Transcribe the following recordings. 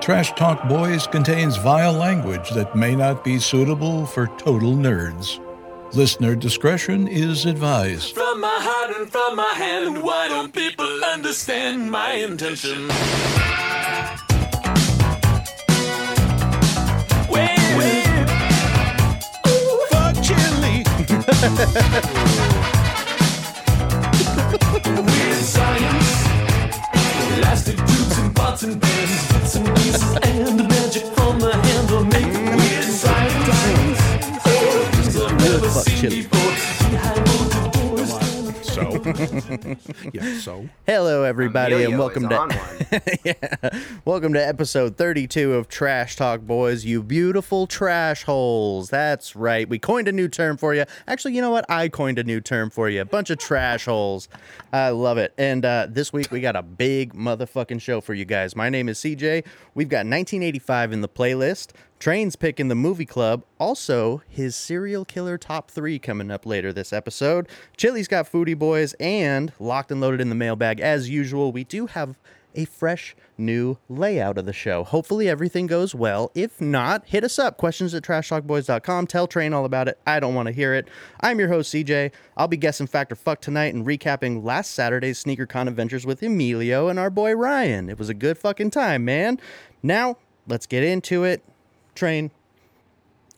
Trash Talk Boys contains vile language that may not be suitable for total nerds. Listener discretion is advised. From my heart and from my hand, why don't people understand my intention? Wait, wait. Ooh, fuck chili. Weird science, elastic tubes and pots and pans, bits and pieces, and the magic from my hand will make weird science. Oh, things I've never fuck seen chili. before. See how old the boys So, yeah, so Hello, everybody, Yo-yo and welcome is to on one. welcome to episode 32 of Trash Talk Boys. You beautiful trash holes. That's right. We coined a new term for you. Actually, you know what? I coined a new term for you. A bunch of trash holes. I love it. And uh, this week we got a big motherfucking show for you guys. My name is CJ. We've got 1985 in the playlist. Train's pick in the movie club. Also, his serial killer top three coming up later this episode. Chili's got Foodie Boys and Locked and Loaded in the mailbag. As usual, we do have a fresh new layout of the show. Hopefully, everything goes well. If not, hit us up. Questions at trashtalkboys.com. Tell Train all about it. I don't want to hear it. I'm your host, CJ. I'll be guessing Factor Fuck tonight and recapping last Saturday's Sneaker Con Adventures with Emilio and our boy Ryan. It was a good fucking time, man. Now, let's get into it. Train,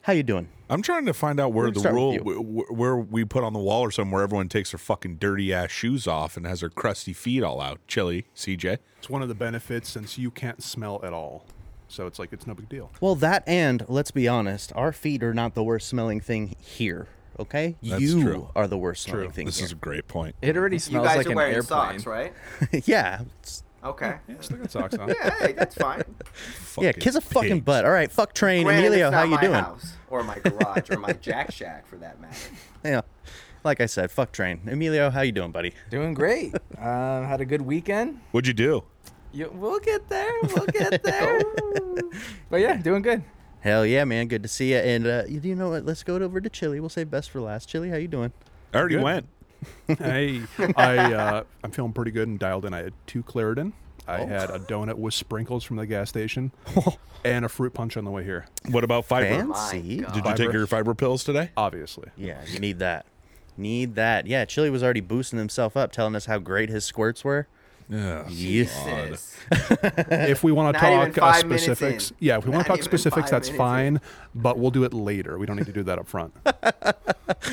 how you doing? I'm trying to find out where We'll the start with rule you. wh- wh- where we put on the wall or somewhere everyone takes their fucking dirty ass shoes off and has their crusty feet all out. Chili, CJ. It's one of the benefits since you can't smell at all. So it's like it's no big deal. Well, that and let's be honest, our feet are not the worst smelling thing here. Okay, That's you true. are the worst smelling thing This here. is a great point. It already You smells guys like are an wearing airplane. socks, right? yeah, it's- Okay. Still got socks on. Yeah, hey, that's fine. yeah. Kiss a fucking pigs. butt. All right, fuck train, Granted, Emilio. it's How not you my doing? House, or my garage, or my Jack Shack, for that matter. Yeah, like I said, fuck train, Emilio. How you doing, buddy? Doing great. Um, had a good weekend. What'd you do? You, we'll get there. We'll get there. but yeah, doing good. Hell yeah, man. Good to see you. And uh, you you know what? Let's go over to Chili. We'll save best for last. Chili, how you doing? I already Good. went. Hey, I uh, I'm feeling pretty good and dialed in. I had two Claritin. Oh. I had a donut with sprinkles from the gas station, and a fruit punch on the way here. What about fiber? Fancy. Oh God. Did you Fiber. take your fiber pills today? Obviously, Yeah, you need that. Need that. Yeah, Chili was already boosting himself up, telling us how great his squirts were. Yes. Jesus. if we want to Not even talk uh, five minutes specifics, in. yeah, if we want Not to talk even five specifics, that's fine. minutes But we'll do it later. We don't need to do that up front.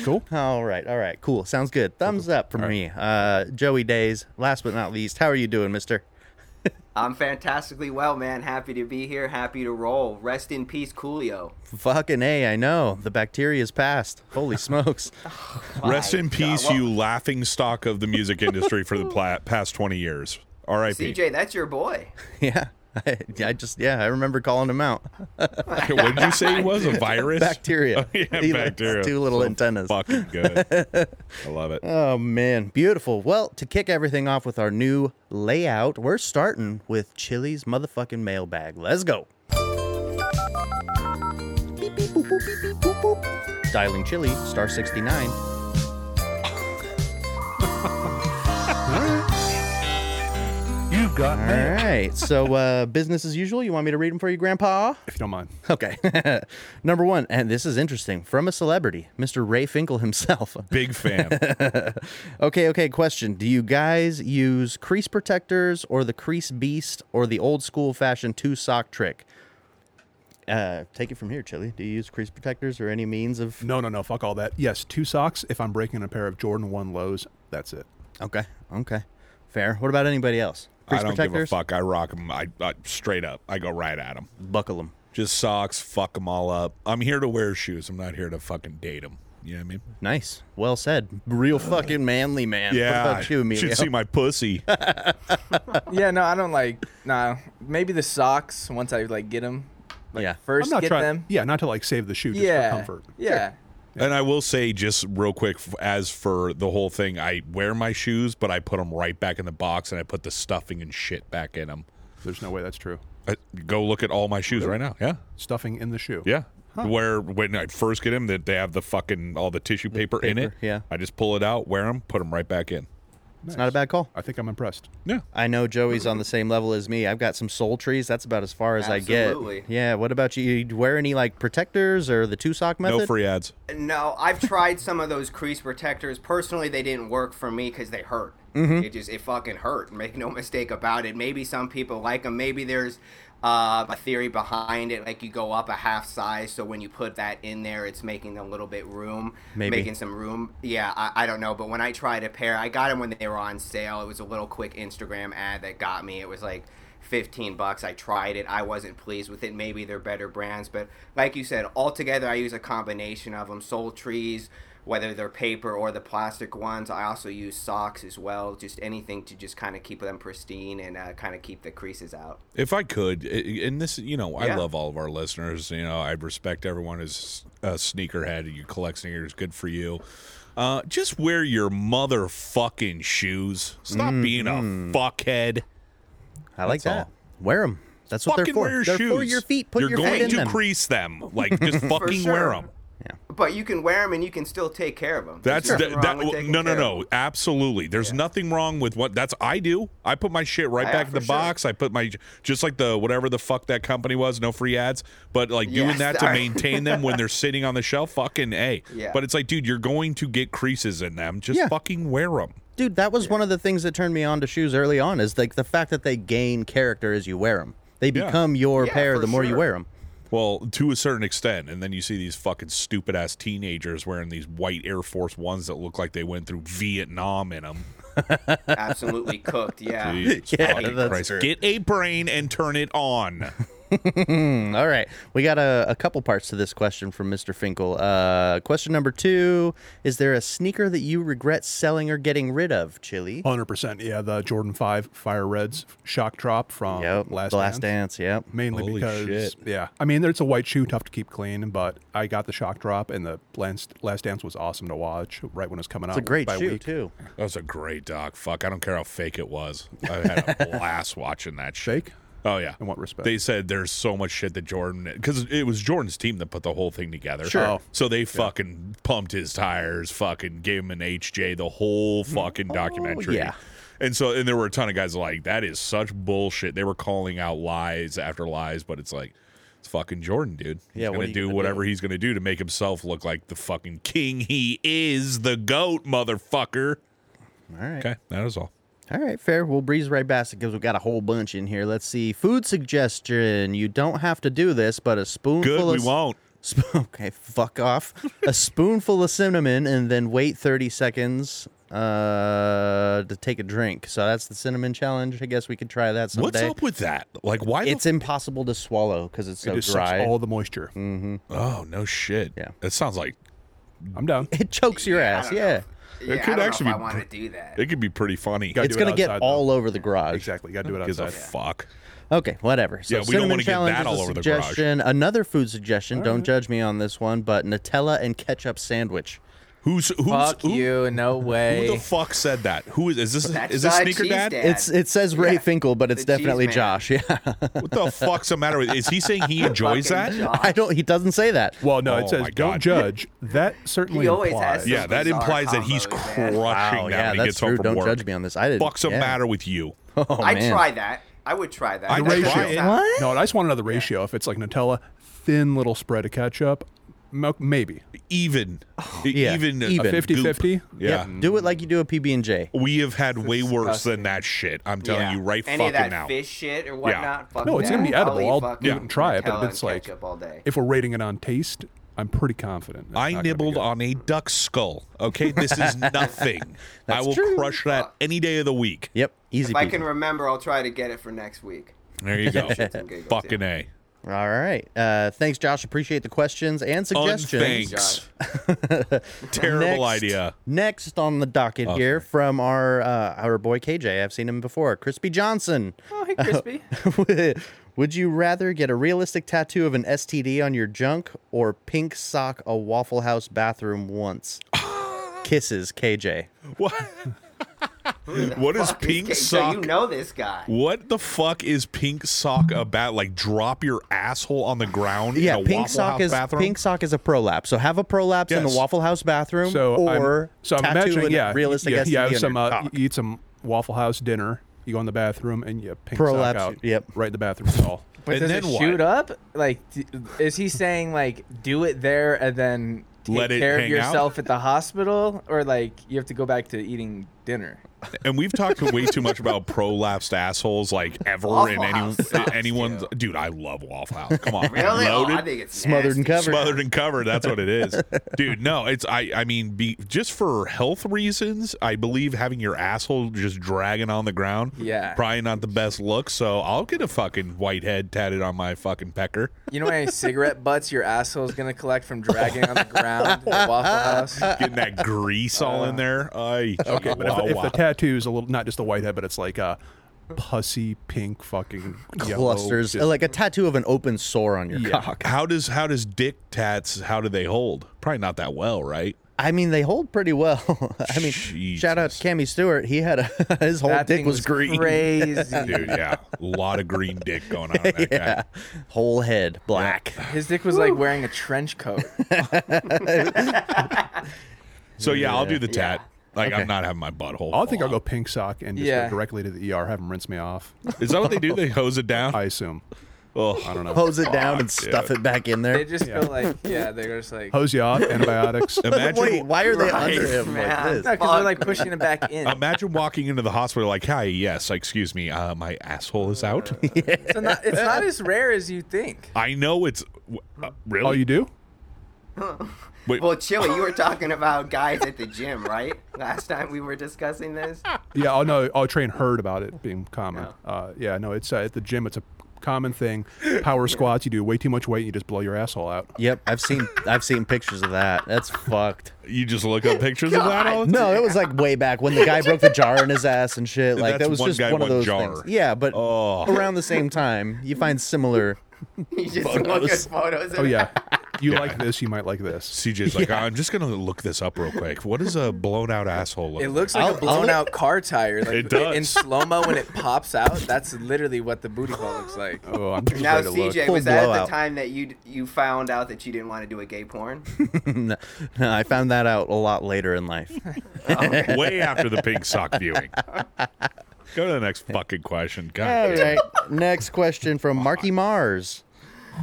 cool. All right, all right, cool. Sounds good. Thumbs up for me. Uh, Joey Days, last but not least, how are you doing, mister? I'm fantastically well, man. Happy to be here. Happy to roll. Rest in peace, Coolio. Fucking A, I know. The bacteria's passed. Holy smokes. Rest My in God. peace, Well, you laughing stock of the music industry for the pla- past 20 years. R.I.P. CJ, that's your boy. yeah. I, I just, yeah, I remember calling him out. what did you say he was? A virus? Bacteria. Oh, yeah, He lets bacteria. Two little So antennas. Fucking good. I love it. Oh man, beautiful. Well, to kick everything off with our new layout, we're starting with Chili's motherfucking mailbag. Let's go. Beep, beep, boop, boop, beep, beep, boop, boop. Dialing Chili, star 69. You got All right. So, uh, business as usual. You want me to read them for you, Grandpa? If you don't mind. Okay. Number one, and this is interesting from a celebrity, Mr. Ray Finkel himself. Big fan. Okay, okay, question. Do you guys use crease protectors or the crease beast or the old school fashion two sock trick? Uh, take it from here, Chili. Do you use crease protectors or any means of No, no, no. Fuck all that. Yes, two socks. If I'm breaking a pair of Jordan One lows, that's it. Okay, okay. Fair. What about anybody else? Crease I don't give a protectors? fuck. I rock them. I, I straight up. I go right at them. Buckle them. Just socks. Fuck them all up. I'm here to wear shoes. I'm not here to fucking date them. You know what I mean? Nice. Well said. Real fucking manly man. What about you, Emilio? should see my pussy. Yeah, no, I don't like. Nah, maybe the socks. Once I like get them, like, Yeah. First, get trying. them. Yeah, not to like save the shoe, just yeah. for comfort. Yeah. and I will say, just real quick, f- as for the whole thing, I wear my shoes, but I put them right back in the box, and I put the stuffing and shit back in them. There's no way that's true. I, go look at all my shoes right now. Yeah, Stuffing in the shoe. yeah. Where when I first get them, that they have the fucking all the tissue paper, in it. paper, yeah. I just pull it out, wear them, put them right back in. It's not a bad call. I think I'm impressed. Yeah. I know Joey's on the same level as me. I've got some soul trees. That's about as far as I Absolutely. get. Yeah. What about you? You wear any like protectors or the two sock method? No free ads. No, I've tried some of those crease protectors. Personally, they didn't work for me because they hurt. It just it fucking hurt. Make no mistake about it. Maybe some people like them. Maybe there's uh, a theory behind it, like you go up a half size, so when you put that in there, it's making a little bit room, Maybe. making some room. Yeah, I, I don't know. But when I tried a pair, I got them when they were on sale. It was a little quick Instagram ad that got me. It was like. 15 bucks. I tried it. I wasn't pleased with it. Maybe they're better brands, but like you said, altogether I use a combination of them. Soul trees, whether they're paper or the plastic ones. I also use socks as well. Just anything to just kind of keep them pristine and uh, kind of keep the creases out. If I could, i- i- and this, you know, I Yeah. love all of our listeners. You know, I respect everyone who's a sneakerhead. You collect sneakers, good for you. Uh, just wear your motherfucking shoes. Stop Mm-hmm. being a fuckhead. I like That's that. all. Wear them. That's what fucking they're for. wear your they're shoes. for your feet. Put You're your going feet in to them. crease them. Like just fucking wear sure. them. But you can wear them and you can still take care of them. That's that, that, no, no, no. Absolutely. There's nothing wrong with what that's I do. I put my shit right Yeah, back in the for sure. box. I put my just like the whatever the fuck that company was. No free ads, but like doing Yes, that to sorry. maintain them when they're sitting on the shelf. Fucking a. Yeah. But it's like, dude, you're going to get creases in them. Just Yeah. fucking wear them. Dude, that was one of the things that turned me on to shoes early on is like the fact that they gain character as you wear them. They Yeah. become your Yeah, pair for the more you sure. wear them. Well, to a certain extent, and then you see these fucking stupid ass teenagers wearing these white Air Force ones that look like they went through Vietnam in them. Absolutely cooked. Yeah. Yeah, fucking that's Christ. true. Get a brain and turn it on. All right, we got a, a couple parts to this question from Mr. Finkel. Uh, question number two: Is there a sneaker that you regret selling or getting rid of, Chili? 100%. Yeah, the Jordan 5 Fire Reds shock drop Oh, from yep, Last the last Dance. dance. Yep. Mainly Holy because, shit. yeah, I mean, it's a white shoe, tough to keep clean, but I got the shock drop, and the last, last dance was awesome to watch right when it was coming It's out. a great by shoe week. too. That was a great doc. Fuck, I don't care how fake it was. I had a blast watching that shit. Fake? Oh yeah. In what respect? They said there's so much shit that Jordan because it was Jordan's team that put the whole thing together. Sure. Oh. So they fucking pumped his tires, fucking gave him an HJ, the whole fucking documentary. yeah. And so and there were a ton of guys like that is such bullshit. They were calling out lies after lies, but it's like it's fucking Jordan, dude. He's Yeah, what gonna are you do gonna do? whatever he's gonna do to make himself look like the fucking king he is, the goat, motherfucker. All right. Okay, that is all. All right, fair. We'll breeze right past it because we've got a whole bunch in here. Let's see. Food suggestion. You don't have to do this, but a spoonful. Good, of we s- won't. Sp- okay, fuck off. a spoonful of cinnamon and then wait 30 seconds uh, to take a drink. So that's the cinnamon challenge. I guess we could try that someday. What's up with that? Like, why? It's impossible to swallow because it's It so just sucks dry. Mm-hmm. all the moisture. the, oh no, shit. Yeah. it sounds like I'm down. it chokes your Yeah, I ass. don't know. Yeah. Yeah, It could I don't actually know if be I want pr- to do that. it could be pretty funny. Gotta It's do it gonna get outside, though. all over the garage. Exactly. Got to do it Gives a outside. fuck. Okay, whatever. So Yeah, we don't cinnamon wanna get challenge that is a all over the garage. suggestion. Another food suggestion. Don't judge me on this one, but Nutella and ketchup sandwich. Who's who's Fuck who, you. No who eh? way. the fuck said that? Who is is this? That's is this the sneaker cheese dad? dad. It's it says Ray Yeah. Finkel, but it's The cheese definitely man. Josh. Yeah, What the fuck's the matter with? Is he saying he enjoys that? Fucking Josh. I don't. He doesn't say that. Well, no, Oh it says my God. don't judge. That certainly He always implies. has Yeah, that Bizarre implies that he's combos, man. crushing Wow, that yeah, when he that's gets true. home from Don't work. judge me on this. I didn't. Fuck's the yeah. matter with you? Oh, I'd man. try that. I would try that. I'd That ratio. sounds- What? No, and I just want another ratio. If it's like Nutella, thin little spread of ketchup, mo- maybe Even, Oh, yeah, even, even. a 50 goop. 50. Yeah. Yep, do it like you do a PB and J. We have had way worse disgusting. than that shit. I'm telling Yeah. you right Any fucking of that now. fish shit or whatnot. Fuck No, it's that. gonna be I'll edible. eat I'll fucking do it and try it, but Nutella if it's and like- ketchup all day. If we're rating it on taste, I'm pretty confident. that's I not gonna be nibbled good. on a duck skull. Okay, this is nothing. I That's will true. crush that any day of the week. Yep, easy. If I peasy. can remember, I'll try to get it for next week. There you go. some giggles, Fucking a. All right. Uh, thanks, Josh. Appreciate the questions and suggestions. Unthanks. Next- Terrible idea. Next on the Oh, docket here from our uh, our boy KJ. I've seen him before. Crispy Johnson. Oh, hey, crispy. Would you rather get a realistic tattoo of an STD on your junk or pink sock a Waffle House bathroom once? Kisses, KJ. What? What is Fuck, this pink guy- sock? So you know this guy. What the fuck is pink sock about? Like drop your asshole on the ground Yeah, in a pink Waffle sock House is bathroom? pink sock is a prolapse. So have a prolapse in the Yes. Waffle House bathroom, So I'm- or so I'm tattoo imagining, and yeah, realistic yeah, STD you have under some your uh, cock. you eat some Waffle House dinner. You go in the bathroom and you pink Prolapse, sock out. yep. right in the bathroom stall. But And does then it what? shoot up? Like, d- is he saying like do it there and then take Let it care of hang out? yourself at the hospital, or like you have to go back to eating dinner? And we've talked way too much about prolapsed assholes, like ever Waffle in any House sucks, anyone's. Dude. I love Waffle House. Come on, Really? Oh, loaded, I think it's smothered and covered. nasty. smothered and covered. That's what it is, dude. No, it's I. I mean, be, just for health reasons, I believe having your asshole just dragging on the ground, Yeah. probably not the best look. So I'll get a fucking white head tatted on my fucking pecker. You know how many cigarette butts your asshole's gonna collect from dragging on the ground at Waffle House? getting that grease all Uh. in there. Ay, Okay, but wow, if, if wow. the tattoo is a little, not just a whitehead, but it's like a pussy pink fucking yellow, clusters, just- like a tattoo of an open sore on your oh, Yeah. cock. how does how does dick tats how do they hold? Probably not that well, right? I mean, they hold pretty well. I mean, shout out Jesus. to Cammy Stewart. He had a his whole That dick thing was, green, Crazy. Dude, yeah, a lot of green dick going on. In that guy. whole head black. His dick was like wearing a trench coat. So yeah, I'll do the Yeah. tat. Like I'm not having my butthole. I think fall I'll go out. pink sock and just Yeah. go directly to the ER, have them rinse me off. Is that what they do? They hose it down. I assume. I Ugh. don't know. Hose it down and Fuck, stuff dude. it back in They there. just feel like yeah, they're just like Hose you off, antibiotics. Imagine. Wait, why are they under him man. like no, this? because they're like pushing it back in. Imagine walking into the hospital like, "Hi, yes, excuse me, uh, my asshole is out." So not, it's not as rare as you think. I know it's w- uh, really. All Oh, you do? Wait, Well, Chili, you were talking about guys at the gym, right? Last time we were discussing this. Yeah, oh no, oh train heard about it being common. Yeah. Uh, yeah, no, it's uh, at the gym. It's a common thing. Power squats. You do way too much weight, and you just blow your asshole out. Yep, I've seen I've seen pictures of that. That's fucked. you just look up pictures of that all the No, it was like way back when the guy broke the jar in his ass and shit. Like That's that was one just guy, one of one those jar. things. Yeah, but Oh. around the same time, you find similar. You just look at photos. Of Oh yeah, you like this, you might like this. CJ's like, I'm just gonna look this up real quick. What does a blown out asshole look? It like? looks like I'll- a blown I'll- out car tire. Like It in does. slow mo when it pops out. That's literally what the booty call looks like. Oh, I'm just Now, ready to look. CJ, Full was that at blowout. the time that you you found out that you didn't want to do a gay porn? No, I found that out a lot later in life. way after the pink sock viewing. Go to the next fucking question. God. All damn. right. Next question from Marky Mars.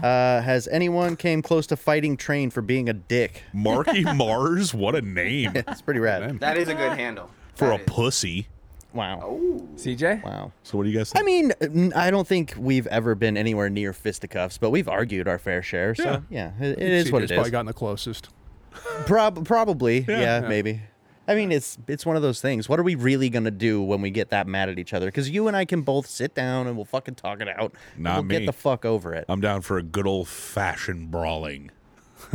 Uh, has anyone came close to fighting train for being a dick? Marky Mars, what a name That's pretty rad. name. That is a good handle. for a That is. pussy. Wow. CJ? Wow. So what do you guys Oh. I think? mean, n- I don't think we've ever been anywhere near fisticuffs, but we've argued our fair share. So yeah, it, it is what it CJ's Probably is. gotten the closest. Prob- probably, yeah, yeah. maybe. I mean, it's it's one of those things. What are we really gonna do when we get that mad at each other? Because you and I can both sit down and we'll fucking talk it out. and Not we'll me. get the fuck over it. I'm down for a good old fashioned brawling.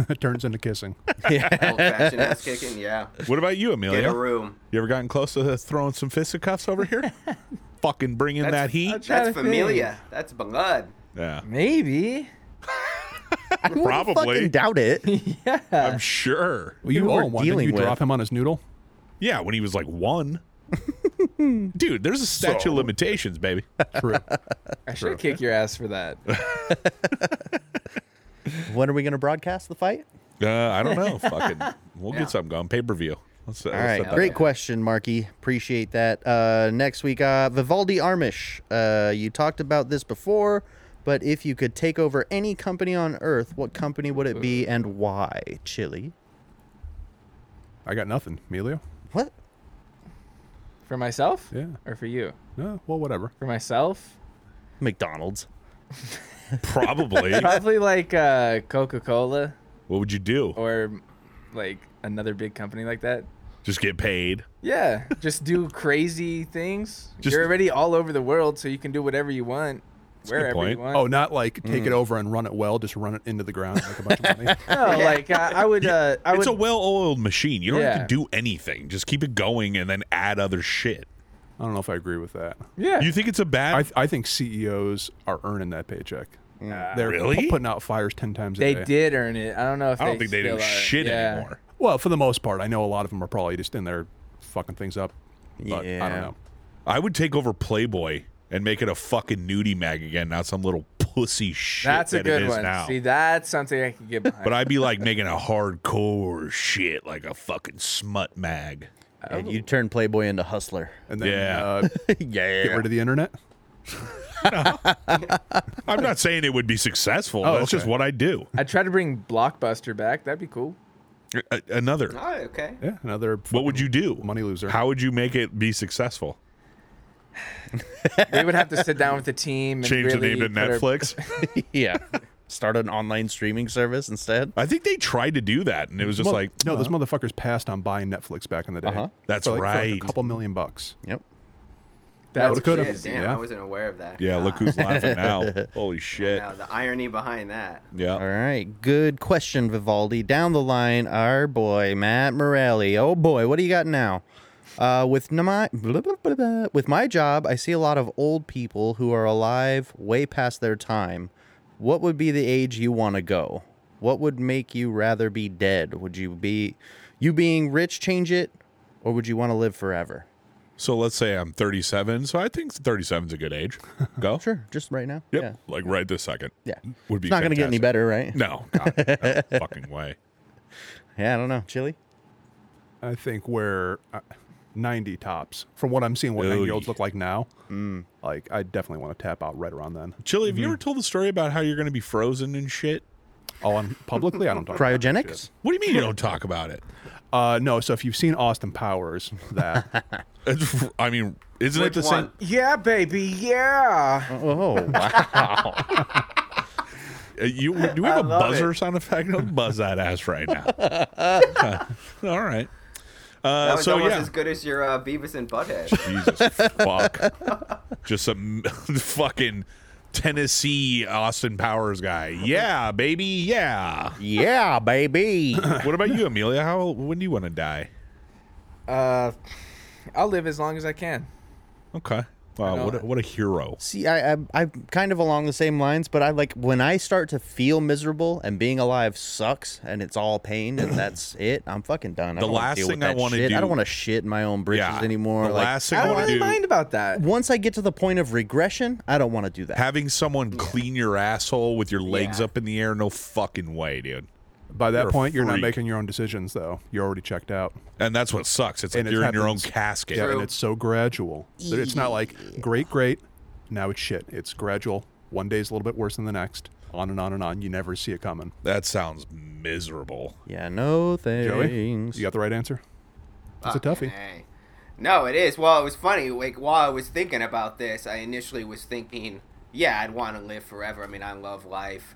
it turns into kissing. Old fashioned ass kicking, yeah. Oh, What about you, Amelia? Get a room. You ever gotten close to throwing some fisticuffs over here? fucking bringing that heat? that's- That's Gotta familia. That's blood. yeah. Maybe. I wouldn't Probably. fucking doubt it. I'm sure. Well, you Who we're own one. Didn't dealing you with. drop him on his noodle? Yeah, when he was like one. Dude, there's a statute of limitations, baby. True. I should kick your ass for that. when are we gonna broadcast the fight? Uh, I don't know. Fucking, we'll get something going. Pay per view. Let's, All right, great question, Marky. Appreciate that. Uh, next week, uh, Vivaldi Armish. Uh, you talked about this before, but if you could take over any company on Earth, what company would it be and why? Chili. I got nothing. Emilio? What? For myself? Yeah. Or for you? No, Uh, well, whatever. For myself? McDonald's. Probably. what Probably like uh, Coca Cola would you do? or like another big company like that. Just get paid. Yeah. Just do crazy things. Just- You're already all over the world, so you can do whatever you want. Wherever point. you want. Oh, not like take Mm. it over and run it well, just run it into the ground, make a bunch of money. no, like I, I would uh I Oh, it's would a well-oiled machine. You don't have to Yeah. do anything. Just keep it going and then add other shit. I don't know if I agree with that. Yeah. You think it's a bad? I, th- I think CEOs are earning that paycheck. Mm. They're Really? pu- putting out fires ten times a they day. did earn it. I don't know if I don't think they do still are. shit Yeah. anymore. Well, for the most part, I know a lot of them are probably just in there fucking things up. But I Yeah. don't know. I would take over Playboy and make it a fucking nudie mag again, not some little pussy shit That's that a good it is one. now. See, that's something I can get behind. but I'd be like making a hardcore shit, like a fucking smut mag. And you turn Playboy into Hustler. And then Yeah. uh, Oh. yeah. get rid of the internet. I'm not saying it would be successful. Oh, that's just okay. what I do. I try to bring Blockbuster back. That'd be cool. A- another. Oh, okay. Yeah, another. What would you do? Money loser. How would you make it be successful? They would have to sit down with the team. And Change really the name to put our- Netflix? yeah. Start an online streaming service instead. I think they tried to do that, and it was just Well, like, uh, Uh-huh. no, those motherfuckers passed on buying Netflix back in the day. That's For like- for like right. a couple million bucks. Yep. That's Would've, could've. Shit, damn, Yeah. I wasn't aware of that. yeah, look who's laughing now. Holy shit. Now, the irony behind that. All Yeah. right. Good question, Vivaldi. Down the line, our boy Matt Morelli. Oh boy, what do you got now? Uh, with n- my blah, blah, blah, blah. with my job, I see a lot of old people who are alive way past their time. What would be the age you want to go? What would make you rather be dead? Would you be you being rich change it, or would you want to live forever? So let's say I'm 37. So I think 37 is a good age. Go. Sure, just right now. Yep. Yeah. Like right this second. Yeah. Would be It's not going to get any fantastic. better, right? No, God, no fucking way. Yeah, I don't know. Chili? I think we're uh, 90 tops. From what I'm seeing, what Ooh, Mm. 90 year olds yeah. look like now, like I definitely want to tap out right around then. Chili, have you Mm-hmm. ever told the story about how you're going to be frozen and shit? Oh, on publicly, I don't talk about that Cryogenics? What do you mean you don't talk about it? shit. Uh, no, so if you've seen Austin Powers, that It's- I mean, isn't Which it the one? Yeah, baby. Yeah. Oh, wow. same? Uh, You do we have a love buzzer sound effect? Don't buzz that ass right now. all right. Uh, That was so almost yeah, as good as your uh, Beavis and Butthead. Jesus fuck, just some fucking Tennessee Austin Powers guy. Yeah, baby. Yeah. yeah, baby. What about you, Amelia? How when do you want to die? Uh, I'll live as long as I can. Okay. Wow, what a, what a hero. See, I, I, I'm kind of along the same lines, but I like when I start to feel miserable and being alive sucks and it's all pain and that's it. I'm fucking done. I The don't wanna last deal thing with I that wanna shit. I do- don't want to shit in my own britches Yeah, anymore. the like, last thing I I don't want really to do mind about that. once I get to the point of regression, I don't want to do that. having someone clean your asshole with your legs Yeah. up in the air. No fucking way, dude. by that You're a point, you're not freak. making your own decisions though. You're already checked out. And that's what sucks. It's like And it you're in your own happens. casket. Yeah, and True. it's so gradual. So It's not like great, great. Now it's shit. It's gradual. One day's a little bit worse than the next. On and on and on. You never see it coming. That sounds miserable. yeah, no Joey, thanks. you got the right answer. It's a Fucking toughie. A. No, it is. Well, it was funny. Like while I was thinking about this, I initially was thinking, yeah, I'd want to live forever. I mean, I love life,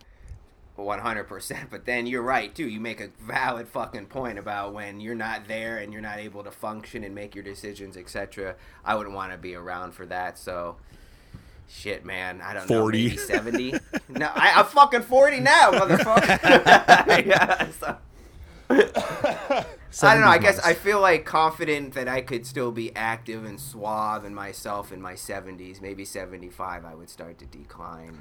one hundred percent. But then you're right, too. You make a valid fucking point about when you're not there and you're not able to function and make your decisions, etc. I wouldn't want to be around for that. So. Shit, man. I don't 40. know. 40. 70. no, I, I'm fucking 40 now, motherfucker. yeah, so. I don't know. I guess I feel like confident that I could still be active and suave in myself in my 70s. Maybe 75, I would start to decline.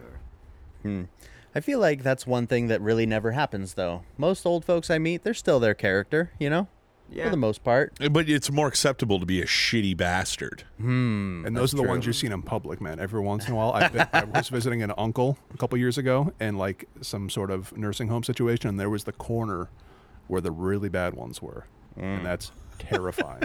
Or I feel like that's one thing that really never happens, though. Most old folks I meet, they're still their character, you know? yeah, For the most part. But it's more acceptable to be a shitty bastard. And those are the ones you've seen in public, man. Every once in a while, I've been, I was visiting an uncle a couple years ago and like some sort of nursing home situation, and there was the corner where the really bad ones were, and that's terrifying.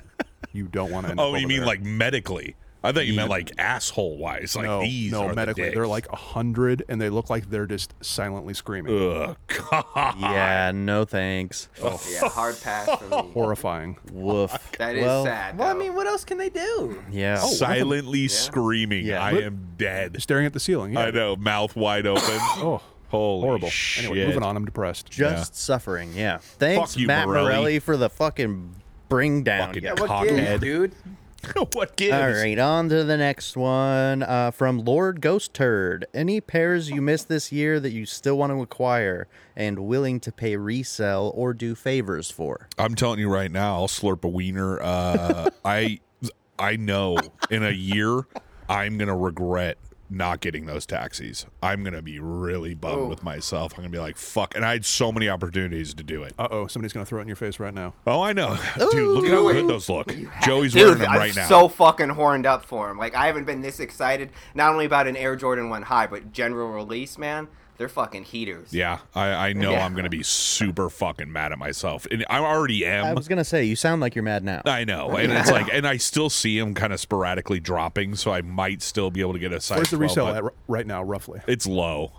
you don't want to. End up Oh, you over mean there. like medically? I thought you meant like asshole wise. Like no, these no are medically? The they're dicks. like a hundred, and they look like they're just silently screaming. Ugh, God. Yeah, no thanks. yeah, hard pass for me. Horrifying. Woof. That is Well, sad. Well, I though. mean, what else can they do? Yeah. Oh, Silently screaming. Yeah. I But- am dead. Uh, Staring at the ceiling. Yeah. I know. Mouth wide open. Oh, Holy horrible. Shit. Anyway, moving on. I'm depressed. just suffering. Yeah. Thanks, you, Matt Morelli. Morelli. for the fucking bring down. Fucking Yeah. What What gives, Cockhead. dude? what gives? All right, on to the next one uh, from Lord Ghost Turd. Any pairs you missed this year that you still want to acquire and willing to pay resell or do favors for? I'm telling you right now, I'll slurp a wiener. Uh, I I know in a year I'm gonna regret not getting those taxis. I'm gonna be really Oh. bummed with myself. I'm gonna be like, fuck. And I had so many opportunities to do it. Uh oh, somebody's gonna throw it in your face right now. Oh, I know, dude. Look at how Ooh. good those look. Joey's Dude, wearing them I'm right now. so fucking horned up for him. Like I haven't been this excited not only about an Air Jordan One High, but general release, man. They're fucking heaters. yeah, I, I know Yeah. I'm gonna be super fucking mad at myself, and I already am. I was gonna say you sound like you're mad now. I know, and it's like, and I still see them kind of sporadically dropping, so I might still be able to get a size. Where's the 12, resale but at r- right now, roughly? It's low.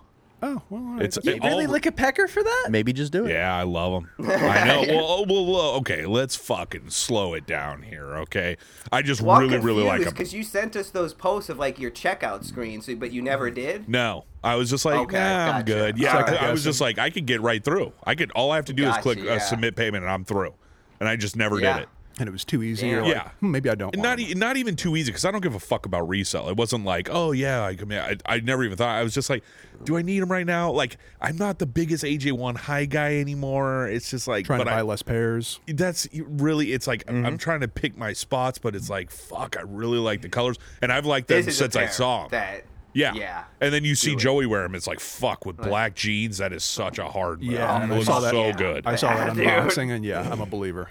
Oh, well, all right. It's You it really all- lick a pecker for that? Maybe just do it. Yeah, I love them. I know. Well, oh, well, well, okay. Let's fucking slow it down here, okay? I just Well, really, really like them. because you sent us those posts of like your checkout screens, but you Mm. never did. No, I was just like, Okay, nah, I'm gotcha. good. Yeah, Second I, I was just like, I could get right through. I could. All I have to do Gotcha, is click uh, yeah. submit payment, and I'm through. And I just never Yeah. did it. and it was too easy. Damn. You're like, Yeah. hmm, maybe I don't. And want Not it. e- not even too easy because I don't give a fuck about resale. It wasn't like, oh yeah, I, can- I I never even thought. I was just like, do I need them right now? Like, I'm not the biggest AJ one high guy anymore. It's just like, trying to but buy I, less Mm-hmm. pairs. that's really. It's like I'm trying to pick my spots, but it's like, fuck, I really like the colors, and I've liked them This is since a I pair saw 'em. that. Yeah. Yeah. And then you see it. Joey wear them. It's like, fuck, with black jeans, that is such a hard wear. Yeah, It and I looks saw that. so good. I saw that Dude. unboxing, and yeah, I'm a believer.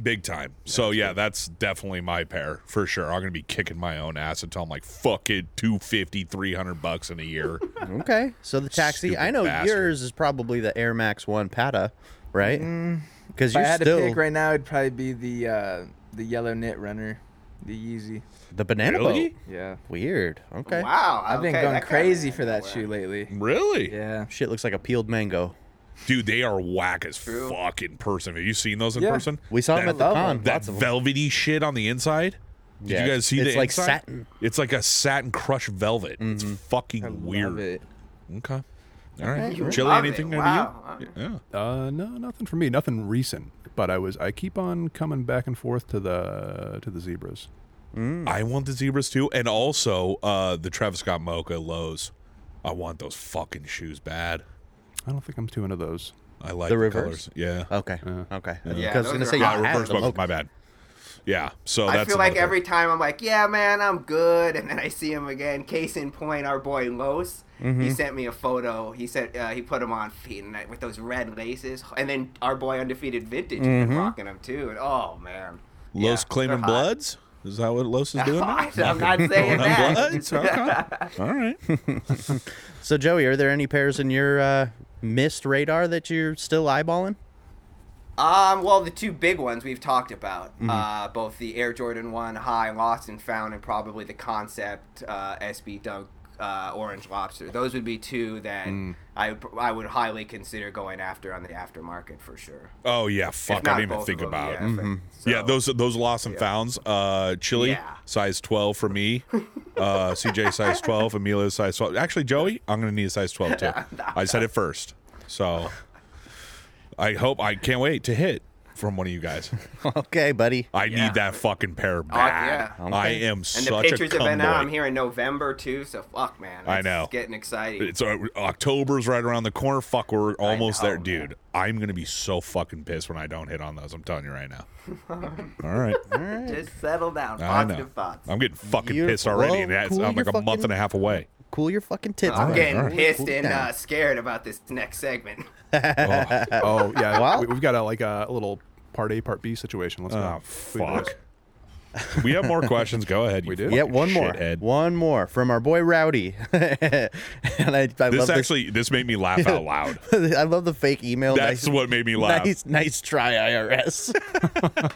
Big time. So, yeah, that's definitely my pair for sure. I'm going to be kicking my own ass until I'm like, fuck it, 250, 300 bucks in a year. Okay. So the taxi. Stupid I know bastard. yours is probably the Air Max One Pata, right? Because Mm, If I you're had still to pick right now, it'd probably be the uh, the yellow knit runner, the Yeezy. the banana Really? boat. Yeah. Weird. Okay. Wow. I've been okay, going that kinda- crazy for that shoe lately. really? Yeah. Shit looks like a peeled mango. Dude, they are whack as fuck in person. Have you seen those in Yeah. person? We saw them That- at the love con. That lots of 'em. velvety shit on the inside. Did Yeah, you guys it's- see it's the like inside? satin. It's like a satin crushed velvet. It's fucking weird. Love it. Okay. All right. You Chili, love it. anything Wow. out of you? Yeah. Uh, no, nothing for me. Nothing recent. But I was. I keep on coming back and forth to the to the zebras. I want the zebras too, and also uh, the Travis Scott Mocha lows. I want those fucking shoes bad. I don't think I'm too into those. I like The the, Uh, reverse? colors. Yeah, Okay. Okay. Yeah, 'Cause I was those gonna are say hot. you yeah, have reverse them. Mocha. My bad. Yeah, so I that's feel like another every time I'm like, yeah, man, I'm good, and then I see him again. Case in point, our boy Los. Mm-hmm. He sent me a photo. He said uh, he put him on feet and I, with those red laces, and then our boy undefeated vintage has been rocking them too. And oh man, thing. Mm-hmm. Los Yeah, claiming they're hot. bloods. Is that what Los is doing? now? I'm not saying Claiming that. bloods. Okay. All right. So Joey, are there any pairs in your uh, missed radar that you're still eyeballing? Um, well, the two big ones we've talked about, Mm-hmm. uh, both the Air Jordan One High Lost and Found, and probably the Concept uh, SB Dunk uh, Orange Lobster. Those would be two that Mm. I I would highly consider going after on the aftermarket for sure. Oh yeah, fuck. I didn't even both think of them, about. it. Mm-hmm. Yeah, so- yeah, those those lost and founds. Uh, chili Yeah. size twelve for me. Uh, CJ size twelve. Emilio size twelve. Actually, Joey, I'm gonna need a size twelve too. I said it first, so I hope I can't wait to hit from one of you guys. Okay, buddy. I Yeah. Uh, need that fucking pair bad. yeah. I am And such the pictures a have been out. cumboy. I'm here in November too, so fuck, man. I It's know. getting exciting. It's uh, October's right around the corner. Fuck, we're almost know, there, man. dude. I'm gonna be so fucking pissed when I don't hit on those. I'm telling you right now. All right. Just settle down. I know. Positive thoughts. I'm getting fucking You're- pissed already, well, and that's, cool, I'm like a you're month and a half away. Cool your fucking tits. I'm man. getting all right. pissed Cool and down. uh, scared about this next segment. Oh yeah, Well- we, we've got a like a little part A, part B situation. Let's Oh, go. We do fuck. this. we have more questions. Go ahead. We do? Yeah, one more. One more from our boy Rowdy. and I, I This love actually, this. made me laugh out loud. this. I love the fake email. That's nice, what made me laugh. Nice, nice try, IRS.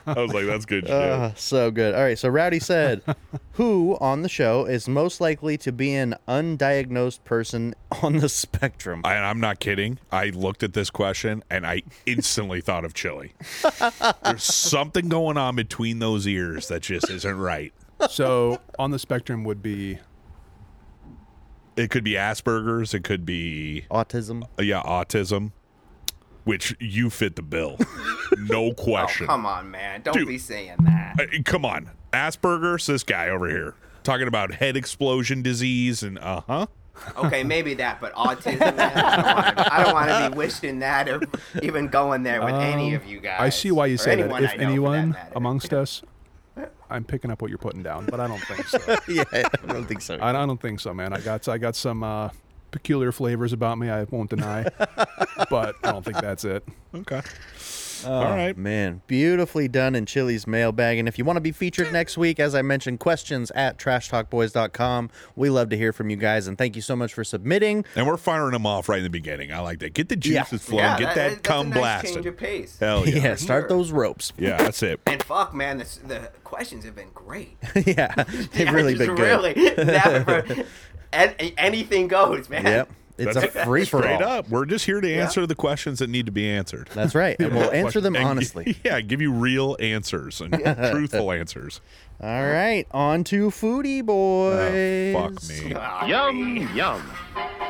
I was like, that's good shit. Ah, so good. All right. So Rowdy said, "Who on the show is most likely to be an undiagnosed person on the spectrum?" I, I'm not kidding. I looked at this question and I instantly thought of chili. There's something going on between those ears that just isn't right. So on the spectrum would be It could be Asperger's. It could be Autism. uh, yeah, autism, which you fit the bill, no Oh, question. come on, man. Don't Dude. be saying that. Uh, come on, Asperger's. This guy over here talking about head explosion disease and uh huh. Okay, maybe that, but autism, man, I don't want to be wishing that or even going there with any Um, of you guys. I see why you or say that. anyone If I know, for that anyone matter. amongst us, I'm picking up what you're putting down, but I don't think so. yeah, I don't think so. I, I don't think so, man. I got I got some uh, peculiar flavors about me. I won't deny, but I don't think that's it. Okay. Uh, All right. Man, beautifully done in Chili's mailbag. And if you want to be featured next week, as I mentioned, questions at trashtalkboys.com. We love to hear from you guys. And thank you so much for submitting. And we're firing them off right in the beginning. I like that. Get the Yeah. juices flowing. Get that, that's a cum nice Change blasted. of pace. Hell Oh, yeah. Yeah, start Sure. those ropes. Yeah, that's it. And fuck, man, this, the questions have been great. yeah, they've Yeah, really just been good. really. That, for- an- anything goes, man. Yep. It's That's a free for Straight all. up. We're just here to answer the questions that need to be answered. That's right. And we'll answer them And g- honestly. yeah, give you real answers and truthful answers. All right, on to Foodie Boys. Oh, Fuck me. Yum, yum.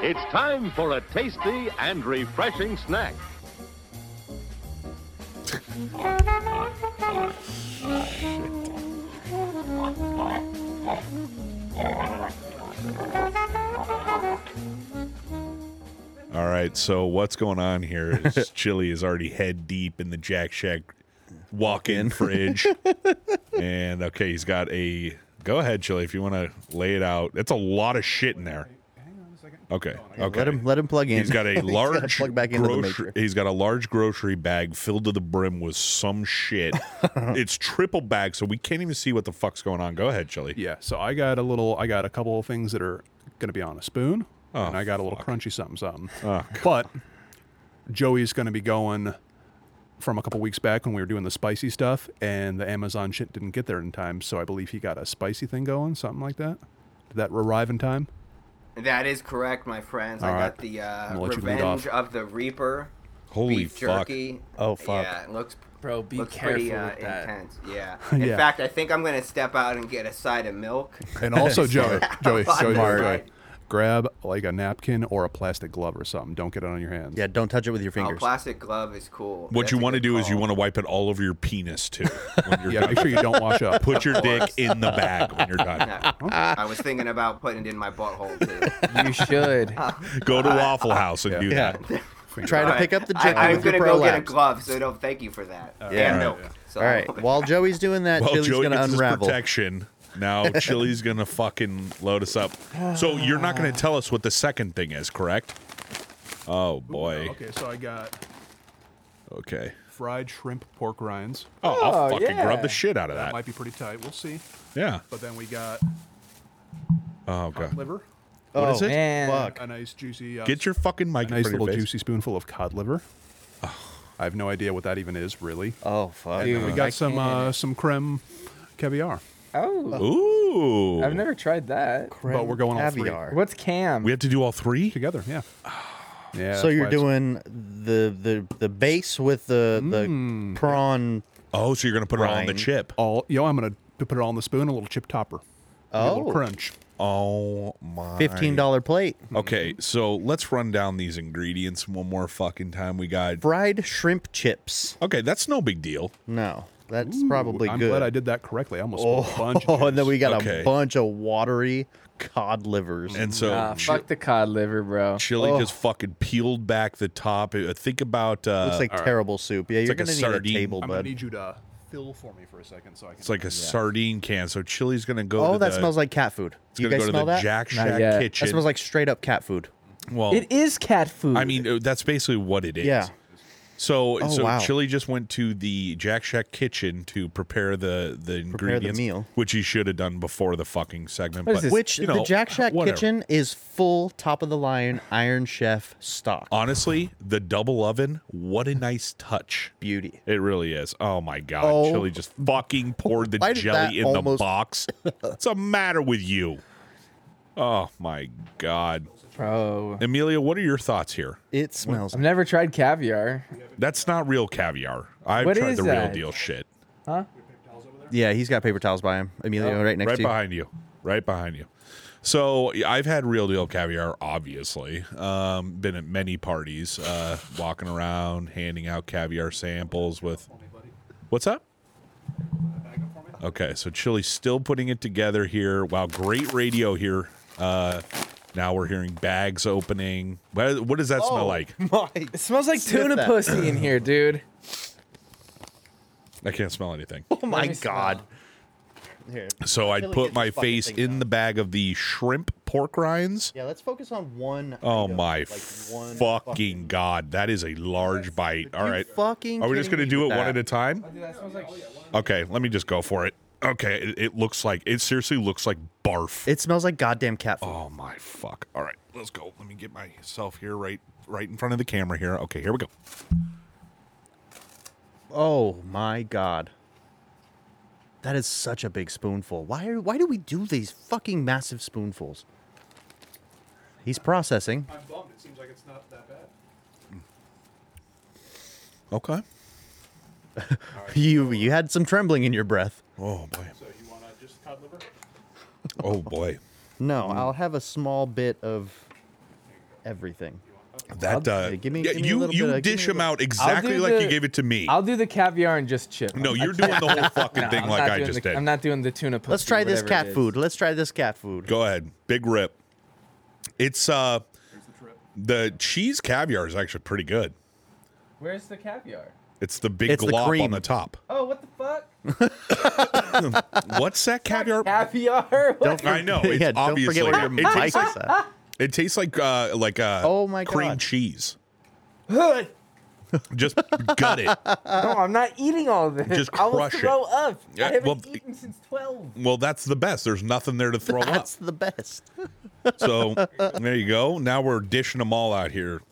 It's time for a tasty and refreshing snack. All right, so what's going on here is Chili is already head deep in the Jack Shack walk-in fridge, and okay, he's got a. Go ahead, Chili, if you want to lay it out. That's a lot of shit in there. Okay, okay. Let him let him plug in. He's got a gotta large plug back into the grocery. matrix. He's got a large grocery bag filled to the brim with some shit. it's triple bag, so we can't even see what the fuck's going on. Go ahead, Chili. Yeah, so I got a little. I got a couple of things that are going to be on a spoon, Oh, and I got a little crunchy something something. but Joey's going to be going from a couple weeks back when we were doing the spicy stuff, and the Amazon shit didn't get there in time. So I believe he got a spicy thing going, something like that. Did that arrive in time? That is correct, my friends. I All got right. the I'm uh, gonna let you lead Revenge off. of the Reaper. Holy beef fuck. jerky. Oh, fuck. Yeah, it looks Bro, be looks careful pretty uh, with that. intense. Yeah. In Yeah. fact, I think I'm gonna step out and get a side of milk. Oh, And also Joey, Joey, Fuck, Joey, Mark. Joey, Joey, grab like a napkin or a plastic glove or something. Don't get it on your hands. Yeah, don't touch it with your Oh, fingers. plastic glove is cool. What That's you a want to good do is you call. want to wipe it all over your penis too. When you're yeah. done. Make sure you don't wash up. Put your dick in the bag when you're done. Yeah. I was thinking about putting it in my butthole too. You should. Go to Waffle House and do Yeah. that. Try to Alright, pick up the I- jerky I'm with your gonna go get a prolapse. glove, so don't thank you for that. Yeah. And milk. So- All right. While Joey's doing that, Well, Chili's Joey gonna gets his unravel. protection. Now Chili's gonna fucking load us up. So you're not gonna tell us what the second thing is, correct? Oh boy. Okay, so I got Okay. fried shrimp pork rinds. Oh, I'll Oh, fucking yeah. grab the shit out of That that. might be pretty tight. We'll see. Yeah. But then we got Oh god. liver, Oh, is it? Man. Fuck. a nice juicy, uh, Get your fucking mic a in nice front of little your face. juicy spoonful of cod liver. I have no idea what that even is, really. Oh fuck. Dude, we I got some can't. uh, some creme caviar, Oh, Ooh. I've never tried that. but we're going all three Caviar. What's cam? we have to do all three? together. Yeah. Yeah. So that's you're why it's- doing the the the base with the the Mm. prawn. Oh, so you're gonna put it on the Brine. chip. all. Yo, I'm gonna to put it on the spoon, a little chip topper, a little Oh, crunch. Oh my fifteen dollar plate. Okay, so let's run down these ingredients one more fucking time. We got Fried shrimp chips. Okay, that's no big deal. No, that's Ooh, probably I'm good. glad I did that correctly. I almost spilled a Oh, bunch. of and then juice. we got Okay. a bunch of watery cod livers. And so Nah, chi- fuck the cod liver, bro. chili just fucking peeled back the top. Uh, Think about uh Looks like terrible soup. Yeah, you're like a gonna need sardine. a table, I'm gonna bud. need you to fill for me for a second, so I can. it's like a sardine can. So chili's gonna go Oh, to that the, smells like cat food. it's You gonna guys go to smell the that? Jack Not Shack yet. That kitchen. That smells like straight up cat food. well It is cat food. I mean uh, that's basically what it is. Yeah. So Oh, so wow. Chili just went to the Jack Shack kitchen to prepare the the Prepare the ingredients meal. which he should have done before the fucking segment. What but is this? Which you know, the Jack Shack whatever. kitchen is full top of the line Iron Chef stock. Honestly, the double oven, what a nice touch. Beauty. It really is. Oh my god, Oh. Chili just fucking poured the Why did that jelly in almost- the box. What's the matter with you? Oh my god, bro. Amelia, what are your thoughts here? It smells. I've never tried caviar. That's not real caviar. I've What tried is the real that? deal shit. Yeah, he's got paper towels by him. Emilio, Oh, right next right to you. behind you. Right behind you. So yeah, I've had real deal caviar, obviously. Um, been at many parties, uh, walking around, handing out caviar samples with. What's up? Okay, so Chili's still putting it together here. Wow, great radio here. Uh, now we're hearing bags opening. What, what does that Oh. smell like? It smells like Sniff tuna that. pussy in here, dude. I can't smell anything. Oh my me smell. god. Here. So I'd Really put get my this fucking face thing in done. the bag of the shrimp pork rinds. Yeah, let's focus on one. Oh item, my like one fucking, god, that is a large bite. All right. fucking Are we just kidding going to me do it with one that? at a time? Okay, let me just go for it. Okay, it, it looks like it seriously looks like barf. It smells like goddamn cat food. oh my fuck. All right, let's go. Let me get myself here right right in front of the camera here. Okay, here we go. Oh my god. That is such a big spoonful. Why are, why do we do these fucking massive spoonfuls? He's processing. I'm bummed. It seems like it's not that bad. Okay. You you had some trembling in your breath. Oh boy. So you want to just cod liver? Oh boy. No, I'll have a small bit of everything. That I'll- uh, yeah, give me- yeah, give me a you little you bit of- give dish me a them out I'll exactly do like you the- gave it to me. I'll do the caviar and just chip. no, you're doing the whole fucking thing I'm like not I doing just the, did. I'm not doing the tuna. Pussy, Let's try this whatever it cat is. food. Let's try this cat food. Go ahead. Big rip. It's uh the cheese caviar is actually pretty good. Where's the caviar? It's the big It's the glob on cream. the top. Oh, what the fuck? What's that caviar? caviar. What? I know. It's yeah, don't obviously forget what your it, mic tastes, is at. it tastes like uh like uh Oh my cream God. cheese. no, Just gut it. I'm not eating all of this. Just I will crush it. throw up. Yeah, I haven't well, eaten since twelve. Well, that's the best. There's nothing there to throw up. That's the best. So there you go. Now we're dishing them all out here.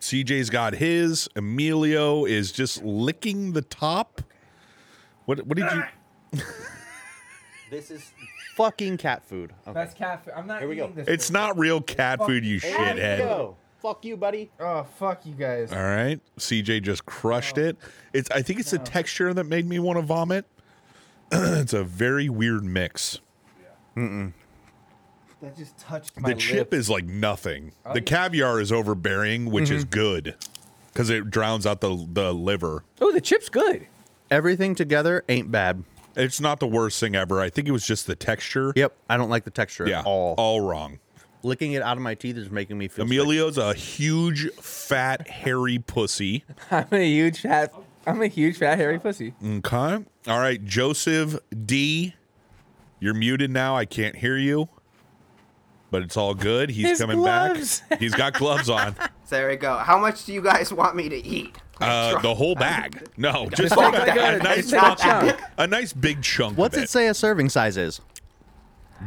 CJ's got his. Emilio is just licking the top. What what did you This is Fucking cat food. Okay. That's cat food. I'm not Here we go. eating this. It's one. not real cat food, you Let's shithead. go. Fuck you, buddy. Oh fuck you guys. All right, CJ just crushed it. It's I think it's the texture that made me want to vomit. it's a very weird mix. That just touched my The chip lips. Oh, is like nothing. The caviar is overbearing, which Mm-hmm. is good because it drowns out the the liver. Oh, the chip's good. Everything together ain't bad. It's not the worst thing ever. I think it was just the texture. Yep, I don't like the texture Yeah, Oh. at all. all wrong. Licking it out of my teeth is making me feel. sick. Emilio's a huge, fat, hairy pussy. I'm a huge fat. I'm a huge fat hairy pussy. Okay. All right, Joseph D. You're muted now. I can't hear you. But it's all good. He's His coming gloves. back. He's got gloves on. so there we go. How much do you guys want me to eat? Uh, the whole bag. No, just take a, a good- nice just take a fucking- chunk. a nice big chunk. What's of it say a serving size is?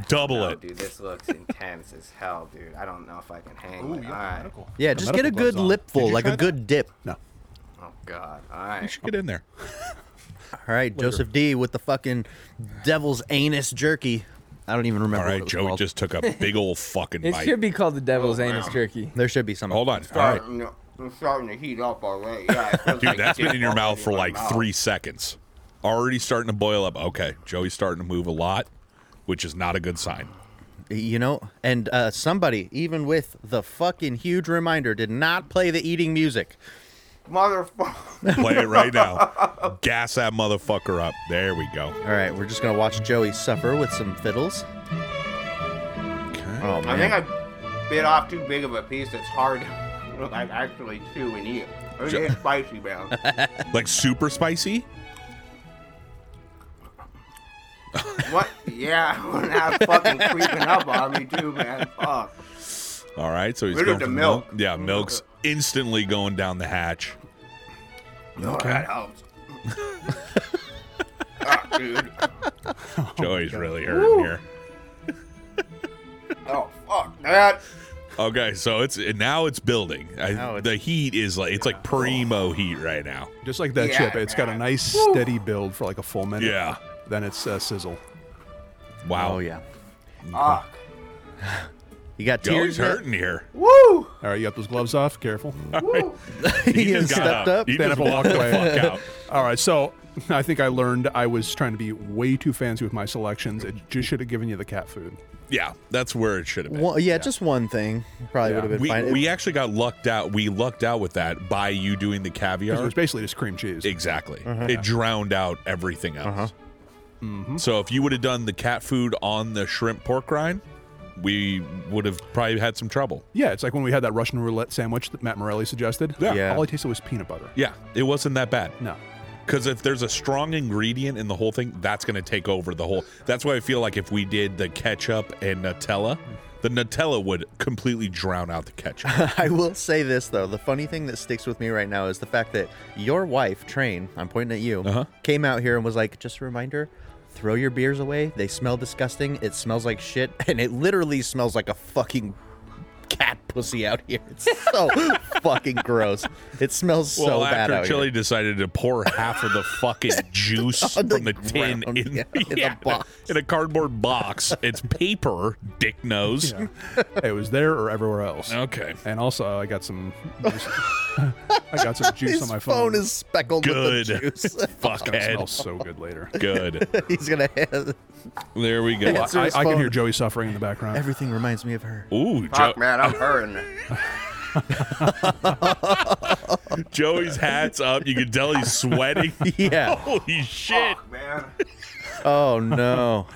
Double Oh, it. dude, this looks intense as hell, dude. I don't know if I can hang. Ooh, with- you All have right. medical. Yeah, The just get a medical good gloves on. Did lipful, you like try a that? good dip. No. Oh god. All You right. should get in there. All right, Joseph D with the fucking devil's anus jerky. I don't even remember. All what it right, was Joey called. just took a big old fucking It bite. should be called the Oh, devil's anus jerky. There should be some. Hold on. All right. Starting to- I'm starting to heat up already. Yeah, it feels Dude, like that's been dip in your already mouth for my like mouth. three seconds. Already starting to boil up. Okay, Joey's starting to move a lot, which is not a good sign. You know, and uh, somebody, even with the fucking huge reminder, did not play the eating music. Motherfucker. Play it right now. Gas that motherfucker up. There we go. All right, we're just gonna watch Joey suffer with some fiddles. Oh I man, think I bit off too big of a piece. It's hard to like actually chew and eat. It Jo- is spicy, man. Like super spicy? what? Yeah, well, now it's fucking creeping up on me too, man. Fuck. All right, so he's Look at going the for milk. Yeah, milk's instantly going down the hatch. No, Oh, that helps. Ah, dude. Joey's really hurting here. Oh fuck that. Okay, so it's now it's building. I, Now it's- Oh. the heat is like it's like primo heat right now. Just like that Yeah, chip, it's got a man. nice steady build for like a full minute. Yeah. Then it's uh, sizzle. Wow. oh yeah, Fuck. you got Joey's tears. in it? hurting here. Woo! All right, you got those gloves off. Careful. He, He just has got stepped up. He Stand just up and walked the walk away. fuck out. All right, so I think I learned I was trying to be way too fancy with my selections. It just should have given you the cat food. Yeah, that's where it should have been. One, yeah, just one thing probably would have been we, fine. we actually got lucked out. We lucked out with that by you doing the It caviar. was basically just cream cheese. Exactly. It drowned out everything else. So if you would have done the cat food on the shrimp pork rind, we would have probably had some trouble. Yeah, it's like when we had that Russian roulette sandwich that Matt Morelli suggested. Yeah. Yeah. All I tasted was peanut butter. Yeah, it wasn't that bad. No. Because if there's a strong ingredient in the whole thing, that's going to take over the whole. That's why I feel like if we did the ketchup and Nutella, the Nutella would completely drown out the ketchup. I will say this though. The funny thing that sticks with me right now is the fact that your wife, Train, I'm pointing at you, Uh-huh. came out here and was like, just a reminder, throw your beers away. They smell disgusting. It smells like shit. And it literally smells like a fucking cat pussy out here. It's so fucking gross. It smells so well, bad after out Chili here. decided to pour half of the fucking juice On the from the tin ground, in, yeah, in a yeah, box. in a cardboard box, it's paper, dick nose. it was there or everywhere else. Okay. And also, I got some. Juice, I got some juice His on my phone. phone is speckled Good. with the juice. It smells Fuckhead. so good later. Good. He's gonna. Have, There we go. Answer I, his I can phone. hear Joey suffering in the background. everything reminds me of her. Ooh, Jo- Fuck, man, I'm hurting. Joey's hat's up. You can tell he's sweating. Yeah. Holy shit. Fuck, man. Oh no.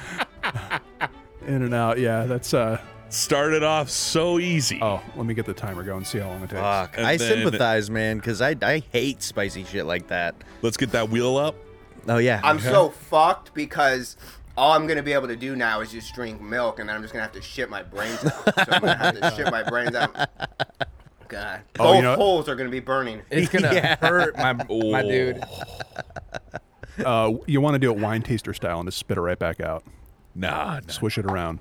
in and out. Yeah, that's. uh Started off so easy. Oh, let me get the timer going. and See how long it takes. Fuck. And I then- sympathize, man, because I I hate spicy shit like that. Let's get that wheel up. Oh yeah. I'm so fucked because all I'm gonna be able to do now is just drink milk, and then I'm just gonna have to shit my brains out. So I'm gonna have to shit my brains out. God, Oh, both you know- holes are gonna be burning. It's gonna hurt my my dude. Oh. Uh, you want to do it wine taster style and just spit it right back out. Nah, nah, Swish it around.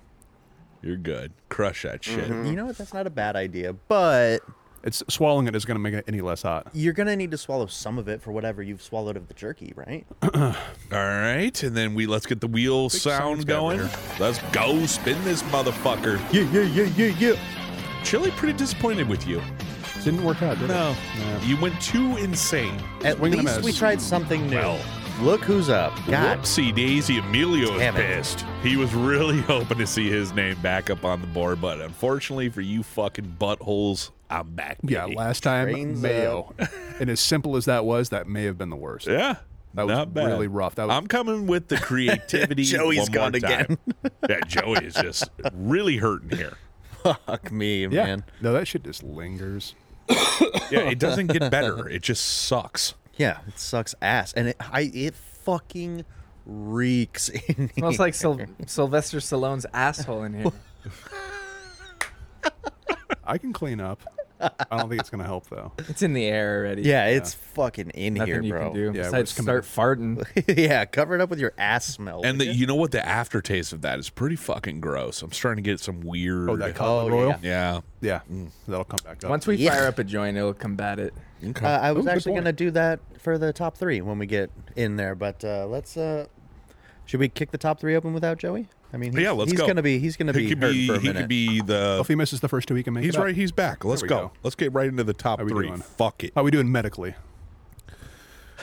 you're good. Crush that shit. You know what? That's not a bad idea, but It's swallowing it is going to make it any less hot. you're gonna need to swallow some of it for whatever you've swallowed of the jerky, right? All right, and then we let's get the wheel sound's sound got going. there. Let's go spin this motherfucker. Yeah, yeah, yeah, yeah, yeah. Chili pretty disappointed with you. Didn't work out, did No, it? No. you went too insane. At Swing and a least we miss. tried something new. Well. Look who's up. God. Whoopsie Daisy, Emilio is Damn it. pissed. He was really hoping to see his name back up on the board, but unfortunately for you fucking buttholes, I'm back. Yeah, baby. last time Trains mayo. and as simple as that was, that may have been the worst. Yeah. That was not bad. really rough. That was- I'm coming with the creativity. Joey's one more gone again. time. yeah, Joey is just really hurting here. Fuck me, Yeah. man. No, that shit just lingers. Yeah, it doesn't get better. It just sucks. Yeah, it sucks ass, and it I it fucking reeks. In Smells like Syl- Sylvester Stallone's asshole in here. I can clean up. I don't think it's going to help though. It's in the air already. yeah, it's fucking in nothing here, you bro. can do Yeah, besides it's coming- start farting. yeah, cover it up with your ass smell. And the, you know what? The aftertaste of that is pretty fucking gross. I'm starting to get some weird. Oh, that cod royal. yeah. yeah. Yeah, that'll come back up. Once we Yeah. fire up a joint, it'll combat it. Uh, I was Oh, good actually point. gonna do that for the top three when we get in there, but uh, let's. Uh, should we kick the top three open without Joey? I mean, he's, Yeah, let's he's go. gonna be he's gonna He be could hurt be. for a He minute. could be the. if he misses the first two, he can make He's it up. right. He's back. Let's There we go. go. Let's get right into the top How we three. doing? Fuck it. How are we doing medically?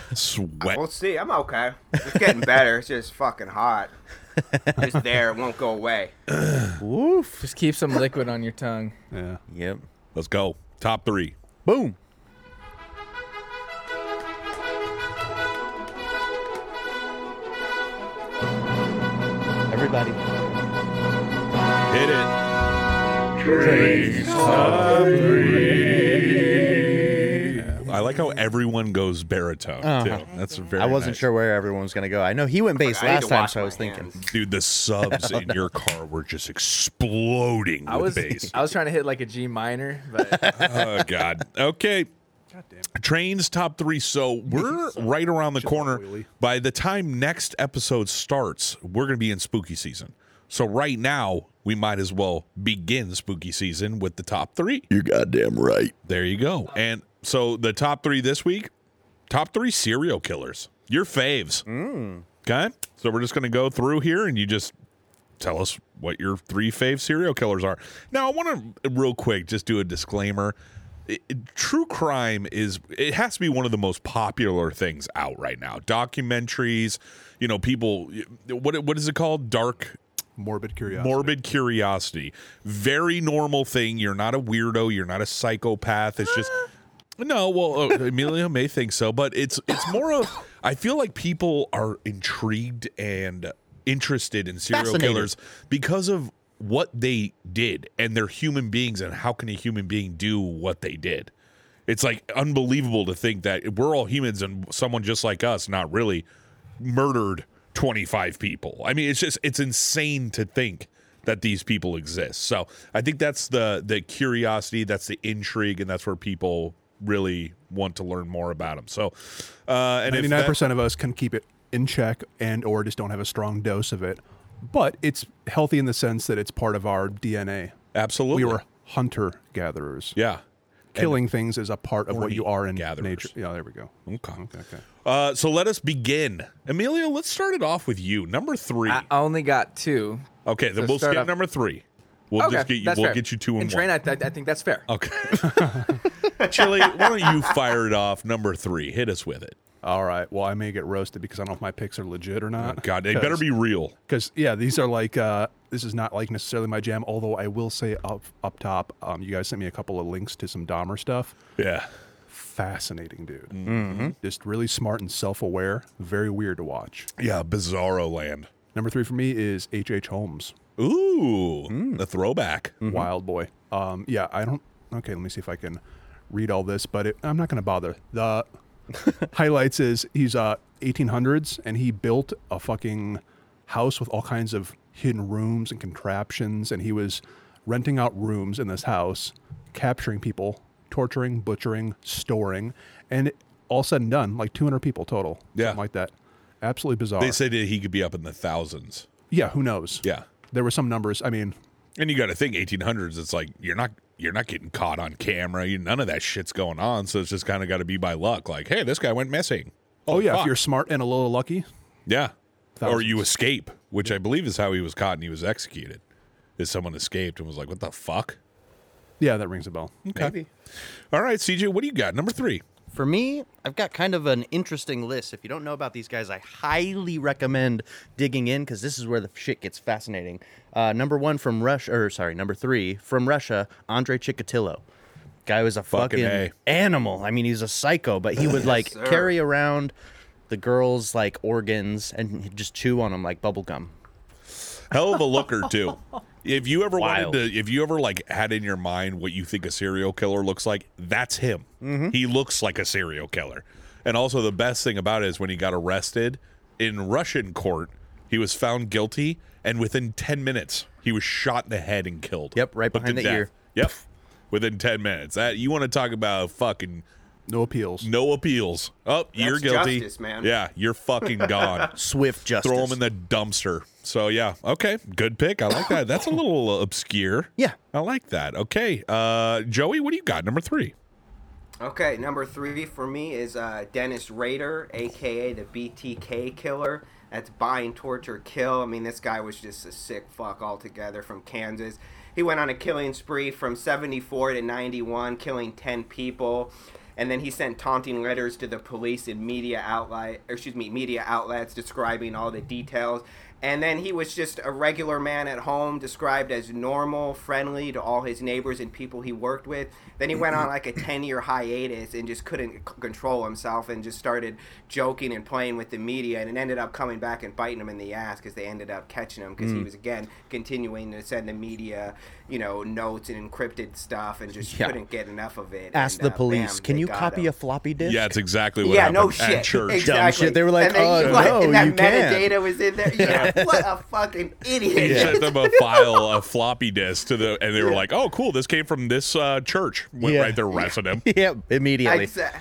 We'll Sweat. see. I'm okay. It's getting better. It's just fucking hot. It's there. It won't go away. Woof. Just keep some liquid on your tongue. Yeah. Yep. Let's go. Top three. Boom. Everybody. Hit it. I like how everyone goes baritone too. That's very. Uh-huh. I wasn't nice. sure where everyone was gonna go. I know he went bass I need to last time, wash so I my was thinking. hands. Dude, the subs in your car were just exploding with I was bass. I was trying to hit like a G minor, but oh God. Okay. Trains top three. So we're right around the corner. oily. By the time next episode starts, we're going to be in spooky season. So right now, we might as well begin spooky season with the top three. You're goddamn right. There you go. And so the top three this week, top three serial killers, your faves. Okay. So we're just going to go through here and you just tell us what your three fave serial killers are. Now, I want to real quick just do a disclaimer. It- it- true crime is it has to be one of the most popular things out right now. Documentaries, you know, people what what is it called? Dark Morbid curiosity. morbid curiosity. Very normal thing. You're not a weirdo, you're not a psychopath. It's just no, well, uh, Emilio may think so, but it's it's more of I feel like people are intrigued and interested in serial Fascinated. killers because of what they did and they're human beings and how can a human being do what they did It's like unbelievable to think that we're all humans and someone just like us, not really, murdered 25 people. I mean, it's just it's insane to think that these people exist. So I think that's the the curiosity, that's the intrigue, and that's where people really want to learn more about them. So, uh, and if Ninety-nine that- percent of us can keep it in check, and or just don't have a strong dose of it. But it's healthy in the sense that it's part of our DNA. absolutely, We were hunter gatherers. yeah. Killing things is a part of what you horny are in gatherers. nature. Yeah, there we go. Okay. okay. Uh, so let us begin, Emilio. Let's start it off with you, number three. I only got two. okay, then Ah, so we'll start skip off- number three. We'll okay, just get you. that's We'll fair. get you two and, and train. one. Uh, I, th- I think that's fair. okay. Chili, why don't you fire it off? Number three, hit us with it. All right. Well, I may get roasted because I don't know if my picks are legit or not. Oh, God, they better be real. because yeah, these are like uh, this is not like necessarily my jam. Although I will say up up top, um, you guys sent me a couple of links to some Dahmer stuff. Yeah. Fascinating dude, mm-hmm. just really smart and self aware. Very weird to watch. Yeah. Bizarro land. Number three for me is H. H. Holmes, Ooh, the throwback. Wild Boy. Um, yeah, I don't. Okay, let me see if I can read all this, but it, I'm not going to bother. The highlights is he's uh 1800s and he built a fucking house with all kinds of hidden rooms and contraptions, and he was renting out rooms in this house, capturing people, torturing, butchering, storing, and all said and done, like 200 people total. Yeah. something like that. Absolutely bizarre. They said that he could be up in the thousands. yeah, who knows? Yeah. There were some numbers. I mean, And you got to think 1800s. It's like you're not you're not getting caught on camera. You, none of that shit's going on. So it's just kind of got to be by luck. Like, hey, this guy went missing. oh yeah, fuck. if you're smart and a little lucky, Yeah. Or Thousands. you escape, which I believe is how he was caught and he was executed. Is someone escaped and was like, "What the fuck?" Yeah, that rings a bell. Maybe. All right, CJ, what do you got? Number three. For me, I've got kind of an interesting list. If you don't know about these guys, I highly recommend digging in because this is where the shit gets fascinating. Uh, number one from Russia, or sorry, number three from Russia, Andre Chikatilo. Guy was a Fucking fucking, A. animal. I mean, he's a psycho, but he would like sir. carry around the girls' like organs and he'd just chew on them like bubblegum. Hell of a looker too. If you ever Wild. wanted to, if you ever like had in your mind what you think a serial killer looks like, that's him. Mm-hmm. He looks like a serial killer. And also, the best thing about it is when he got arrested in Russian court, he was found guilty, and within ten minutes, he was shot in the head and killed. Yep, right Put to behind the death. ear. Yep, within ten minutes. That you want to talk about fucking No appeals. no appeals. Oh, you're guilty, justice, man. Yeah, you're fucking gone. Swift justice. Throw them in the dumpster. So yeah, okay, good pick. I like that. That's a little obscure. Yeah. I like that. Okay, uh, Joey, what do you got? Number three. Okay, number three for me is uh, Dennis Rader, aka the BTK killer. That's bind, torture, kill. I mean, this guy was just a sick fuck altogether from Kansas. He went on a killing spree from 74 to 91, killing 10 people. And then he sent taunting letters to the police and media outlet, or excuse me, media outlets describing all the details. And then he was just a regular man at home, described as normal, friendly to all his neighbors and people he worked with. Then he went on like a 10 year hiatus and just couldn't c- control himself and just started joking and playing with the media. And it ended up coming back and biting him in the ass because they ended up catching him because he was, again, continuing to send the media, you know, notes and encrypted stuff and just Yeah. couldn't get enough of it. Ask And, the uh, police, bam, can they you got copy him." a floppy disk? Yeah, it's exactly what yeah, happened no at shit. church. Exactly. shit. They were like, and then, "Oh, like, no, and that you can't." metadata was in there. Yeah, what a fucking idiot. He sent them a file, a floppy disk to the, and they were like, "Oh, cool, this came from this uh, church." Went Yeah. right there, arrested him. Yep, immediately. Exa-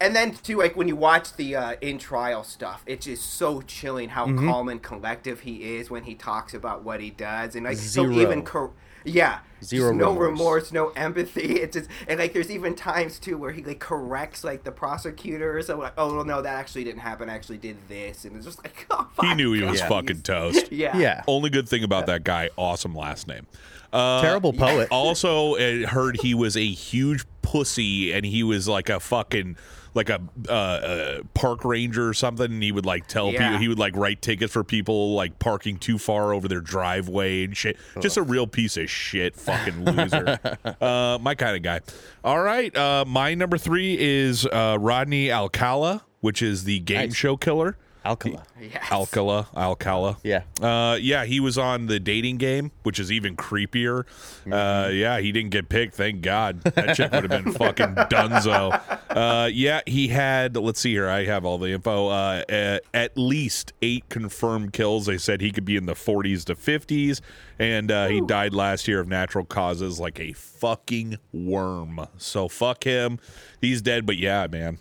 and then too, like when you watch the uh, in trial stuff, it's just so chilling how Mm-hmm. calm and collective he is when he talks about what he does, and like Zero. so even cor- yeah, just Zero no remorse. remorse, no empathy. It's just and like there's even times too where he like corrects like the prosecutor or something like, oh well, no, that actually didn't happen. I actually did this, and it's just like oh, He my knew he was God, fucking he's- toast. Yeah, yeah. Only good thing about that guy, awesome last name. Uh, Terrible poet. also uh, heard he was a huge pussy and he was like a fucking like a uh, uh, park ranger or something and he would like tell Yeah. people he would like write tickets for people like parking too far over their driveway and shit just a real piece of shit fucking loser uh, my kind of guy all right uh, my number three is uh, rodney alcala which is the game show killer Alcala. Yes. Alcala, Alcala. Yeah. Uh, yeah, he was on the dating game, which is even creepier. Uh, yeah, he didn't get picked. Thank God. That chick would have been fucking dunzo. Uh, yeah, he had, let's see here. I have all the info. Uh, a- at least eight confirmed kills. They said he could be in the 40s to 50s. And uh, he died last year of natural causes like a fucking worm. So fuck him. He's dead, but yeah, man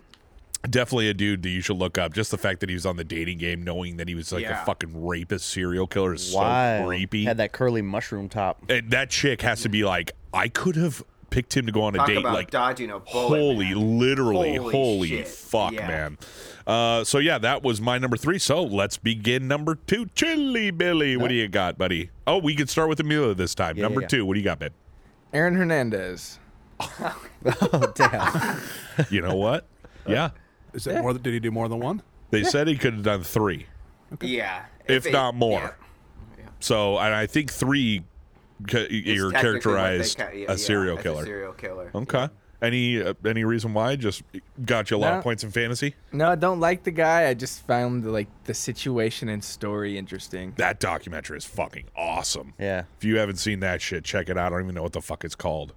definitely a dude that you should look up. Just the fact that he was on the dating game, knowing that he was like Yeah. a fucking rapist serial killer, is so Wow. creepy. Had that curly mushroom top. and that chick has to be like, I could have picked him to go on a Talk date. about like, dodging a bullet. holy, man. literally, holy, Holy shit. fuck, Yeah. man. Uh, so yeah, that was my number three. So let's begin number two. Chili Billy, what do you got, buddy? Oh, we could start with Amelia this time. Yeah, number yeah, yeah. two, what do you got, babe? Aaron Hernandez. Damn. You know what? yeah, Is that more? than- Did he do more than one? they said he could have done three. Yeah. if it- not more. yeah. So, and I think three ca- It's technically you're what they characterized ca- yeah, yeah, a serial as killer. A serial killer. okay. Any uh, any reason why? Just got you a lot No. of points in fantasy. No, I don't like the guy. I just found like the situation and story interesting. That documentary is fucking awesome. Yeah. If you haven't seen that shit, check it out. I don't even know what the fuck it's called,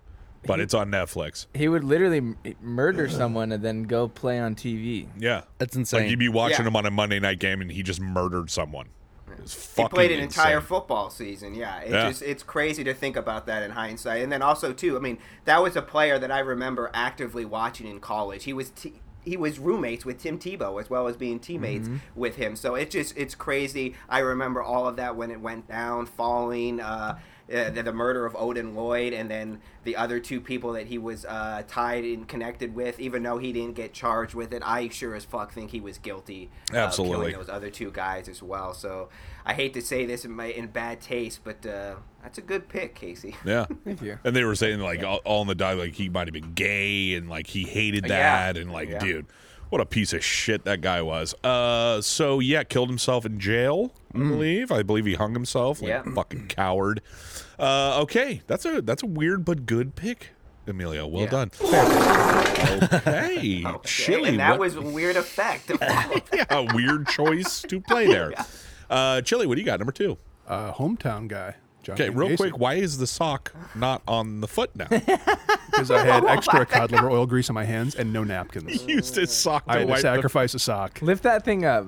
but it's on Netflix. He would literally m- eh, murder someone and then go play on TV. Yeah, That's Like insane. you'd be watching Yeah. him on a Monday night game, and he just murdered someone. It's He fucking played an entire insane. football season. Yeah, it Yeah. Just, it's crazy to think about that in hindsight. And then also too, I mean, that was a player that I remember actively watching in college. He was t- he was roommates with Tim Tebow as well as being teammates Mm-hmm. with him. So it just it's crazy. I remember all of that when it went down, falling. Uh, uh, the, the murder of Odin Lloyd, and then the other two people that he was uh, tied and connected with, even though he didn't get charged with it, I sure as fuck think he was guilty. of killing Absolutely. those those other two guys as well. So I hate to say this in my in bad taste, but uh, that's a good pick, Casey. Yeah. Thank you. And they were saying like all, all in the die, like he might have been gay and like he hated Yeah. that and like Yeah. dude, what a piece of shit that guy was. Uh, so yeah, killed himself in jail. I believe. I believe he hung himself. Like Mm. Yeah. fucking coward. Uh, okay, that's a that's a weird but good pick, Emilio. Well Yeah. done. okay, Okay, chili. and that what- was a weird effect. to follow. yeah, a weird choice to play there. Uh, chili, what do you got? Number two. Uh, hometown guy. John Okay, Wayne real Gacy. quick. Why is the sock not on the foot now? Because I had extra cod liver oil grease on my hands and no napkins. Used his sock to I had to wipe the sacrifice a sock. Lift that thing up.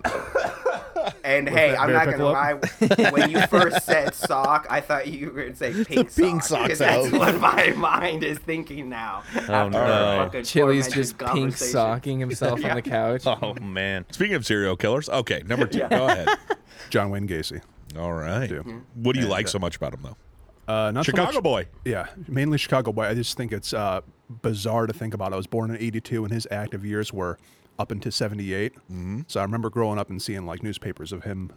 and hey, that I'm Mayor not gonna Piccolo? lie. When you first said sock, I thought you were gonna say pink pink sock. sock's 'cause that's out. Oh, what my mind is thinking now. after our fucking Chili's tormented just pink conversation. socking himself on the couch. oh man. Speaking of serial killers, okay, number two. Go ahead. John Wayne Gacy. All right. Yeah. What do you like so much about him, though? Uh, not so Chicago much- boy. Yeah, mainly Chicago boy. I just think it's uh, bizarre to think about. I was born in '82, and his active years were up into '78. Mm-hmm. So I remember growing up and seeing like newspapers of him,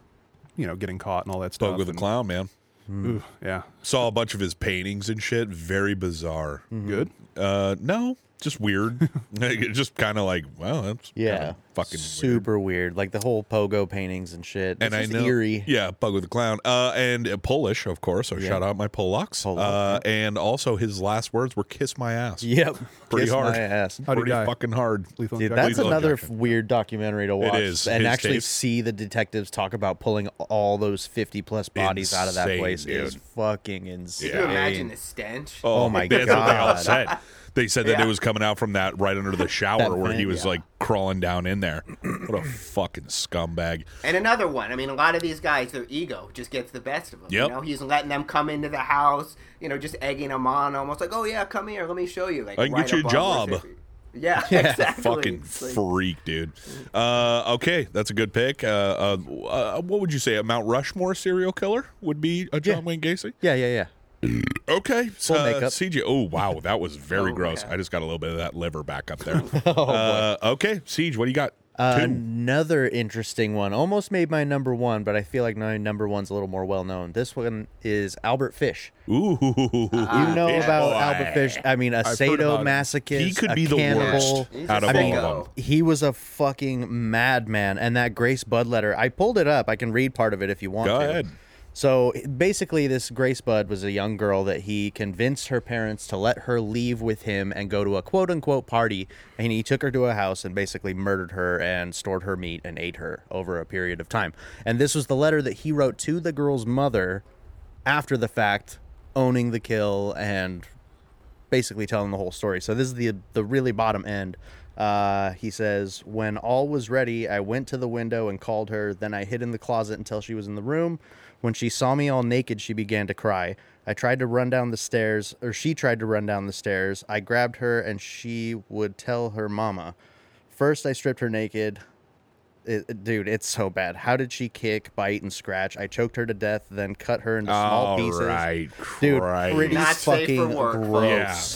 you know, getting caught and all that stuff. Bug with a and- clown, man. Ooh, yeah, Saw a bunch of his paintings and shit. Very bizarre. Mm-hmm. good. Uh, no, just weird. just kind of like, well, that's Yeah. kinda fucking weird. super weird. Like the whole pogo paintings and shit. And I It's just know, eerie. yeah, bug with a clown, uh, and uh, Polish, of course. So shout out my Polacks. Polak, uh, and also his last words were "kiss my ass." Yep. pretty Kiss hard. My ass. How'd he pretty die? fucking hard. Lethal Dude, injection. that's Lethal another Injection. f- weird documentary to watch is. and His actually tapes. see the detectives talk about pulling all those 50 plus bodies out of that Insane, place is dude. fucking insane. Can you imagine the stench? Oh my that's what they all God. said. They said that Yeah. it was coming out from that right under the That shower where he thing, was yeah. like crawling down in there. What a fucking scumbag. And another one. I mean, a lot of these guys, their ego just gets the best of them. Yep. You know, he's letting them come into the house. You know, just egging them on, almost like, "Oh yeah, come here, let me show you." Like, I can get you a above job. where they- Yeah, exactly. Fucking It's like- freak, dude. Uh, okay, that's a good pick. Uh, uh, uh, what would you say? A Mount Rushmore serial killer would be a John Yeah. Wayne Gacy? Yeah, yeah, yeah. Okay. So, uh, makeup. Oh, CJ. Oh, wow. That was very gross. I just got a little bit of that liver back up there. uh, okay, Siege, what do you got? Um, Two. Another interesting one. Almost made my number one, but I feel like my number one's a little more well known. This one is Albert Fish. Ooh. You know Fish about Ah, boy. Albert Fish. I mean, a heard about him. sadomasochist. He could a be the cannibal. worst He's out a of all psycho. of them. He was a fucking madman. And that Grace Bud letter, I pulled it up. I can read part of it if you want Go to. ahead. So basically, this Grace Bud was a young girl that he convinced her parents to let her leave with him and go to a quote unquote party. And he took her to a house and basically murdered her and stored her meat and ate her over a period of time. And this was the letter that he wrote to the girl's mother after the fact, owning the kill and basically telling the whole story. So this is the the really bottom end. Uh, he says, when all was ready, I went to the window and called her. Then I hid in the closet until she was in the room. When she saw me all naked, she began to cry. I tried to run down the stairs, or she tried to run down the stairs. I grabbed her, and she would tell her mama. First, I stripped her naked. It- dude, it's so bad. How did she kick, bite, and scratch? I choked her to death, then cut her into small All pieces. right, Dude, Christ. pretty Not safe for fucking work, folks. yeah, gross.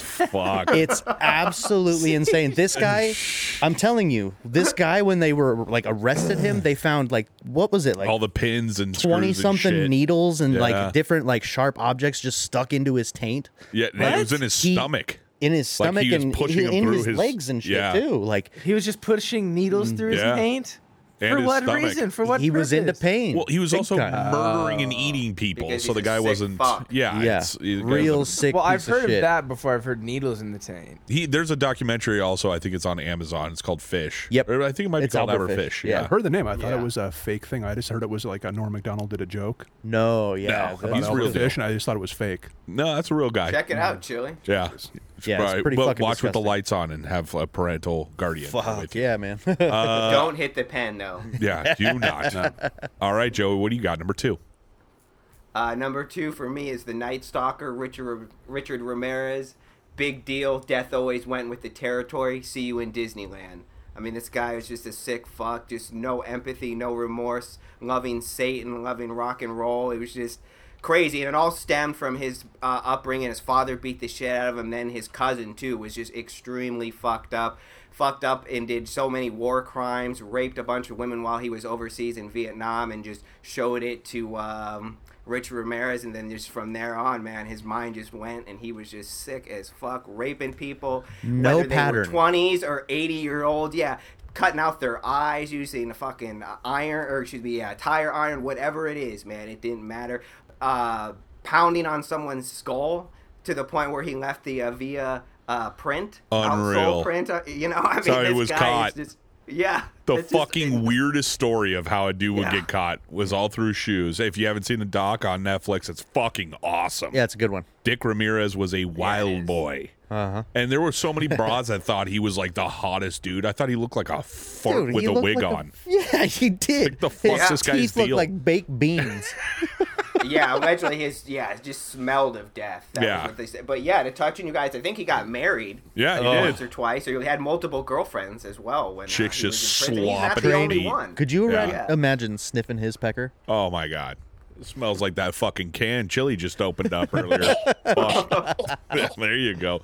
fuck. It's absolutely insane. This guy, I'm telling you, this guy when they were like arrested him, they found like what was it like all the pins and screws and 20 something shit. needles and Yeah. like different like sharp objects just stuck into his taint. Yeah, it was in his He- stomach. In his Like, he stomach was and pushing he- him in through his, his- legs and shit yeah. too. Like He was just pushing needles through Mm. yeah. his paint. And for his what stomach. reason? For what he was into purpose? pain. Well, he was Big also time. murdering and eating people, Because so the he's a guy sick wasn't. fuck. Yeah, yeah, it's- the guy real wasn't- sick. Well, I've piece heard of shit. that before. I've heard needles in the taint. He there's a documentary also. I think it's on Amazon. It's called Fish. Yep. Or I think it might be It's called Albert Albert Fish, Fish. yeah. Yeah. heard the name. I thought it was a fake thing. I just heard it was like a Norm Macdonald did a joke. No, yeah, No, he's that's- real Albert deal. Fish, and I just thought it was fake. No, that's a real guy. Check it out, Chili. Yeah. Yeah, it's Right, pretty but fucking watch with the disgusting. lights on and have a parental guardian. Fuck with you. yeah, man. Uh, Don't hit the pen though. Yeah, do not. All right, Joey, what do you got? Number two. Uh, number two for me is the Night Stalker, Richard Richard Ramirez. Big deal. Death always went with the territory. See you in Disneyland. I mean, this guy is just a sick fuck. Just no empathy, no remorse. Loving Satan, loving rock and roll. It was just crazy, and it all stemmed from his uh, upbringing. His father beat the shit out of him. Then his cousin too was just extremely fucked up. Fucked up and did so many war crimes. Raped a bunch of women while he was overseas in Vietnam, and just showed it to. Um, Rich Ramirez, and then just from there on, man, his mind just went, and he was just sick as fuck, raping people, No whether pattern. they were twenties or eighty year old, yeah, cutting out their eyes using a fucking uh, iron or excuse me, yeah, tire iron, whatever it is, man, it didn't matter. Uh, pounding on someone's skull to the point where he left the uh, via uh, print, outsole Unreal. print, uh, you know, I mean, Sorry, this was guy caught. is just, yeah, The it's just- fucking weirdest story of how a dude would Yeah. get caught was all through shoes. If you haven't seen the doc on Netflix, it's fucking awesome. yeah, it's a good one. Dick Ramirez was a wild is. boy. Uh-huh. And there were so many broads that thought he was like the hottest dude. I thought he looked like a fart Dude, with he a looked wig like on. yeah, he did. the His fuck's this guy's teeth look deal? like baked beans. yeah, allegedly his yeah it just smelled of death. That Yeah. was what they said. But yeah, to touch on you guys, I think he got married. Yeah, he like, did. once or twice, or he had multiple girlfriends as well. When uh, Chicks he was just in prison. He's not the slopping only meat. one. Could you Yeah. arra- imagine sniffing his pecker? Oh my god. It smells like that fucking can chili just opened up earlier. Fuck. there you go.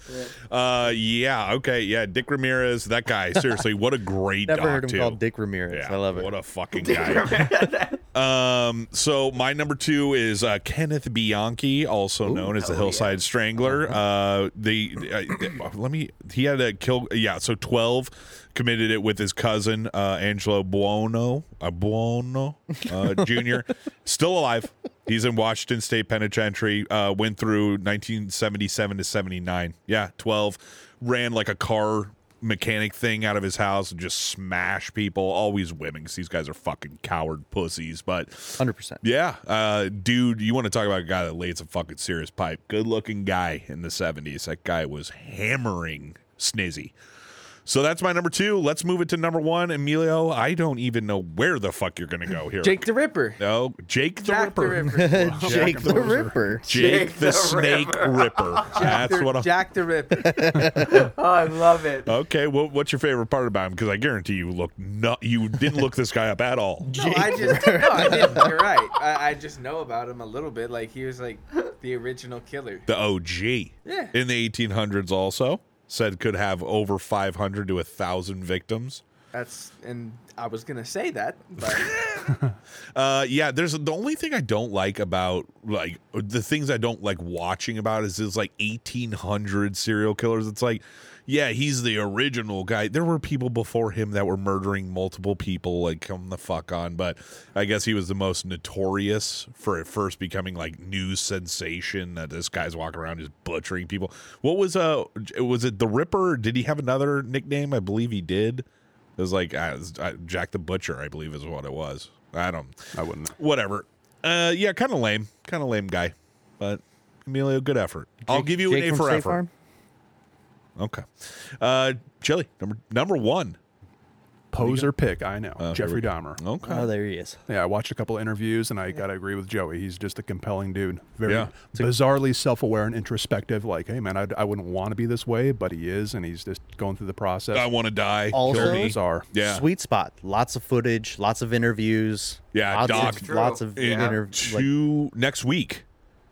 Uh yeah, okay. Yeah, Dick Ramirez, that guy, seriously, what a great Never doc heard him too. called Dick Ramirez. Yeah, I love it. What a fucking guy. um, so my number two is uh, Kenneth Bianchi, also known as the Hillside Strangler. Uh, the uh, let me he had a kill. Yeah, so twelve committed it with his cousin uh, Angelo Buono, uh, Buono uh, Jr. Still alive. He's in Washington State Penitentiary. Uh, went through 1977 to 79. Yeah, 12. Ran like a car mechanic thing out of his house and just smash people. Always women, 'cause these guys are fucking coward pussies. But 100%. yeah, uh, dude, you want to talk about a guy that laid some fucking serious pipe? Good looking guy in the 70s. That guy was hammering Snizzy. So that's my number two. Let's move it to number one. Emilio, I don't even know where the fuck you're going to go here. Jake the Ripper. No, Jake the Jack the Ripper. Ripper. Jake the Ripper. Jake Jake the, the Snake Ripper. That's what I'm. Jack the Ripper. Oh, I love Uh, it. Okay, well, what's your favorite part about him? Because I guarantee you look no, you didn't look this guy up at all. No, I just no, I didn't. You're right. I, I just know about him a little bit. Like he was like the original killer. The OG. Yeah. In the 1800s, also said could have over 500 to a thousand victims. That's and I was gonna say that, but Uh, yeah, there's the only thing I don't like about like the things I don't like watching about is this like 1800 serial killers. It's like, yeah, he's the original guy. There were people before him that were murdering multiple people. Like, come the fuck on. But I guess he was the most notorious for at first becoming like news sensation that this guy's walking around just butchering people. What was uh was it the Ripper? Did he have another nickname? I believe he did. It was like uh, it was, uh, Jack the Butcher, I believe, is what it was. I don't I wouldn't. whatever. Uh, yeah, kind of lame, kind of lame guy, but Emilio, good effort. I'll give you Jake an A from for State effort. Farm? Okay, uh, Chili number number one. Poser pick, I Uh, know. Jeffrey here Dahmer. Okay, Oh, there he is. Yeah, I watched a couple interviews and I got to agree with Joey. He's just a compelling dude. Very Yeah. bizarrely self aware and introspective. Like, hey, man, I'd, I wouldn't want to be this way, but he is. And he's just going through the process. I want to die. Very Also- Kill me. bizarre. yeah, Sweet spot. Lots of footage. Lots of interviews. Yeah, Lots doc. of lots of In interviews. two next week.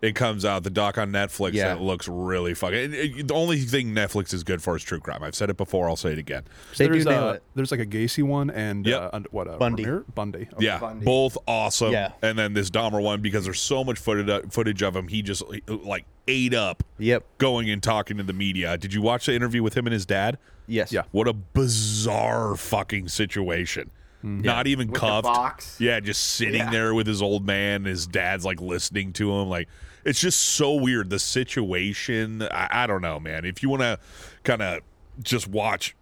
It comes out the doc on Netflix Yeah. that looks really fucking. it- it- the only thing Netflix is good for is true crime. I've said it before. I'll say it again. they do there's, nail uh, it. there's like a Gacy one and Yep. uh, and what uh, Bundy. Ramirez? Bundy. Okay. Yeah, Bundy. both awesome. Yeah. and then this Dahmer one because there's so much footage uh, footage of him. He just like ate up. Yep. going and talking to the media. Did you watch the interview with him and his dad? Yes. Yeah. What a bizarre fucking situation. Hmm. Not even With the cuffed. box. Yeah, just sitting Yeah. there with his old man. His dad's like listening to him. Like it's just so weird. The situation. I, I don't know, man. If you want to kind of just watch.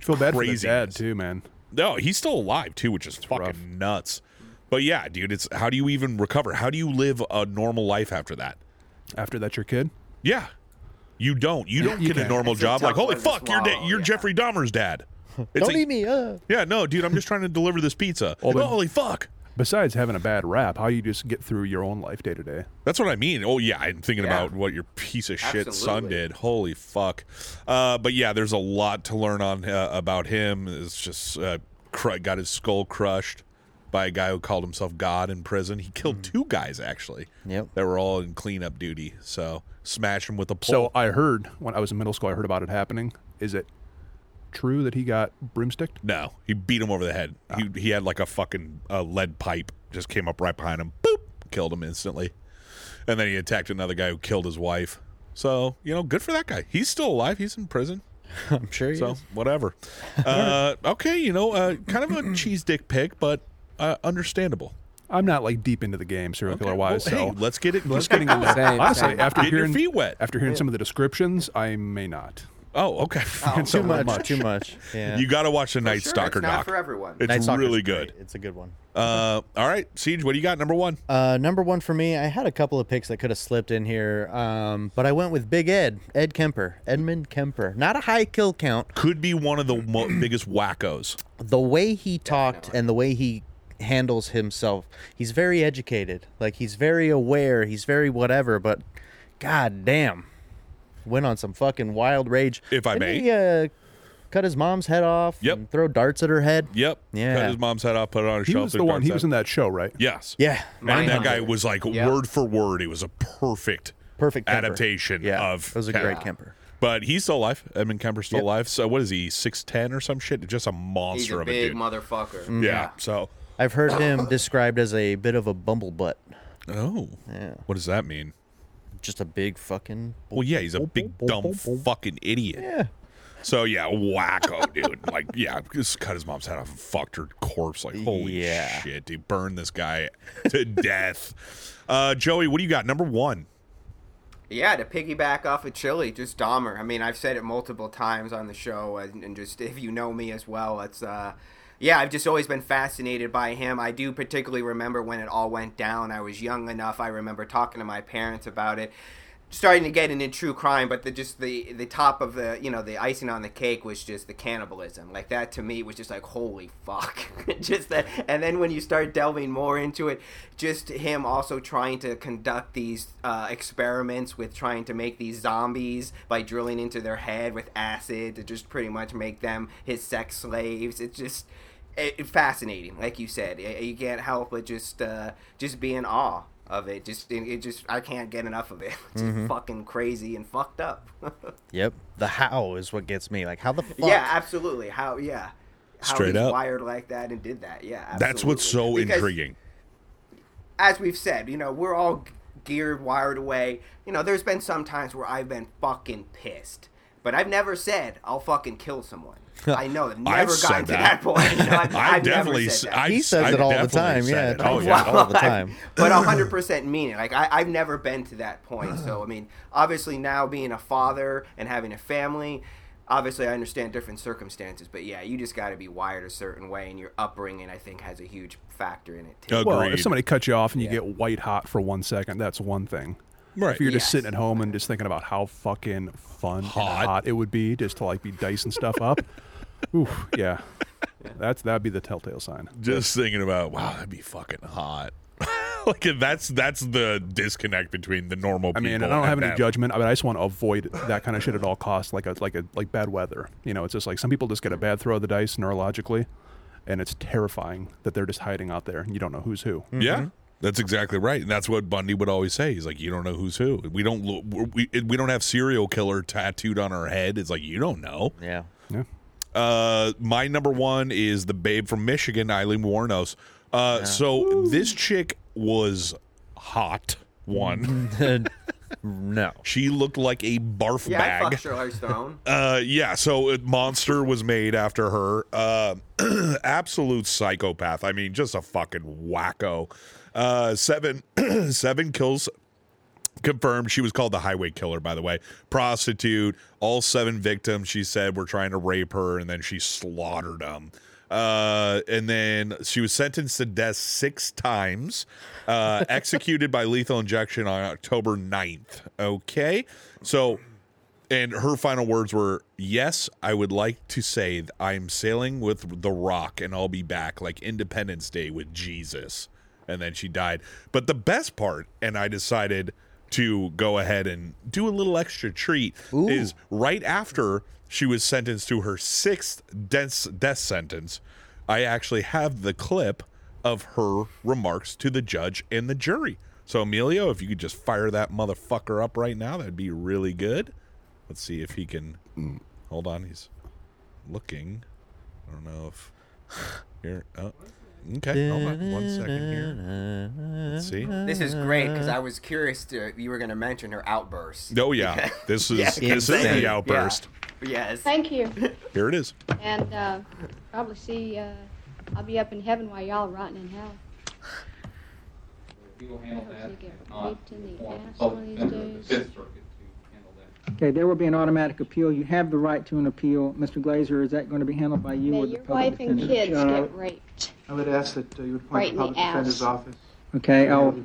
Feel bad Craziness. for the dad, too, man. No, he's still alive too, which is fucking rough. nuts. But yeah, dude, it's how do you even recover? How do you live a normal life after that? After that, your kid? Yeah. You don't. You don't you get a can't. normal It's a job. tough like, holy one to fuck, you're da- swallow, you're yeah. Jeffrey Dahmer's dad. It's Don't like, eat me. Uh. Yeah, no, dude, I'm just trying to deliver this pizza. Well, then- holy fuck. Besides having a bad rap, how you just get through your own life day to day? That's what I mean. Oh yeah, I'm thinking Yeah. about what your piece of shit son Absolutely. did. Holy fuck! Uh, but yeah, there's a lot to learn on uh, about him. It's just uh, cr- got his skull crushed by a guy who called himself God in prison. He killed Hmm. two guys actually. Yep. that were all in cleanup duty. So smash him with a So pole. I heard when I was in middle school, I heard about it happening. Is it true that he got broomsticked? no, he beat him over the head. He he had like a fucking uh, lead pipe. Just came up right behind him. Boop, killed him instantly. And then he attacked another guy who killed his wife. So you know, good for that guy. He's still alive. He's in prison. I'm sure he So is. whatever. Uh, okay, you know, uh, kind of a cheese dick pick, but uh, understandable. I'm not like deep into the game serial killer wise, Well, hey, so let's get it. Let's Let's get getting it. into Same, Honestly, same. after Get your hearing feet wet. after hearing some of the descriptions, I may not. Oh, okay. So Too much, Too much. Yeah. You got to watch the Night sure, Stalker it's not doc. for everyone. It's Night Stalker's really great. good. It's a good one. Uh, all right, Siege. What do you got? Number one. Uh, number one for me, I had a couple of picks that could have slipped in here, um, but I went with Big Ed, Ed Kemper, Edmund Kemper. Not a high kill count. Could be one of the mo- biggest wackos. The way he talked and the way he handles himself, he's very educated. Like he's very aware. He's very whatever. But god damn, went on some fucking wild rage. If I Didn't may. he, uh, cut his mom's head off. Yep. and throw darts at her head. Yep. Yeah. Cut his mom's head off. Put it on a He shelf. was threw the one. darts He at was it. in that show, right? Yes. Yeah. And that Mindhunter. guy was like Yep. word for word. It was a perfect, Perfect Kemper. adaptation Yeah. of. it was a Kemper. great Kemper. But he's still alive. Edmund Kemper's still Yep. alive. So what is he? Six ten or some shit? Just a monster He's a of big dude. Mm. motherfucker. yeah. So. I've heard him described as a bit of a bumblebutt. Oh. What does that mean? Just a big fucking. Well, yeah, he's a big dumb fucking idiot. Yeah. So yeah, wacko, dude. Like, yeah, just cut his mom's head off and fucked her corpse. Like, holy Yeah. shit, dude, burn this guy to death. Uh, Joey, what do you got? Number one. Yeah, to piggyback off of Chili, just Dahmer. I mean, I've said it multiple times on the show, and, and just if you know me as well, it's uh, yeah, I've just always been fascinated by him. I do particularly remember when it all went down. I was young enough. I remember talking to my parents about it, starting to get into true crime. But the just the the top of the you know the icing on the cake was just the cannibalism. Like that to me was just like holy fuck, just that. And then when you start delving more into it, just him also trying to conduct these uh, experiments with trying to make these zombies by drilling into their head with acid to just pretty much make them his sex slaves. It's just it, it- fascinating, like you said. Y- you can't help but just uh, just be in awe of it. Just it, it just I can't get enough of it. It's Mm-hmm. just fucking crazy and fucked up. Yep. The how is what gets me. Like how the fuck. yeah, absolutely. How? Yeah. how Straight he's up. wired like that and did that. Yeah, That's what's so absolutely. Because- intriguing. as we've said, you know, we're all geared, wired away. You know, there's been some times where I've been fucking pissed, but I've never said I'll fucking kill someone. I know that never I've gotten said to that that. point. You know, I've, I I've never definitely, said that. s- I, He says I've it all the definitely time, said yeah, it. Oh Tom's yeah. all the time. but hundred percent mean it. Like I, I've never been to that point. So I mean, obviously now being a father and having a family, obviously I understand different circumstances. But yeah, you just got to be wired a certain way, and your upbringing I think has a huge factor in it too. Agreed. Well, if somebody cuts you off and you get white hot for one second, that's one thing. Right. If you're Yes. just sitting at home and just thinking about how fucking fun Hot. and hot it would be just to like be dicing stuff up. Oof, yeah. That's that'd be the telltale sign. just thinking about wow, that'd be fucking hot. like that's that's the disconnect between the normal. I people mean, I don't and have any them. judgment. I mean, I just want to avoid that kind of shit at all costs, like a, like a, like bad weather. You know, it's just like some people just get a bad throw of the dice neurologically, and it's terrifying that they're just hiding out there and you don't know who's who. Yeah, that's exactly right, and that's what Bundy would always say. He's like, "You don't know who's who. We don't lo- we we don't have serial killer tattooed on our head. It's like you don't know." Yeah. Yeah. Uh, my number one is the babe from Michigan, Eileen Warnos. Uh, so this chick was hot. One, No. she looked like a barf Yeah, bag. I fuck Charlize Theron. Uh, yeah. So it, Monster was made after her. Uh, absolute psychopath. I mean, just a fucking wacko. Uh, seven, seven kills confirmed. She was called the Highway Killer, by the way. Prostitute. All seven victims. She said were trying to rape her, and then she slaughtered them. Uh, and then she was sentenced to death six times, uh, executed by lethal injection on October 9th. Okay. So and her final words were, "Yes, I would like to say th- I'm sailing with the Rock, and I'll be back like Independence Day with Jesus." And then she died. But the best part, and I decided to go ahead and do a little extra treat, is right after she was sentenced to her sixth death, death sentence, I actually have the clip of her remarks to the judge and the jury. So, Emilio, if you could just fire that motherfucker up right now, that'd be really good. Let's see if he can. Hold on, he's looking. I don't know if here. Oh, okay, hold on one second here. Let's see. This is great because Uh-huh. I was curious to you were going to mention her outburst. Oh yeah, this is this is insane. the outburst. Yes. Thank you. Here it is. And uh, probably see, uh, I'll be up in heaven while y'all rotting in hell. We will handle I that. hope you get If not, raped in the we'll ass consult one of a these member of the days. Fifth Circuit to handle that. Okay, there will be an automatic appeal. You have the right to an appeal. Mr. Glazer, is that going to be handled by you May or the your public wife and defender? kids Uh, get raped. I would ask that you Right in the public defender's ass. office. Okay, I'll,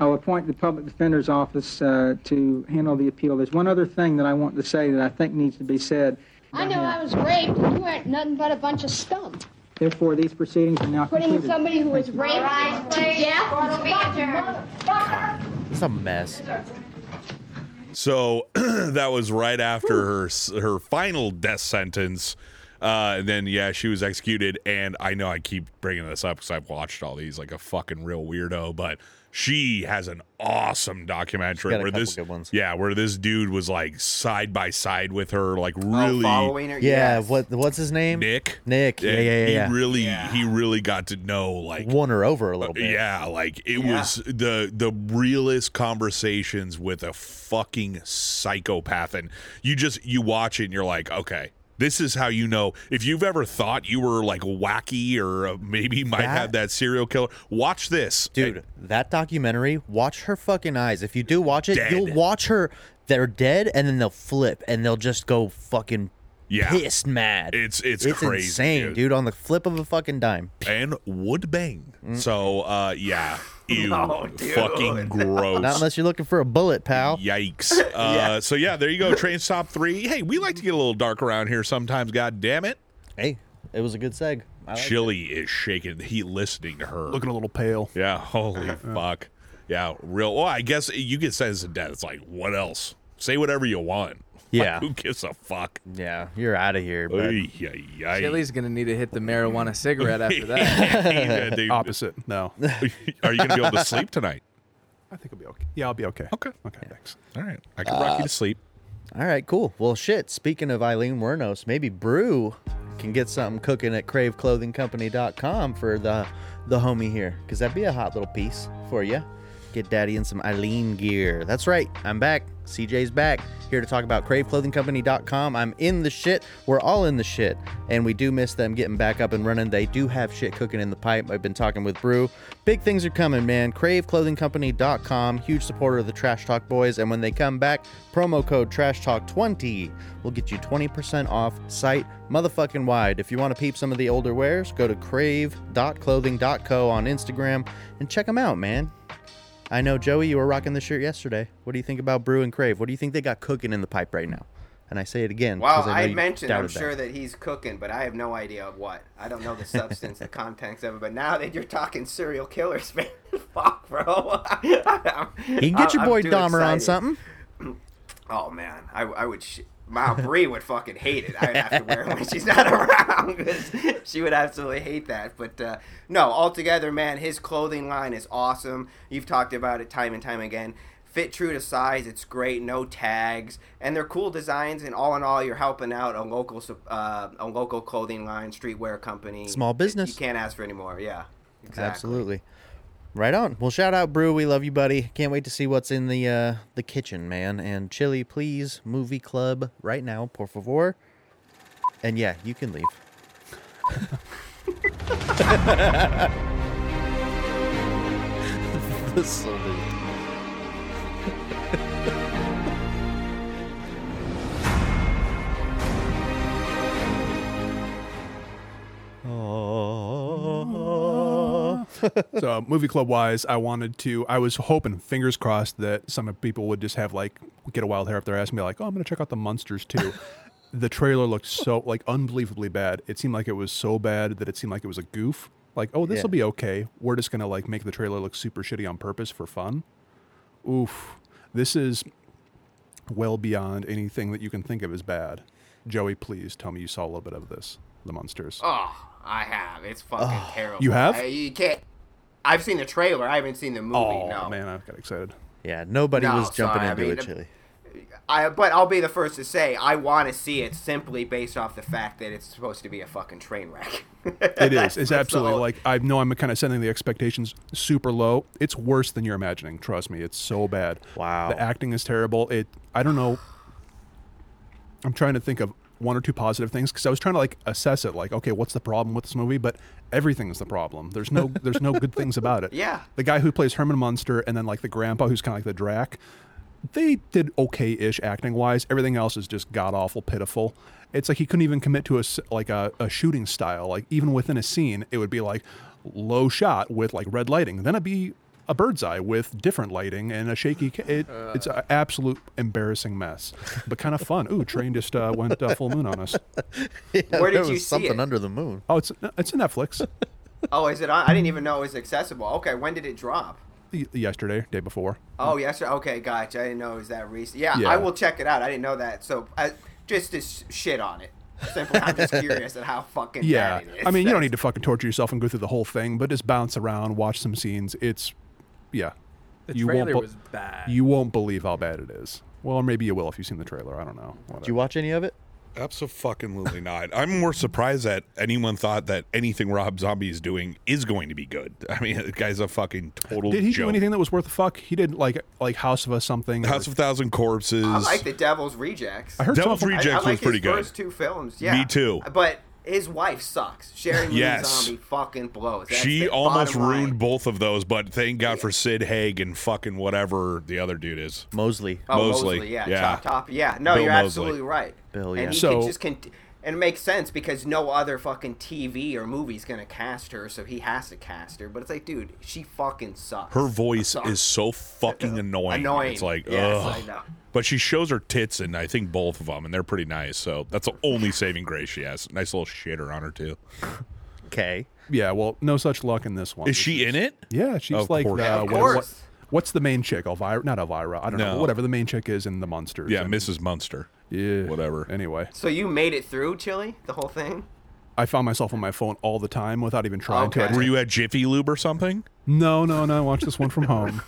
I'll appoint the public defender's office uh, to handle the appeal. There's one other thing that I want to say that I think needs to be said. I know I was raped. You weren't nothing but a bunch of scum. Therefore, these proceedings are now Putting concluded. somebody who was raped to death in a fucking motherfucker. It's a mess. So that was right after her s- her final death sentence. Uh, and then yeah, she was executed. And I know I keep bringing this up because I've watched all these like a fucking real weirdo, but she has an awesome documentary She's got a where couple this good ones. yeah where this dude was like side by side with her, like Oh, really following her. Yeah. yes. What? What's his name? Nick. Nick. Yeah, And yeah, He yeah. yeah. really he really got to know like Won her over a little bit. yeah, like it was the the realest conversations with a fucking psychopath, and you just you watch it and you're like, okay, this is how you know if you've ever thought you were like wacky or uh, maybe might That- have that serial killer. Watch this, Dude, that documentary, watch her fucking eyes. If you do watch it, Dead. you'll watch her. They're dead, and then they'll flip, and they'll just go fucking Yeah. pissed mad. It's- it's crazy, insane, dude. On the flip of a fucking dime. and would bang. Mm. So, uh, yeah, ew, No, dude. fucking gross. Not unless you're looking for a bullet, pal. Yikes. Uh, So yeah, there you go. Train stop three. Hey, we like to get a little dark around here sometimes. God damn it. Hey, it was a good seg. I like Chili is shaking. He listening to her. Looking a little pale. Yeah, holy fuck. Yeah, real. Well, I guess you get sentenced to death. It's like, what else? Say whatever you want. Like, Yeah. who gives a fuck? it. Yeah, you're out of here. But Ay, ay, ay. Chili's gonna need to hit the marijuana cigarette after that. Yeah, dude. Opposite. No. I Are you gonna be able to sleep tonight? think I'll be okay. Yeah, I'll be okay. Okay. Okay, thanks. All right, I can rock you to sleep. All right, cool. Well, shit. Speaking of Eileen Wernos, maybe Brew can get something cooking at craveclothingcompany.com for the the homie here because that'd be a hot little piece for you get daddy in some eileen gear that's right i'm back cj's back here to talk about craveclothingcompany.com i'm in the shit we're all in the shit and we do miss them getting back up and running they do have shit cooking in the pipe i've been talking with brew big things are coming man craveclothingcompany.com huge supporter of the trash talk boys and when they come back promo code trash talk 20 will get you 20% off site motherfucking wide. If you want to peep some of the older wares, go to crave.clothing.co on Instagram and check them out, man. I know Joey, you were rocking this shirt yesterday. What do you think about Brew and Crave? What do you think they got cooking in the pipe right now? And I say it again. Well, 'cause know I, you mentioned I'm doubted that. sure that. he's cooking, but I have no idea of what. I don't know the substance, the contents of it. But now that you're talking serial killers, man, fuck, bro. he He can get your boy Dahmer on something. Oh man, I, I would. Sh- my Bree would fucking hate it. I'd have to wear it when she's not around 'cause she would absolutely hate that. But uh, no, altogether, man, his clothing line is awesome. You've talked about it time and time again. Fit true to size, it's great. No tags, and they're cool designs. And all in all, you're helping out a local sup- uh, a local clothing line, streetwear company, Small business. You can't ask for any more. Yeah, exactly. Absolutely. Right on. Well, shout out Brew. We love you, buddy. Can't wait to see what's in the uh, the kitchen, man. And Chili, please, movie club right now, por favor. And yeah, you can leave. so movie club wise, I wanted to. I was hoping, fingers crossed, that some people would just have like get a wild hair up their ass and be like, "Oh, I'm going to check out the monsters too." the trailer looked so like unbelievably bad. It seemed like it was so bad that it seemed like it was a goof. Like, oh, this Yeah. will be okay. We're just going to like make the trailer look super shitty on purpose for fun. Oof, this is well beyond anything that you can think of as bad. Joey, please tell me you saw a little bit of this. The monsters. Oh, I have. It's fucking terrible. You have? I- you can't. I've seen the trailer. I haven't seen the movie. Oh no. man, I got excited. Yeah, nobody No, was jumping sorry, I into mean, it, the- Chili. I but I'll be the first to say I want to see it simply based off the fact that it's supposed to be a fucking train wreck. It is. It's absolutely like I know I'm kind of setting the expectations super low. It's worse than you're imagining. Trust me, it's so bad. Wow. The acting is terrible. It. I don't know. I'm trying to think of one or two positive things because I was trying to like assess it. Like, okay, what's the problem with this movie? But everything's the problem. There's no. There's no good things about it. Yeah. The guy who plays Herman Munster and then like the grandpa who's kind of like the Drac. They did okay-ish acting-wise. Everything else is just god awful, pitiful. It's like he couldn't even commit to a s- like a, a shooting style. Like even within a scene, it would be like low shot with like red lighting. Then it'd be a bird's eye with different lighting and a shaky. ca- It, it's an absolute embarrassing mess, but kind of fun. Ooh, train just uh, went uh, full moon on us. Where there did was you see something it? under the moon. Oh, it's it's a Netflix. oh, is it on? I didn't even know it was accessible. Okay, when did it drop? Y- Yesterday, day before. Oh, yesterday. Okay, gotcha. I didn't know it was that recent. Yeah, Yeah. I will check it out. I didn't know that. So I, just to sh- shit on it. Simply, I'm just curious at how fucking Yeah, bad it is. I mean, you don't need to fucking torture yourself and go through the whole thing, but just bounce around, watch some scenes. It's, yeah, The you trailer won't. was bad. You won't believe how bad it is. Well, maybe you will if you've seen the trailer. I don't know. Did you watch any of it? Absolutely not. I'm more surprised that anyone thought that anything Rob Zombie is doing is going to be good. I mean, the guy's a fucking total Did he joke. do anything that was worth a fuck? He did like like House of a something. or- House of Thousand Corpses. I like the Devil's Rejects. I heard Devil's something- I- I, Rejects like was pretty his good. First two films, yeah. Me too. But his wife sucks. Sharon Lee Yes. Zombie fucking blows. That's she the almost bottom line. ruined both of those, but thank God for Sid Haig and fucking whatever the other dude is. Mosley. Oh, Mosley, yeah, yeah. top top, yeah. No, Bill you're Mosley. absolutely right. Bill, yeah. And he So- can just con- and it makes sense because no other fucking TV or movie's gonna cast her, so he has to cast her. But it's like, dude, she fucking sucks. Her voice Sucks. is so fucking annoying. Annoying. It's like, Yes, ugh. I know. But she shows her tits in I think both of them, and they're pretty nice. So that's the only saving grace she has. Nice little shitter on her too. Okay. Yeah, well, no such luck in this one. Is she in it? Yeah, she's Of like course. the, Yeah, of what- course. what- what's the main chick? Elvira? Not Elvira. I don't know. No. Whatever the main chick is in the monsters. Yeah, and- Mrs. Munster. Yeah. Whatever. Anyway, So you made it through Chili, the whole thing? I found myself on my phone all the time without even trying to. Okay. I'd Were you at Jiffy Lube or something? No, no, no. I watched this one from home.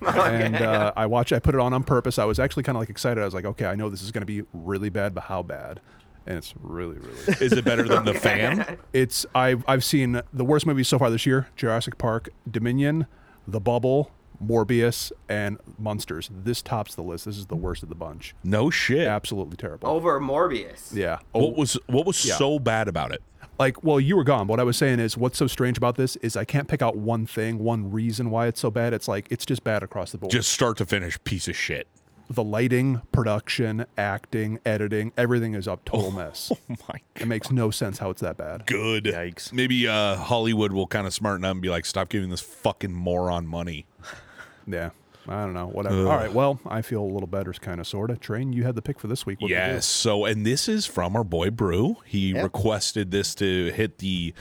And uh, I watched. I put it on on purpose. I was actually kind of like excited. I was like, okay, I know this is going to be really bad, but how bad? and it's really really. Is it better than The Fan? It's I've I've seen the worst movies so far this year: Jurassic Park, Dominion, The Bubble, Morbius, and Monsters. This tops the list. This is the worst of the bunch. No shit. Absolutely terrible. Over Morbius. Yeah. What was what was Yeah. so bad about it? like well you were gone but what i was saying is what's so strange about this is i can't pick out one thing one reason why it's so bad it's like it's just bad across the board Just start to finish, piece of shit. the lighting production acting editing everything is up total mess Oh my it makes no sense how it's that bad good. Yikes. Maybe uh, Hollywood will kind of smarten up and be like, stop giving this fucking moron money. yeah i don't know whatever all right well i feel a little better kind of sorta train you had the pick for this week What'd you do? yes. So, and this is from our boy Brew. He requested this to hit the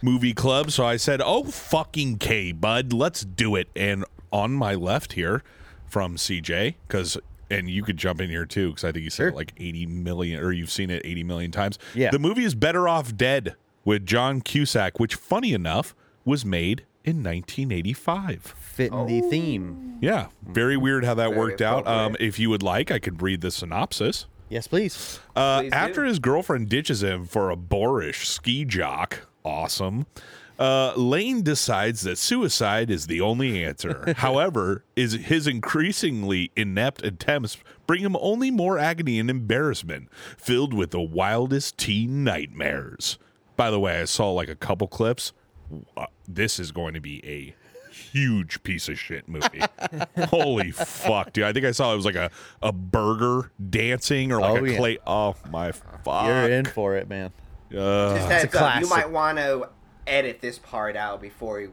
movie club. So I said, oh, fucking K, bud, let's do it. And on my left here from CJ, because. And you could jump in here too, because I think you said it like 80 million, or you've seen it 80 million times. Yeah. The movie is Better Off Dead with John Cusack, which, funny enough, was made in 1985. Fitting Oh. the theme. Yeah, very weird how that Very worked out. Um, appropriate. if you would like, I could read the synopsis. Yes, please. Uh, Please do. after his girlfriend ditches him for a boorish ski jock, awesome, uh, Lane decides that suicide is the only answer. However, is his increasingly inept attempts bring him only more agony and embarrassment, filled with the wildest teen nightmares. By the way, I saw like a couple clips. Uh, This is going to be a huge piece of shit movie. Holy fuck, dude! I think I saw it was like a a burger dancing or like Oh, a yeah. clay. Oh my fuck! You're in for it, man. Just Uh, heads up, you classic. might want to edit this part out before you.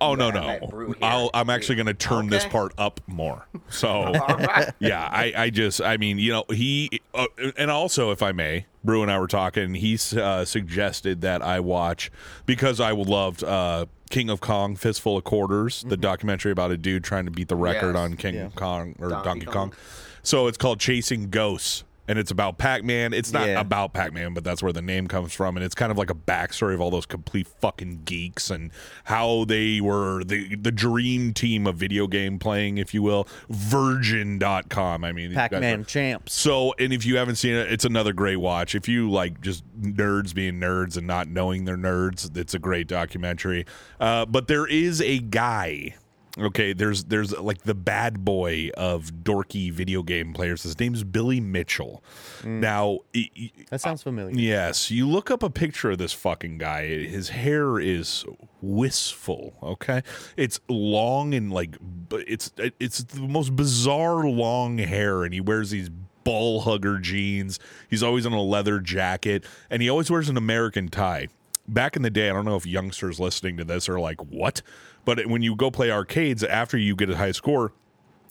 oh you no let- let Brew no! hear I'll, it. I'm actually going to turn this Okay. part up more. So All right. yeah, I I just I mean you know he uh, and also if I may, Brew and I were talking. He uh, suggested that I watch because I loved. Uh, King of Kong, Fistful of Quarters, Mm-hmm. the documentary about a dude trying to beat the record Yes. on King of Kong or Donkey Donkey Kong. Kong. So it's called Chasing Ghosts, and it's about Pac Man. It's not Yeah. about Pac Man, but that's where the name comes from. And it's kind of like a backstory of all those complete fucking geeks and how they were the, the dream team of video game playing, if you will. Virgin.com. I mean, you guys Pac Man are- champs. so, and if you haven't seen it, it's another great watch. If you like just nerds being nerds and not knowing they're nerds, it's a great documentary. Uh, but there is a guy. Okay, there's there's like the bad boy of dorky video game players. His name's Billy Mitchell. Now, e- e- That sounds familiar. Yes, you look up a picture of this fucking guy. His hair is wistful. Okay, it's long and like b- it's it's the most bizarre long hair, and he wears these ball hugger jeans. He's always in a leather jacket, and he always wears an American tie. Back in the day, I don't know if youngsters listening to this are like what, but when you go play arcades after you get a high score,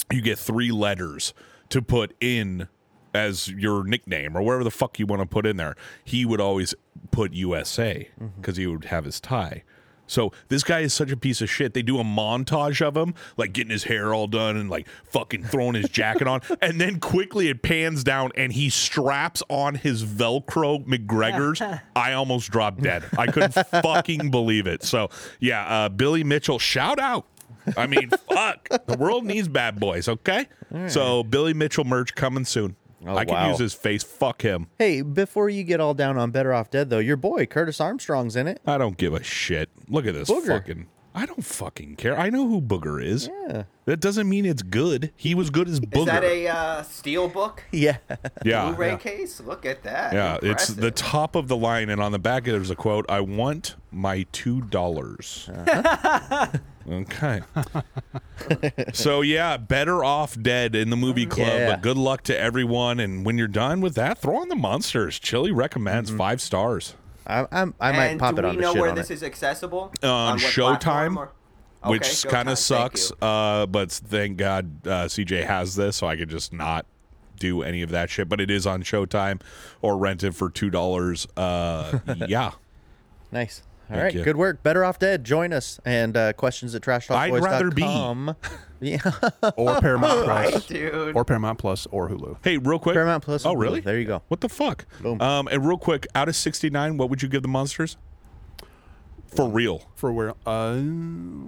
you get three letters to put in as your nickname or whatever the fuck you want to put in there. He would always put USA because he would have his tie. So this guy is such a piece of shit. They do a montage of him, like getting his hair all done and like fucking throwing his jacket on, and then quickly it pans down and he straps on his Velcro McGregor's. I almost dropped dead. I couldn't fucking believe it. So yeah, uh, Billy Mitchell, shout out. I mean, fuck. The world needs bad boys, okay? So Billy Mitchell merch coming soon. Oh, I can wow. use his face. Fuck him. Hey, before you get all down on Better Off Dead, though, your boy Curtis Armstrong's in it. I don't give a shit. Look at this Booger. fucking. I don't fucking care. I know who Booger is. Yeah. That doesn't mean it's good. He was good as Booger. Is that a uh, steel book? Yeah. yeah. Blu-ray yeah. case? Look at that. Yeah, it's Impressive. the top of the line, and on the back there's a quote: "I want my two dollars." Uh-huh. okay. so yeah, better off dead in the Mm, movie club. Yeah. But good luck to everyone, and when you're done with that, throw on the monsters. Chili recommends Mm-hmm. five stars, I, I'm, I might and pop do it on we the know shit where on this it. is accessible? Um, On what Showtime, platform or- Okay, which Showtime, kind thank of sucks. you. Uh, but thank God uh, CJ has this, so I could just not do any of that shit. But it is on Showtime or rented for two dollars. Uh, yeah. Nice. All Thank right, you. good work. Better Off Dead, join us. And uh, questions at trash talk I'd rather be. Yeah. or paramount plus Dude. or paramount plus or hulu Hey, real quick. Paramount Plus. Oh, and Hulu. really? There you go. What the fuck? Boom. Um, and real quick, out of 69, what would Um, you give the monsters? For real. for where uh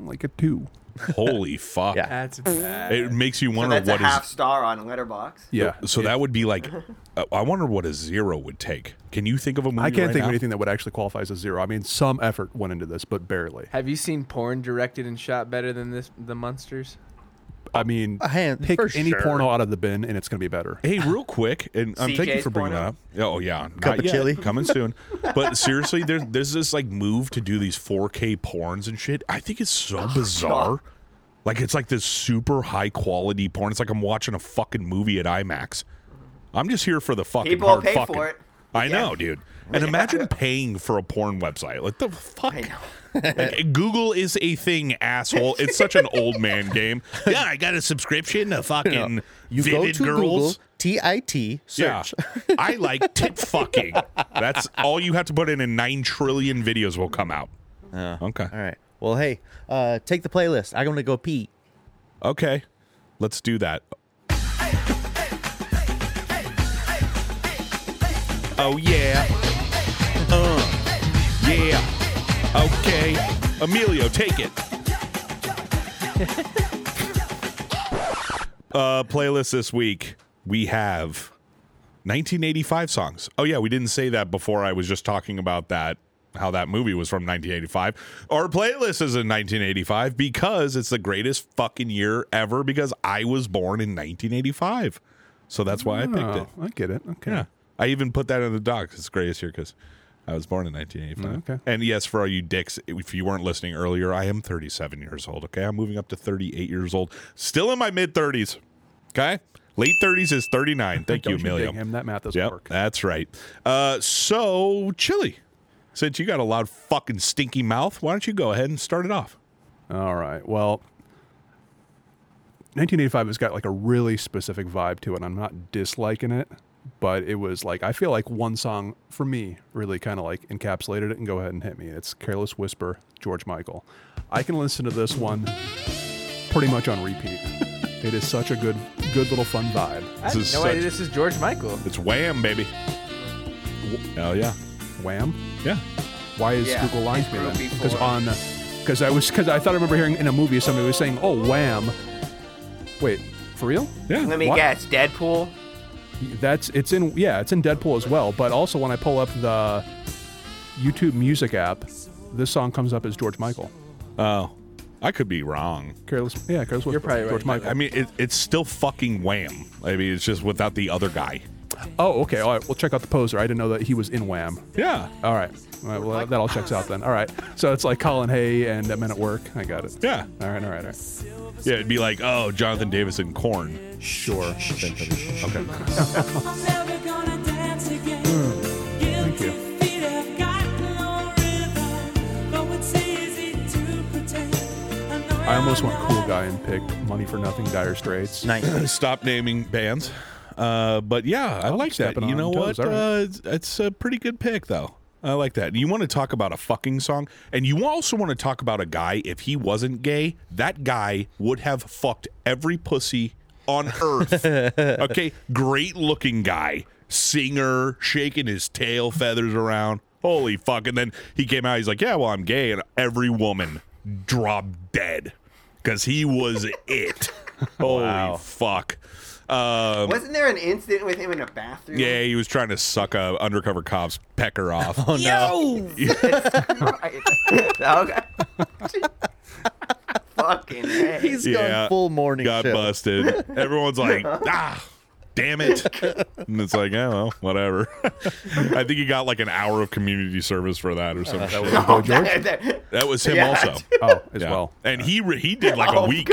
like a two Holy fuck! Yeah. That's bad. It makes you So wonder that's a what is. half star on Letterbox. Yeah. So that would be like, I- I wonder what a zero would take. Can you think of a movie? I can't right think now? of anything that would actually qualify as a zero. I mean, some effort went into this, but barely. Have you seen porn directed and shot better than this? The monsters. I mean, A hand- pick for any sure. porno out of the bin, and it's going to be better. Hey, real quick, and I'm thank you CJ's for bringing that porno? up. Oh yeah, Cup not of yet. chili. coming soon. But seriously, there's there's this like move to do these 4K porns and shit. I think it's so Oh, bizarre. Like it's like this super high quality porn. It's like I'm watching a fucking movie at IMAX. I'm just here for the fucking People hard pay fucking. for it. I know, dude. And imagine paying for a porn website. Like the fuck. Like, Google is a thing, asshole. It's such an old man game. Yeah, I got a subscription to fucking You Vivid go to Girls. Google, T I T, search. Yeah. I like tit fucking. That's all you have to put in, and nine trillion videos will come out. okay. All right. Well, hey, uh, take the playlist. I'm going to go pee. Okay. Let's do that. Oh, yeah. Uh, yeah. Okay. Emilio, take it. uh, playlist this week, we have 1985 songs. Oh yeah, we didn't say that before. I was just talking about that how that movie was from 1985. Our playlist is in 1985 because it's the greatest fucking year ever because I was born in 1985. So that's why I picked it. Oh, I get it. Okay. Yeah. I even put that in the docs. It's the greatest year because I was born in 1985. Mm, okay. And yes, for all you dicks, if you weren't listening earlier, I am 37 years old. Okay. I'm moving up to 38 years old. Still in my mid 30s. Okay. Late 30s is 39. Thank you, Don't you Emilio. dig him. That math doesn't Yep, work. that's right. Uh, so, Chili, since you got a loud fucking stinky mouth, why don't you go ahead and start it off? All right. Well, 1985 has got like a really specific vibe to it. And I'm not disliking it, but it was like I feel like one song for me really kind of like encapsulated it and go ahead and hit me. It's "Careless Whisper," George Michael. I can listen to this one pretty much on repeat. it is such a good, good little fun vibe. I had is no such- idea this is George Michael. It's Wham, baby. Oh, yeah. Wham. Yeah. Why is Yeah, Google lying it's to me then? groupie Because four. on, because I was, because I thought I remember hearing in a movie somebody was saying, "Oh, wham." Wait, for real? Yeah. Let me What? guess, Deadpool. That's it's in yeah, it's in Deadpool as well. But also when I pull up the YouTube Music app, this song comes up as George Michael. Oh, I could be wrong. Careless, yeah, careless. Whisper, You're probably right. George Michael. I mean, it, it's still fucking Wham. I mean, it's just without the other guy. oh, okay. All right, we'll check out the poser. I didn't know that he was in Wham. Yeah. All right, all right well, that all checks out then. All right, so it's like Colin Hay and Men at Work. I got it. Yeah. All right, all right, all right. Yeah, it'd be like, oh, Jonathan Davis and Corn. Sure. Okay. Mm. Thank you. I almost went cool guy and picked Money for Nothing, Dire Straits. Nice. Stop naming bands. Uh, but yeah, I like that. stepping You on know what? toes, all right. Uh, it's, it's a pretty good pick, though. I like that. You want to talk about a fucking song, and you also want to talk about a guy. If he wasn't gay, that guy would have fucked every pussy on earth. okay, great looking guy, singer, shaking his tail feathers around. Holy fuck! And then he came out. He's like, "Yeah, well, I'm gay," and every woman dropped dead because he was it. Holy fuck! Um, Wasn't there an incident with him in a bathroom? yeah, he was trying to suck a undercover cop's pecker off. oh Right. okay. Fucking A. He's Yeah. gone full morning got show. busted. Everyone's like, ah, damn it. And it's like, oh, well, whatever. I think he got like an hour of community service for Uh, that or some shit. Oh, that- that- That was him Yeah. also. Oh, as Yeah. well. Oh, And he re- he did like a week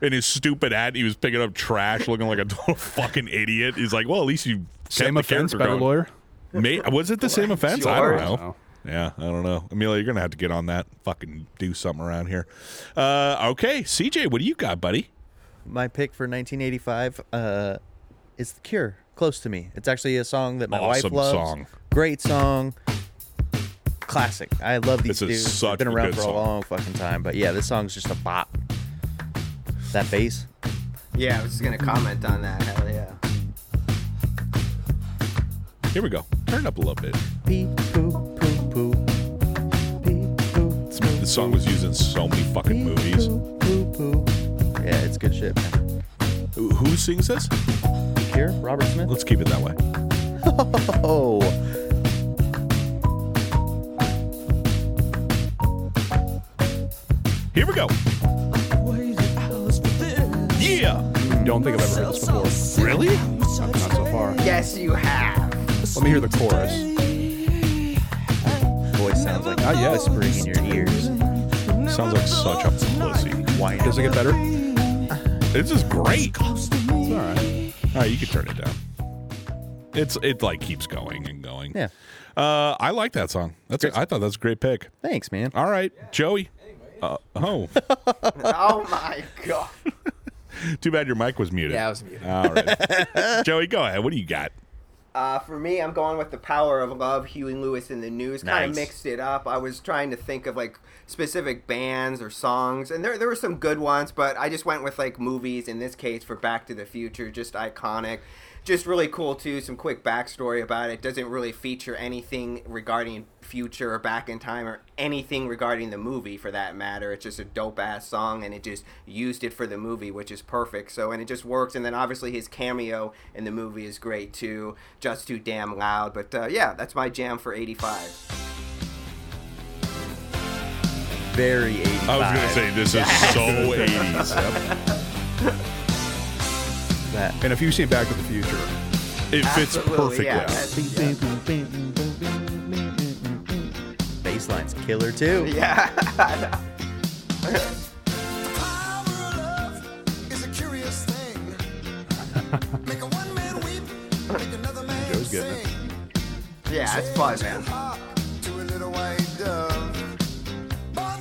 in his stupid ad. He was picking up trash, looking like a total fucking idiot. He's like, well, at least you Same kept the offense, character better going. lawyer. May- was it the same offense? I don't George. know. No. Yeah, I don't know. Amelia, you're gonna have to get on that. Fucking do something around here. Uh, okay, CJ, what do you got, buddy? My pick for 1985 uh, is The Cure, Close to Me. It's actually a song that my wife Awesome loves. song. Great song. Classic. I love these This is dudes. They've such been a around good for song. a long fucking time. But yeah, this song's just a bop. That bass. yeah, I was just gonna comment on that. Hell yeah. Here we go. Turn it up a little bit. Pee, poo, poo, poo. Pee, poo, It's, it's song was used in so many fucking movies. Yeah, it's good shit. Who, who sings this? Here, Robert Smith. Let's keep it that way. Oh, Here we go. Yeah. Don't think I've ever heard this before. Really? Not, not so far. Yes, you have. Let me hear the chorus. voice sounds like oh, yeah. whispering in your ears. Sounds like such a pussy. Whining. Does it get better? This is great. All It's all right. right, you can turn it down. It's it like keeps going and going. Yeah. Uh, I like that song. That's a, I thought that's a great pick. Thanks, man. All right, Joey. Uh, oh, Oh my god. too bad your mic was muted. Yeah, I was muted. All right, Joey, go ahead. What do you got? Uh, for me, I'm going with the power of love. Huey Lewis in the news kind Nice. of mixed it up. I was trying to think of like specific bands or songs, and there there were some good ones, but I just went with like movies. In this case, for Back to the Future, just iconic, just really cool too. Some quick backstory about it. Doesn't really feature anything regarding future or back in time or anything regarding the movie for that matter. It's just a dope ass song and it just used it for the movie, which is perfect. So and it just works. And then obviously his cameo in the movie is great too. Just too damn loud. But uh, yeah, that's my jam for '85. Very 85. I was gonna say this is so eighties. that. And if you've seen Back to the Future, It fits Absolutely, perfectly. yeah, that's- yeah. Bass line's killer too. Yeah. Joe's getting it. yeah, it's fun, man.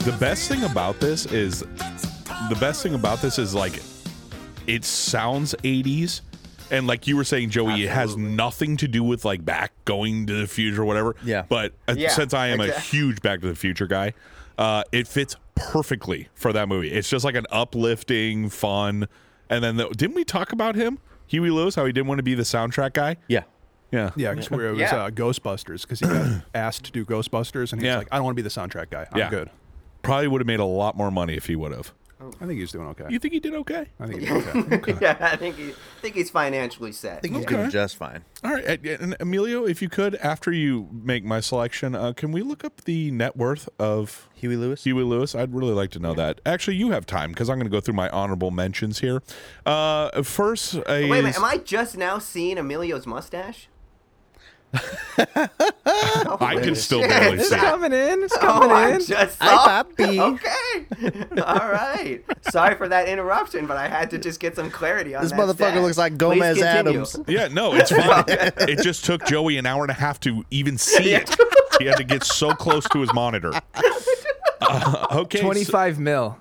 The best thing about this is the best thing about this is like it sounds 80s and like you were saying Joey it has nothing to do with like back going to the future or whatever. Yeah. But uh, Yeah, since I am a exact- huge back to the future guy, uh it fits perfectly for that movie. It's just like an uplifting fun and then the, didn't we talk about him? Huey Lewis how he didn't want to be the soundtrack guy? Yeah. Yeah. Yeah, because it was Yeah. uh, Ghostbusters, because he got asked to do Ghostbusters, and he's Yeah. like, I don't want to be the soundtrack guy. I'm Yeah. good. Probably would have made a lot more money if he would have. I think he's doing okay. You think he did okay? I think he's okay. yeah, I think he, I think he's financially set. I think he's doing just fine. All right, and- and Emilio, if you could, after you make my selection, uh, can we look up the net worth of Huey Lewis. Huey Lewis? I'd really like to know that. Actually, you have time because I'm going to go through my honorable mentions here. Uh, first, is, Wait a minute, am I just now seeing Emilio's mustache? I can still Shit. barely see. It's it. coming in. It's Oh, coming I in. just I saw- thought B. Okay. All right. Sorry for that interruption, but I had to just get some clarity on This that motherfucker stat. looks like Please Gomez continue. Adams. Yeah, no, it's fine. it just took Joey an hour and a half to even see it. He had to get so close to his monitor. Uh, okay, so- 25 mil.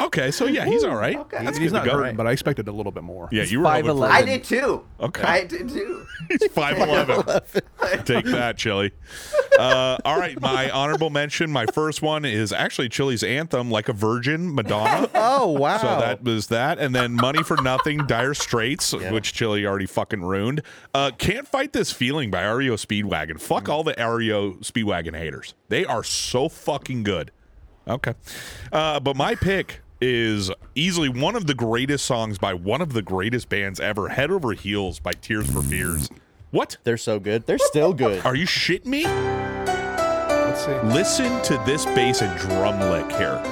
okay, so yeah, he's all right. Okay. That's he's good not to go. hurting, but I expected a little bit more. Yeah, you were Five hoping for- I eleven. did too. Okay. I did too. He's five eleven. Take that, Chili. Uh, all right, my honorable mention. My first one is actually Chili's anthem, "Like a Virgin," Madonna. Oh wow. So that was that, and then "Money for Nothing," Dire Straits, which Chili already fucking ruined. Uh, "Can't Fight This Feeling" by REO Speedwagon. Fuck Mm. all the REO Speedwagon haters. They are so fucking good. Okay, uh, but my pick is easily one of the greatest songs by one of the greatest bands ever, "Head Over Heels" by Tears for Fears. What? They're so good. They're still good. Are you shitting me? Let's see. Listen to this bass and drum lick here.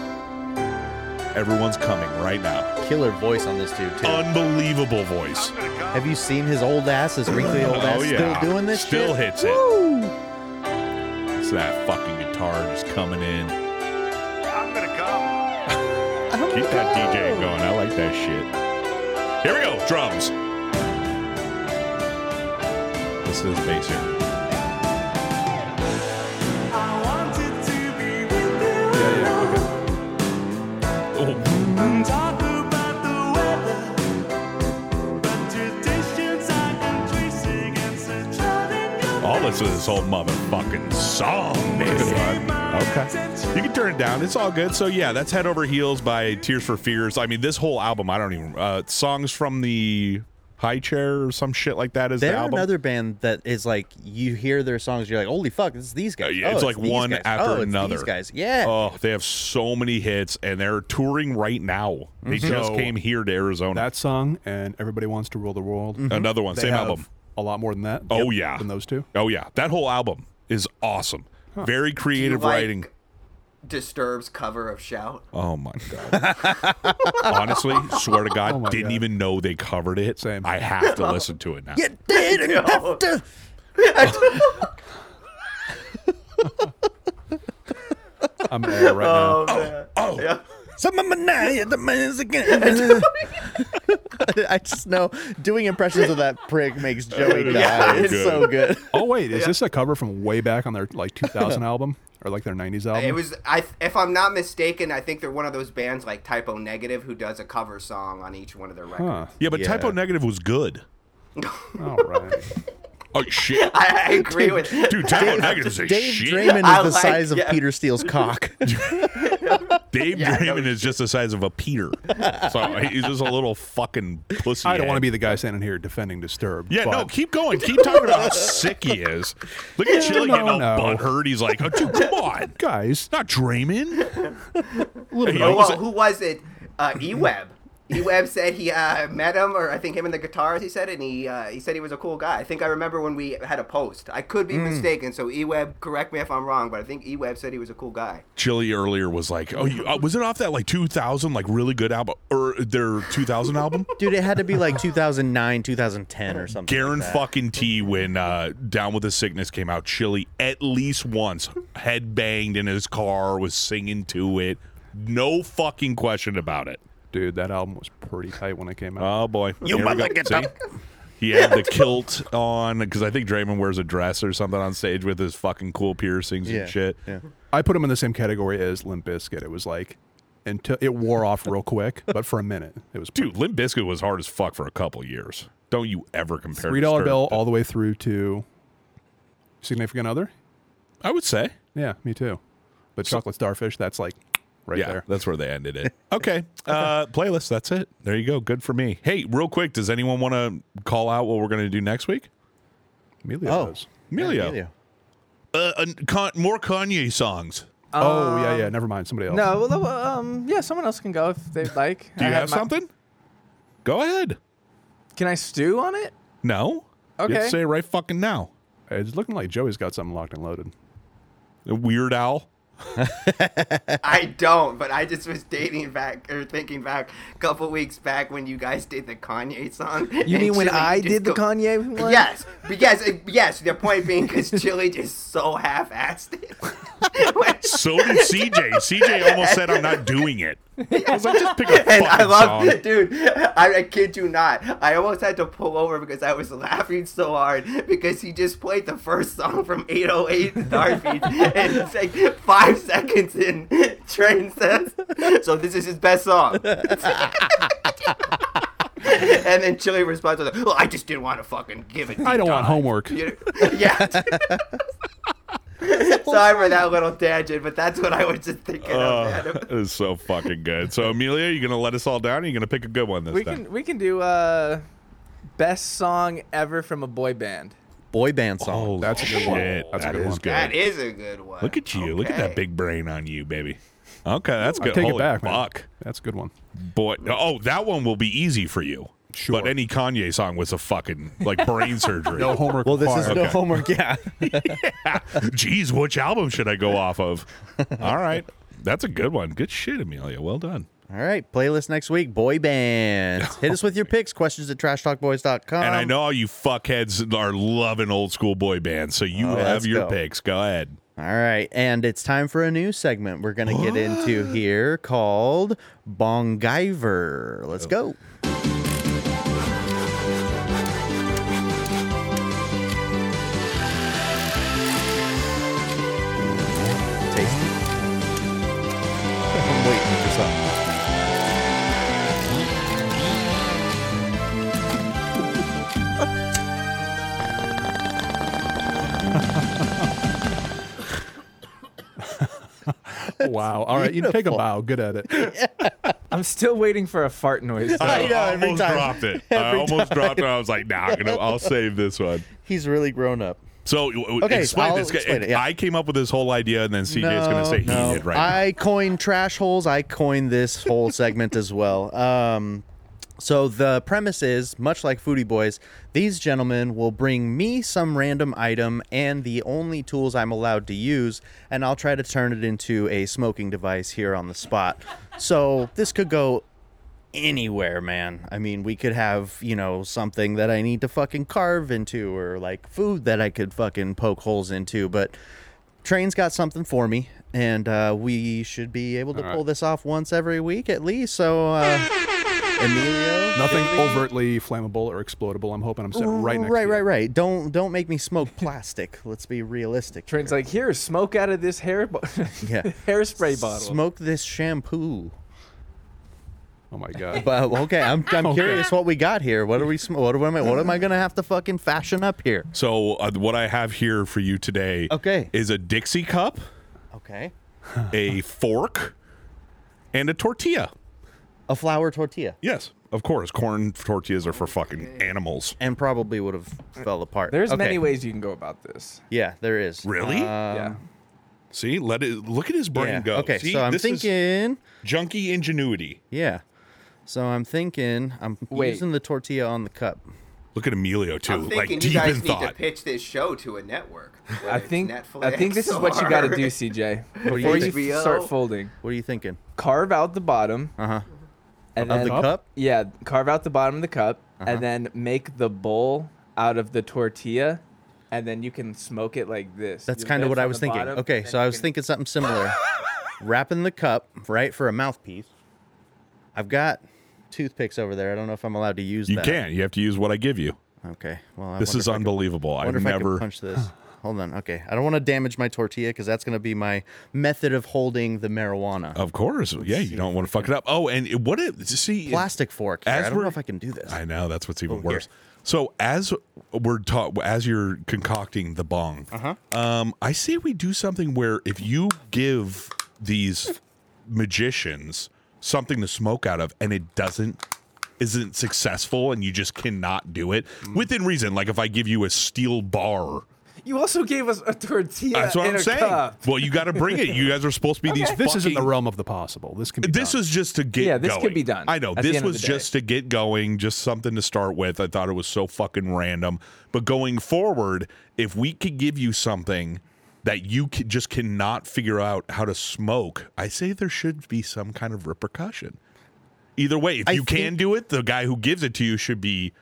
Everyone's coming right now. Killer voice on this dude too. Unbelievable voice. Have you seen his old ass? His wrinkly old ass Oh yeah. still doing this? Still shit? hits it. It's that fucking guitar just coming in. Keep that DJ going. I like that shit. Here we go. Drums. Listen to this bass here. Yeah, yeah, okay. Oh, I'll listen to this whole motherfucking song, baby. Okay. You can turn it down. It's all good. So yeah, that's Head Over Heels by Tears for Fears. I mean, this whole album, I don't even uh songs from the High Chair or some shit like that is the They're album. another band that is like you hear their songs, you're like, holy fuck, it's these guys. Uh, Yeah, Oh, it's like these one guys. after Oh, it's another. These guys, yeah. Oh, they have so many hits, and they're touring right now. They just Mhm. So- came here to Arizona. That song and Everybody Wants to Rule the World. Another one, mhm. They Mm-hmm. same have album. A lot more than that. Oh Yep, yeah, Than those two. Oh yeah, that whole album is awesome. Very creative like- writing. Disturbs cover of Shout. Oh my god! Honestly, swear to God, Oh my didn't God. even know they covered it. Same. I have to listen to it now. You didn't have to. I'm there right now. Oh, Some of my night, the man's again. I just know doing impressions of that prick makes Joey It is die. so It's so good. Oh wait, is this a cover from way back on their like 2000 album or like their 90s Um, album? It was I if I'm not mistaken, I think they're one of those bands like Typo Negative who does a cover song on each one of their records. Huh. Yeah, but Yeah. Typo Negative was good. All right. Oh shit, I, I agree with dude! Typo Negative is a Dave shit. Draymond is I the like- size of yeah. Peter Steele's cock. Dave Draymond is just the size of a Peter, so uh, he's just a little fucking pussy. I don't want to head. be the guy standing here defending Disturbed. Yeah, no, but- keep going. Keep talking about how sick he is. Look at Chili no, getting all no. butthurt. He's like, oh, dude, come on. guys. Not Draymond. Hey, Oh, yo, well, he's who was it? Uh, Eweb. Eweb said he uh, met him, or I think him and the guitars. He said, and he uh, he said he was a cool guy. I think I remember when we had a post. I could be Hmm. mistaken, so Eweb, correct me if I'm wrong, but I think Eweb said he was a cool guy. Chili earlier was like, oh, you, uh, was it off that like 2000, like really good album or their 2000 album? Dude, it had to be like 2009, 2010 or something. like Garen that. fucking T when uh, Down with the Sickness came out, Chili at least once headbanged in his car, was singing to it. No fucking question about it. Dude, that album was pretty tight when it came out. Oh boy, You Here we go. mother get See? up. He had the kilt on because I think Draymond wears a dress or something on stage with his fucking cool piercings Yeah. and shit. Yeah. I put him in the same category as Limp Bizkit. It was like until it wore off real quick, but for a minute it was Dude, Limp Bizkit was hard as fuck for a couple years. Don't you ever compare three dollar Disturbed bill to- all the way through to significant other. I would say. Yeah, me too. But chocolate starfish, that's like right yeah, there. that's where they ended it. Okay. Uh playlist, that's it. There you go. Good for me. Hey, real quick, does anyone want to call out what we're going to do next week? Emilio Oh. does. Emilio. Uh, uh, con- more Kanye songs. oh Um, yeah, yeah. Never mind. Somebody else. No, well, uh, um, yeah, someone else can go if they'd like. Do you I have my- something? Go ahead. Can I stew on it? No. You have to Okay. say it right fucking now. It's looking like Joey's got something locked and loaded. Weird Owl. I don't, but I just was dating back or thinking back a couple weeks back when you guys did the Kanye song. You and mean when Chili I just did the go- Kanye one? Yes, because yes. The point being, because Chili just so half-assed it. When- So did CJ. CJ almost said, "I'm not doing it." I was like, "Just pick a and fucking I love, song." dude. I, I kid you not. I almost had to pull over because I was laughing so hard because he just played the first song from 808 Darby, and it's like five seconds in. Train says, "So this is his best song." and then Chili responds was like, "Well, I just didn't want to fucking give it." I don't want homework. yeah. Sorry for that little tangent, but that's what I was just thinking of. man. It was Uh, so fucking good. So Amelia, you gonna let us all down? Or you gonna pick a good one this We time? can we can do uh, best song ever from a boy band. Boy band song. Oh, that's shit. That's a good one. That is a good one. Look at you. Look at Okay. that big brain on you, baby. Okay, that's I good. take Holy it back, man. fuck, That's a good one. boy. Oh, that one will be easy for you. Sure. But any Kanye song was a fucking like brain surgery. No homework. well, this is required. no Okay. homework. Yeah. Geez, which album should I go off of? All right, that's a good one. Good shit, Amelia. Well done. All right. Playlist next week. Boy bands. Hit us with your picks. Questions at trashtalkboys.com. And I Um, know all you fuckheads are loving old school boy bands, so you Oh, have let's your go. picks. Go ahead. All right, and it's time for a new segment we're going to get into here called Bongiver. Let's go. Tasty. I'm waiting for something. Wow. All right. You take a Beautiful. bow. Good at it. I'm still waiting for a fart noise. I almost dropped it. I almost dropped it. I was like, nah, I'm gonna, I'll save this one. He's really grown up. So w- w- Okay, explain I'll this. guy- explain it, yeah. I came up with this whole idea, and then CJ's gonna say he did right. I coined trash holes. I coined this whole segment as well. Um, so the premise is much like Foodie Boys, these gentlemen will bring me some random item and the only tools I'm allowed to use, and I'll try to turn it into a smoking device here on the spot. So this could go anywhere, man. I mean, we could have, you know, something that I need to fucking carve into or like food that I could fucking poke holes into, but Train's got something for me and uh, we should be able to pull this off once every week at least. So uh Emilio Nothing overtly flammable or explodable. I'm hoping I'm sitting right next right, to you. right, right. Don't don't make me smoke plastic. Let's be realistic. Train's like, here, smoke out of this hair bo- Yeah. hairspray bottle. Smoke this shampoo. Oh my god. But okay, I'm I'm curious what we got here. What are we? sm- What am I? What am I gonna have to fucking fashion up here? So uh, what I have here for you today, Okay. is a Dixie cup, Okay. a fork, and a tortilla. A flour tortilla. Yes, of course, corn tortillas are for fucking animals. And probably would have fell apart. Uh, There's Okay. Um, many ways you can go about this. Yeah, there is. Really? yeah. See, let it look at his brain Uh, Yeah. go. Okay, See, so I'm this is thinking. junky ingenuity. Yeah. So I'm thinking. I'm Wait. using the tortilla on the cup. Look at Emilio too, I'm like thinking deep you in guys need to thought. pitch this show to a network. whether I it's think Netflix I think this is what you got to or- do, CJ. do you Before you, think? start folding, What are you thinking? carve out the bottom Uh huh. and Of then the cup. yeah, carve out the bottom of the cup Uh-huh. and then make the bowl out of the tortilla, and then you can smoke it like this. That's You kind of lift what I on was the thinking. bottom, okay, and so you I was can- thinking something similar. Wrapping the cup right for a mouthpiece. I've got toothpicks over there. I don't know if I'm allowed to use You that. can. You have to use what I give you. Okay. Well, I This wonder is if I could- unbelievable. I wonder I've if I never. can punch this. Hold on. Okay. I don't want to damage my tortilla because that's going to be my method of holding the marijuana. Of course, yeah. You don't want to fuck it up. Oh, and it- what it see? Plastic fork. here. as I don't know we're- if I can do this. I know that's what's even here. worse. So as we're taught, as you're concocting the bong, um, I say we do something where if you give these magicians something to smoke out of, and it doesn't isn't successful, and you just cannot do it within reason. Like if I give you a steel bar. You also gave us a tortilla. That's what in I'm a saying. Cup. Well, you got to bring it. You guys are supposed to be these. This isn't the fucking- realm of the possible. This can be This done. is just to get. Yeah, this going. could be done I know at the this end of was the day. just to get going, just something to start with. I thought it was so fucking random. But going forward, if we could give you something that you c- just cannot figure out how to smoke, I say there should be some kind of repercussion. Either way, if I you can think- do it, the guy who gives it to you should be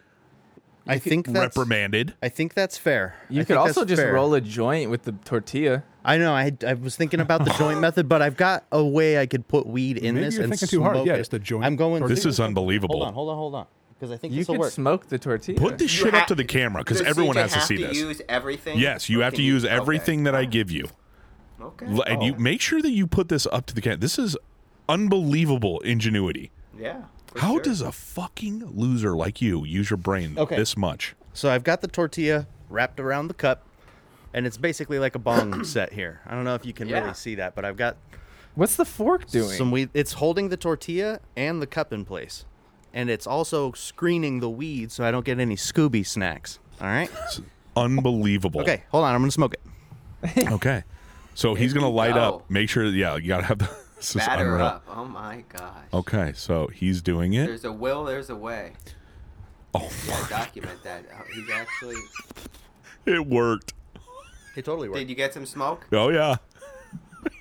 I think that's. reprimanded. I think that's fair. You I could think also that's just fair. roll a joint with the tortilla. I know. I, I was thinking about the joint method, but I've got a way I could put weed in Maybe this you're and thinking too hard. smoke Yeah, it. it's the joint I'm going. or- This is unbelievable. Hold on, hold on, hold on, because I think You this will could work. smoke the tortilla. Put this You shit ha- up to the camera because Does everyone CJ has to have see this. Use everything. Yes, you Or have can to use everything that I give you. Okay. L- okay. and Oh. you make sure that you put this up to the cat. This is unbelievable ingenuity. Yeah. for How sure. does a fucking loser like you use your brain Okay. this much? So I've got the tortilla wrapped around the cup, and it's basically like a bong set here. I don't know if you can Yeah. really see that, but I've got What's the fork doing? some weed. It's holding the tortilla and the cup in place, and it's also screening the weed so I don't get any Scooby snacks. All right. It's unbelievable. Okay, hold on. I'm gonna smoke it. Okay. So he's gonna you light go. up. Make sure. Yeah, you gotta have the. This is batter unreal. up? Oh my gosh. Okay, so he's doing it. There's a will, there's a way. Oh, You gotta document that. Oh, He's actually. it worked. It totally worked. Did you get some smoke? Oh yeah. Are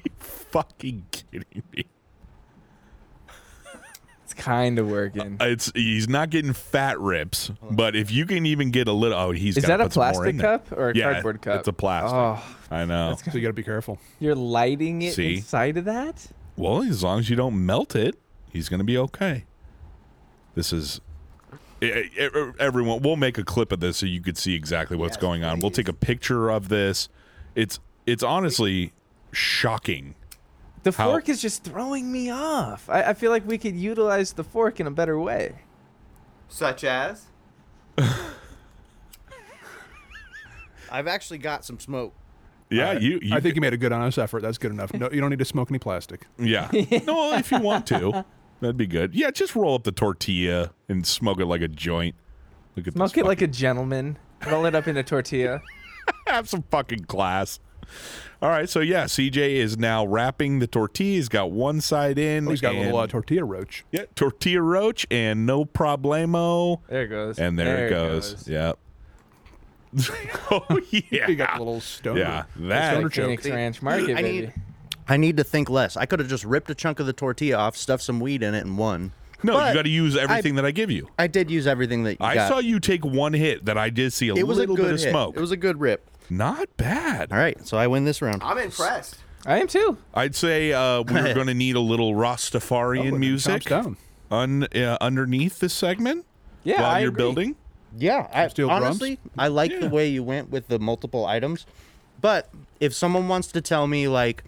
you fucking kidding me? It's kind of working. It's he's not getting fat rips, but if you can even get a little, oh, he's Is gotta that a put some more plastic in there. cup or a yeah, cardboard cup? It's a plastic. Oh, I know. So you got to be careful. you're lighting it See? inside of that? Well, as long as you don't melt it, he's going to be okay. This is e- e- everyone. We'll make a clip of this so you could see exactly what's going on. We'll take a picture of this. It's it's honestly shocking. The How- fork is just throwing me off. I, I feel like we could utilize the fork in a better way. Such as? I've actually got some smoke. Yeah, I- Uh, you, you. I think you made a good honest effort. That's good enough. No, you don't need to smoke any plastic. Yeah. no, if you want to. That'd be good. Yeah, just roll up the tortilla and smoke it like a joint. Look at Smoke this it like a gentleman. Roll it up in a tortilla. have some fucking class. All right, so yeah, CJ is now wrapping the tortilla. He's got one side in. Oh, he's got a little uh, and- tortilla roach. yeah, tortilla roach and no problemo. There it goes. And there, it goes. Yep. oh yeah. He got a little stoner. Yeah, Stoner that. Like Phoenix Ranch Market, I baby. need- I need to think less. I could have just ripped a chunk of the tortilla off, stuffed some weed in it, and won. No, But you got to use everything that I give you. I did use everything that you I got. saw you take one hit that I did see a it was a little good bit of hit. smoke. It was a good rip. Not bad. All right, so I win this round. I'm impressed. I am too. I'd say uh, we're going to need a little Rastafarian Oh, it music chops down. un, uh, underneath this segment Yeah, while I you're agree. building. Yeah, I, Steel drums? honestly, I like Yeah. the way you went with the multiple items. But if someone wants to tell me, like,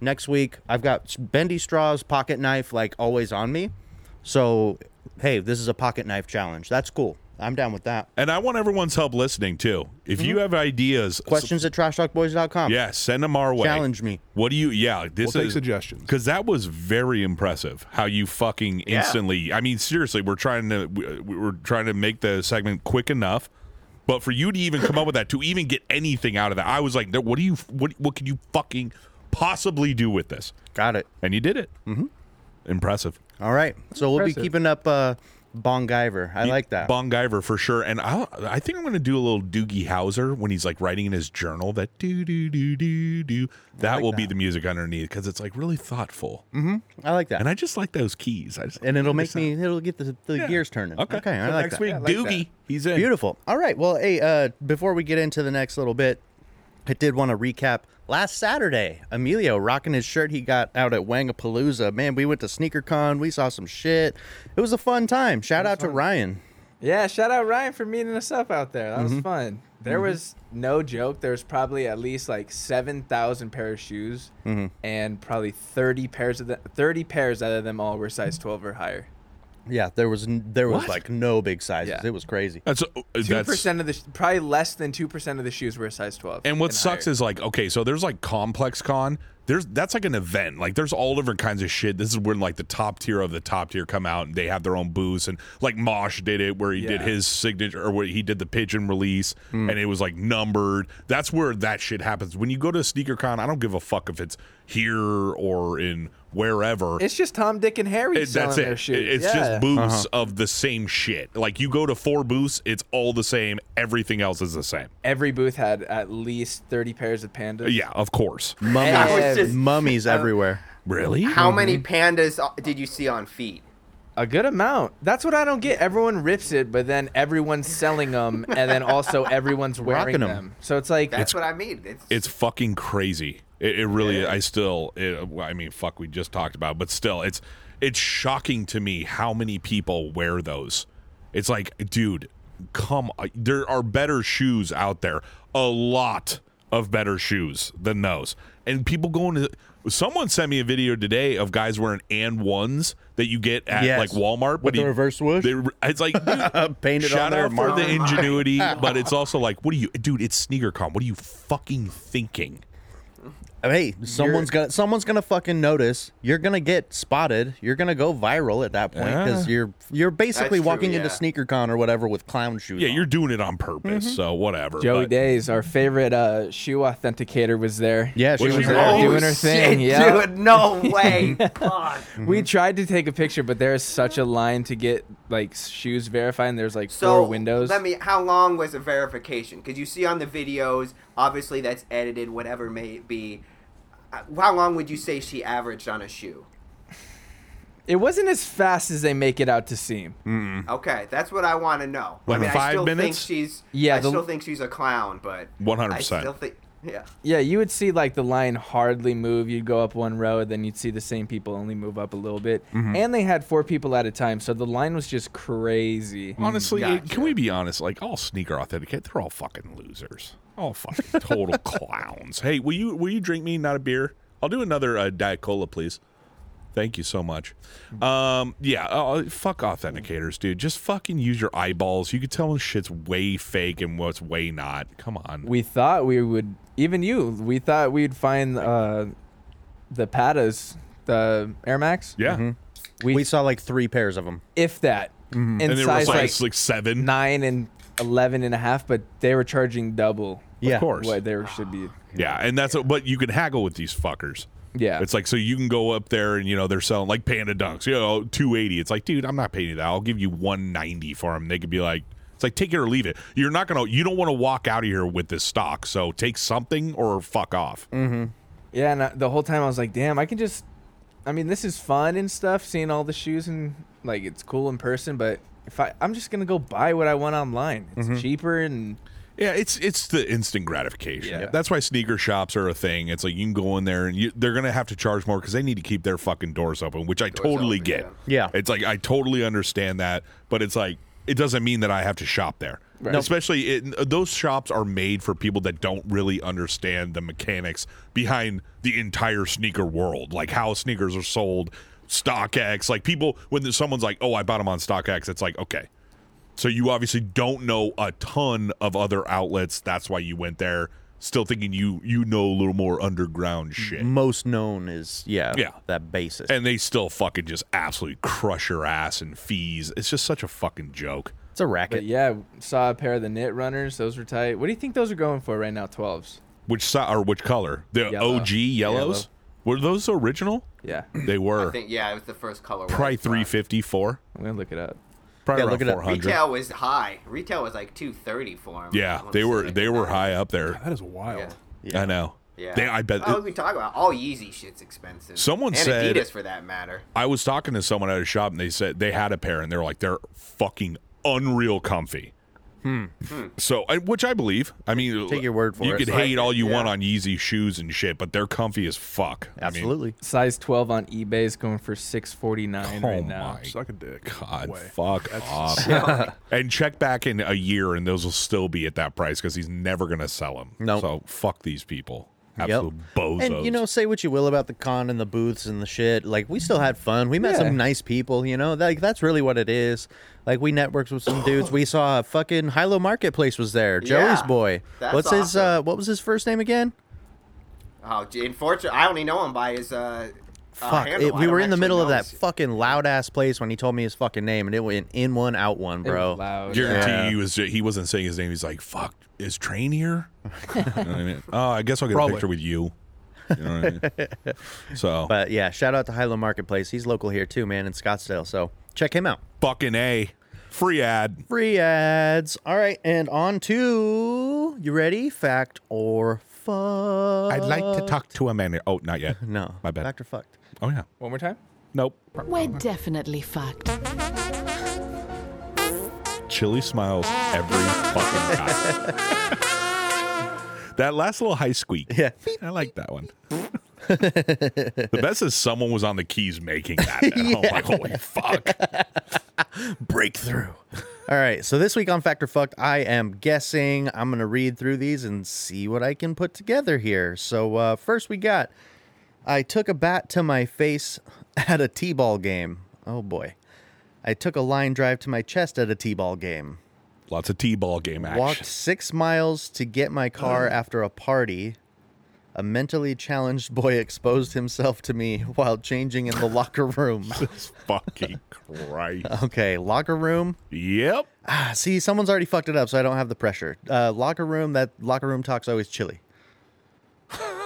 next week, I've got s- bendy straws, pocket knife, like, always on me. So, hey, this is a pocket knife challenge. That's cool. I'm down with that. And I want everyone's help listening too. If you have ideas, Questions at trashtalkboys.com. yeah, send them our way. Challenge me. What do you? Yeah, We'll this take is suggestions. because that was very impressive. How you fucking instantly? I mean, seriously, we're trying to we- we're trying to make the segment quick enough, but for you to even come up with that, to even get anything out of that, I was like, what do you? What what can you fucking possibly do with this? Got it. And you did it. Mm-hmm. Impressive. All right. So we'll Impressive. be keeping up uh, Bongiver. I like that. Bongiver for sure. And I, I think I'm going to do a little Doogie Howser when he's like writing in his journal that do do do do do. That will be the music underneath because it's like really thoughtful. I like that. And And, I just like those keys. I just Mm-hmm. it'll make me, it'll get the, the Yeah. gears turning. Okay. Okay. I So like next that. week, Yeah, I like Doogie. that. He's in. Beautiful. All right. Well, hey, uh, before we get into the next little bit, I did want to recap last Saturday. Emilio rocking his shirt he got out at Wangapalooza. Man, we went to Sneaker Con. We saw some shit. It was a fun time. Shout out to Ryan. Yeah, shout out Ryan for meeting us up out there. That Mm-hmm. was fun. There was no joke. There was probably at least like seven thousand pair of shoes, Mm-hmm. and probably thirty pairs of the thirty pairs out of them all were size twelve or higher. Yeah, there was n- there was What? like no big sizes. Yeah. It was crazy. That's Two that's. percent of the sh- probably less than two percent of the shoes were size twelve. And what sucks is like okay, so there's like Complex Con. There's that's like an event. Like there's all different kinds of shit. This is when like the top tier of the top tier come out and they have their own booths. And like Mosh did it where he did Yeah. his signature or where he did the pigeon release Hmm. and it was like numbered. That's where that shit happens. When you go to sneaker con, I don't give a fuck if it's here or in wherever. it's just Tom, Dick, and Harry It- selling that's their it. shoes. It- It's Yeah. just booths of the same shit. Like you go to four booths, it's all the same. Everything else is the same. Every booth had at least thirty pairs of pandas. Yeah, of course. I Mummies, was just- mummies everywhere. Really? How many pandas uh, did you see on feet? A good amount. That's what I don't get. Everyone rips it, but then everyone's selling them, and then also everyone's wearing Rocking 'em. them. So it's like That's what I mean. It's, It's fucking crazy. It, it really. I still. It, I mean, fuck. We just talked about, it, but still, it's it's shocking to me how many people wear those. It's like, dude, come. on. There are better shoes out there. A lot of better shoes than those. And people going to. Someone sent me a video today of guys wearing and ones that you get at Yes. like Walmart, With the reverse swoosh? they- it's like dude, Painted on shout there out and for marked. the ingenuity, but it's also like, what are you, dude? It's SneakerCon. What are you fucking thinking? Um, Hey, someone's gonna someone's gonna fucking notice. You're gonna get spotted. You're gonna go viral at that point because you're you're basically That's true, walking into yeah. sneaker con or whatever with clown shoes. Yeah, on. you're doing it on purpose. So whatever. Joey but- Days, our favorite uh, shoe authenticator, was there. Yeah, she Was was, she there. wrong? doing her thing, yeah. dude, no way. God. We Mm-hmm. tried to take a picture, but there is such a line to get like shoes verified. And there's like So four windows. Let me. How long was the verification? Because you see on the videos, obviously that's edited, whatever may it be. Uh, How long would you say she averaged on a shoe? It wasn't as fast as they make it out to seem. Okay, that's what I want to know. Like I mean, five I still minutes? think she's. Yeah, I the- still think she's a clown, but. 100%. I still think. Yeah. Yeah, you would see like the line hardly move. You'd go up one row, then you'd see the same people only move up a little bit. Mm-hmm. And they had four people at a time, so the line was just crazy. honestly, can we be honest? Like all sneaker authenticate, they're all fucking losers. All fucking total clowns. Hey, will you will you drink me not a beer? I'll do another uh, diet cola, please. Thank you so much. Um, yeah, uh, fuck authenticators, dude. Just fucking use your eyeballs. You can tell when shit's way fake and what's way not. Come on. We thought we would, even you, we thought we'd find uh, the Patas, the Air Max. yeah. We, saw like three pairs of them. if that. Mm-hmm. And, and they were size like, like it's like seven. nine and 11 and a half, but they were charging double. Yeah. Of course. What there should be. Yeah, and that's but you can haggle with these fuckers. Yeah. It's like so you can go up there and you know they're selling like panda dunks, you know, two eighty. It's like, dude, I'm not paying you that. I'll give you one ninety for them. They could be like, it's like take it or leave it. You're not gonna, you don't want to walk out of here with this stock. So take something or fuck off. Yeah, and I, the whole time I was like, damn, I can just. I mean, this is fun and stuff, seeing all the shoes and like it's cool in person, but if I, I'm just gonna go buy what I want online. It's cheaper and Yeah, it's it's the instant gratification. Yeah. That's why sneaker shops are a thing. It's like you can go in there and you, they're gonna have to charge more because they need to keep their fucking doors open, which I totally open, get. yeah. Yeah. it's like I totally understand that, but it's like it doesn't mean that I have to shop there. Especially it, those shops are made for people that don't really understand the mechanics behind the entire sneaker world, like how sneakers are sold, StockX. Like people when someone's like, "Oh, I bought them on StockX," it's like, okay. So you obviously don't know a ton of other outlets. That's why you went there, still thinking you you know a little more underground shit. Most known is yeah, Yeah. that basis. And they still fucking just absolutely crush your ass and fees. It's just such a fucking joke. it's a but racket. yeah, saw a pair of the knit runners, those were tight. What do you think those are going for right now? Twelves. Which si- or which color? The Yellow. OG yellows. Were those original? Yeah. I'm They were. I think yeah, it was the first color. Probably three fifty four. gonna look it up. Probably Yeah, around look it up. four hundred. Retail was high. Retail was like two thirty for them. Yeah, they were they were high up there. That is wild. Yeah. I know. Yeah. They, I bet. Oh, we talk about all Yeezy shit's expensive. Someone and said- Adidas for that matter. I was talking to someone at a shop and they said they had a pair and they're like they're fucking unreal comfy. Hmm. So, I- which I believe. I mean, Take your word for you it. could It's like- hate all you want on Yeezy shoes and shit, but they're comfy as fuck. I mean, Absolutely. Size twelve on eBay is going for six forty nine Oh right now. my Suck a dick. god, Way. fuck off. and check back in a year and those will still be at that price because he's never gonna sell them. Nope. So fuck these people. Yep. Absolute bozos. And you know, say what you will about the con and the booths and the shit. Like we still had fun. We met some nice people. You know, like that's really what it is. Like we networked with some dudes. We saw a fucking high low marketplace was there. Joey's Yeah, boy. that's What's his? awesome. Uh, what was his first name again? Oh, gee, unfortunately, I only know him by his. Uh, uh, Fuck! handle. it- I we don't were in the actually middle of know that his- fucking loud ass place when he told me his fucking name, and it went in one, out one, It was bro. loud. guarantee Yeah. he was he wasn't saying his name. He's like, fuck, is train here? You know what I mean? Oh, I guess I'll get Probably. a picture with you. You know what I mean? So But yeah, shout out to Hilo Marketplace. He's local here too, man, in Scottsdale. So check him out. fucking a free ad. Free ads. All right, and on to you ready? Fact or fuck? I'd like to talk to a man. Oh, not yet. No, my bad. Fact or fucked? Oh yeah. One more time? Nope. We're definitely fucked. Chili smiles every fucking time. that last little high squeak. Yeah. I like that one. the best is someone was on the keys making that. And I'm like, holy fuck. Breakthrough. All right, so this week on Fact or Fucked, I am guessing. I'm going to read through these and see what I can put together here. So, uh, first we got I took a bat to my face at a T ball game. Oh boy. I took a line drive to my chest at a T ball game. Lots of T-ball game action. Walked six miles to get my Oh. car after a party. A mentally challenged boy exposed himself to me while changing in the locker room. Fucking Christ. Okay, locker room. Yep. Ah, see, someone's already fucked it up, so I don't have the pressure. Uh, locker room. That locker room talk's always chilly.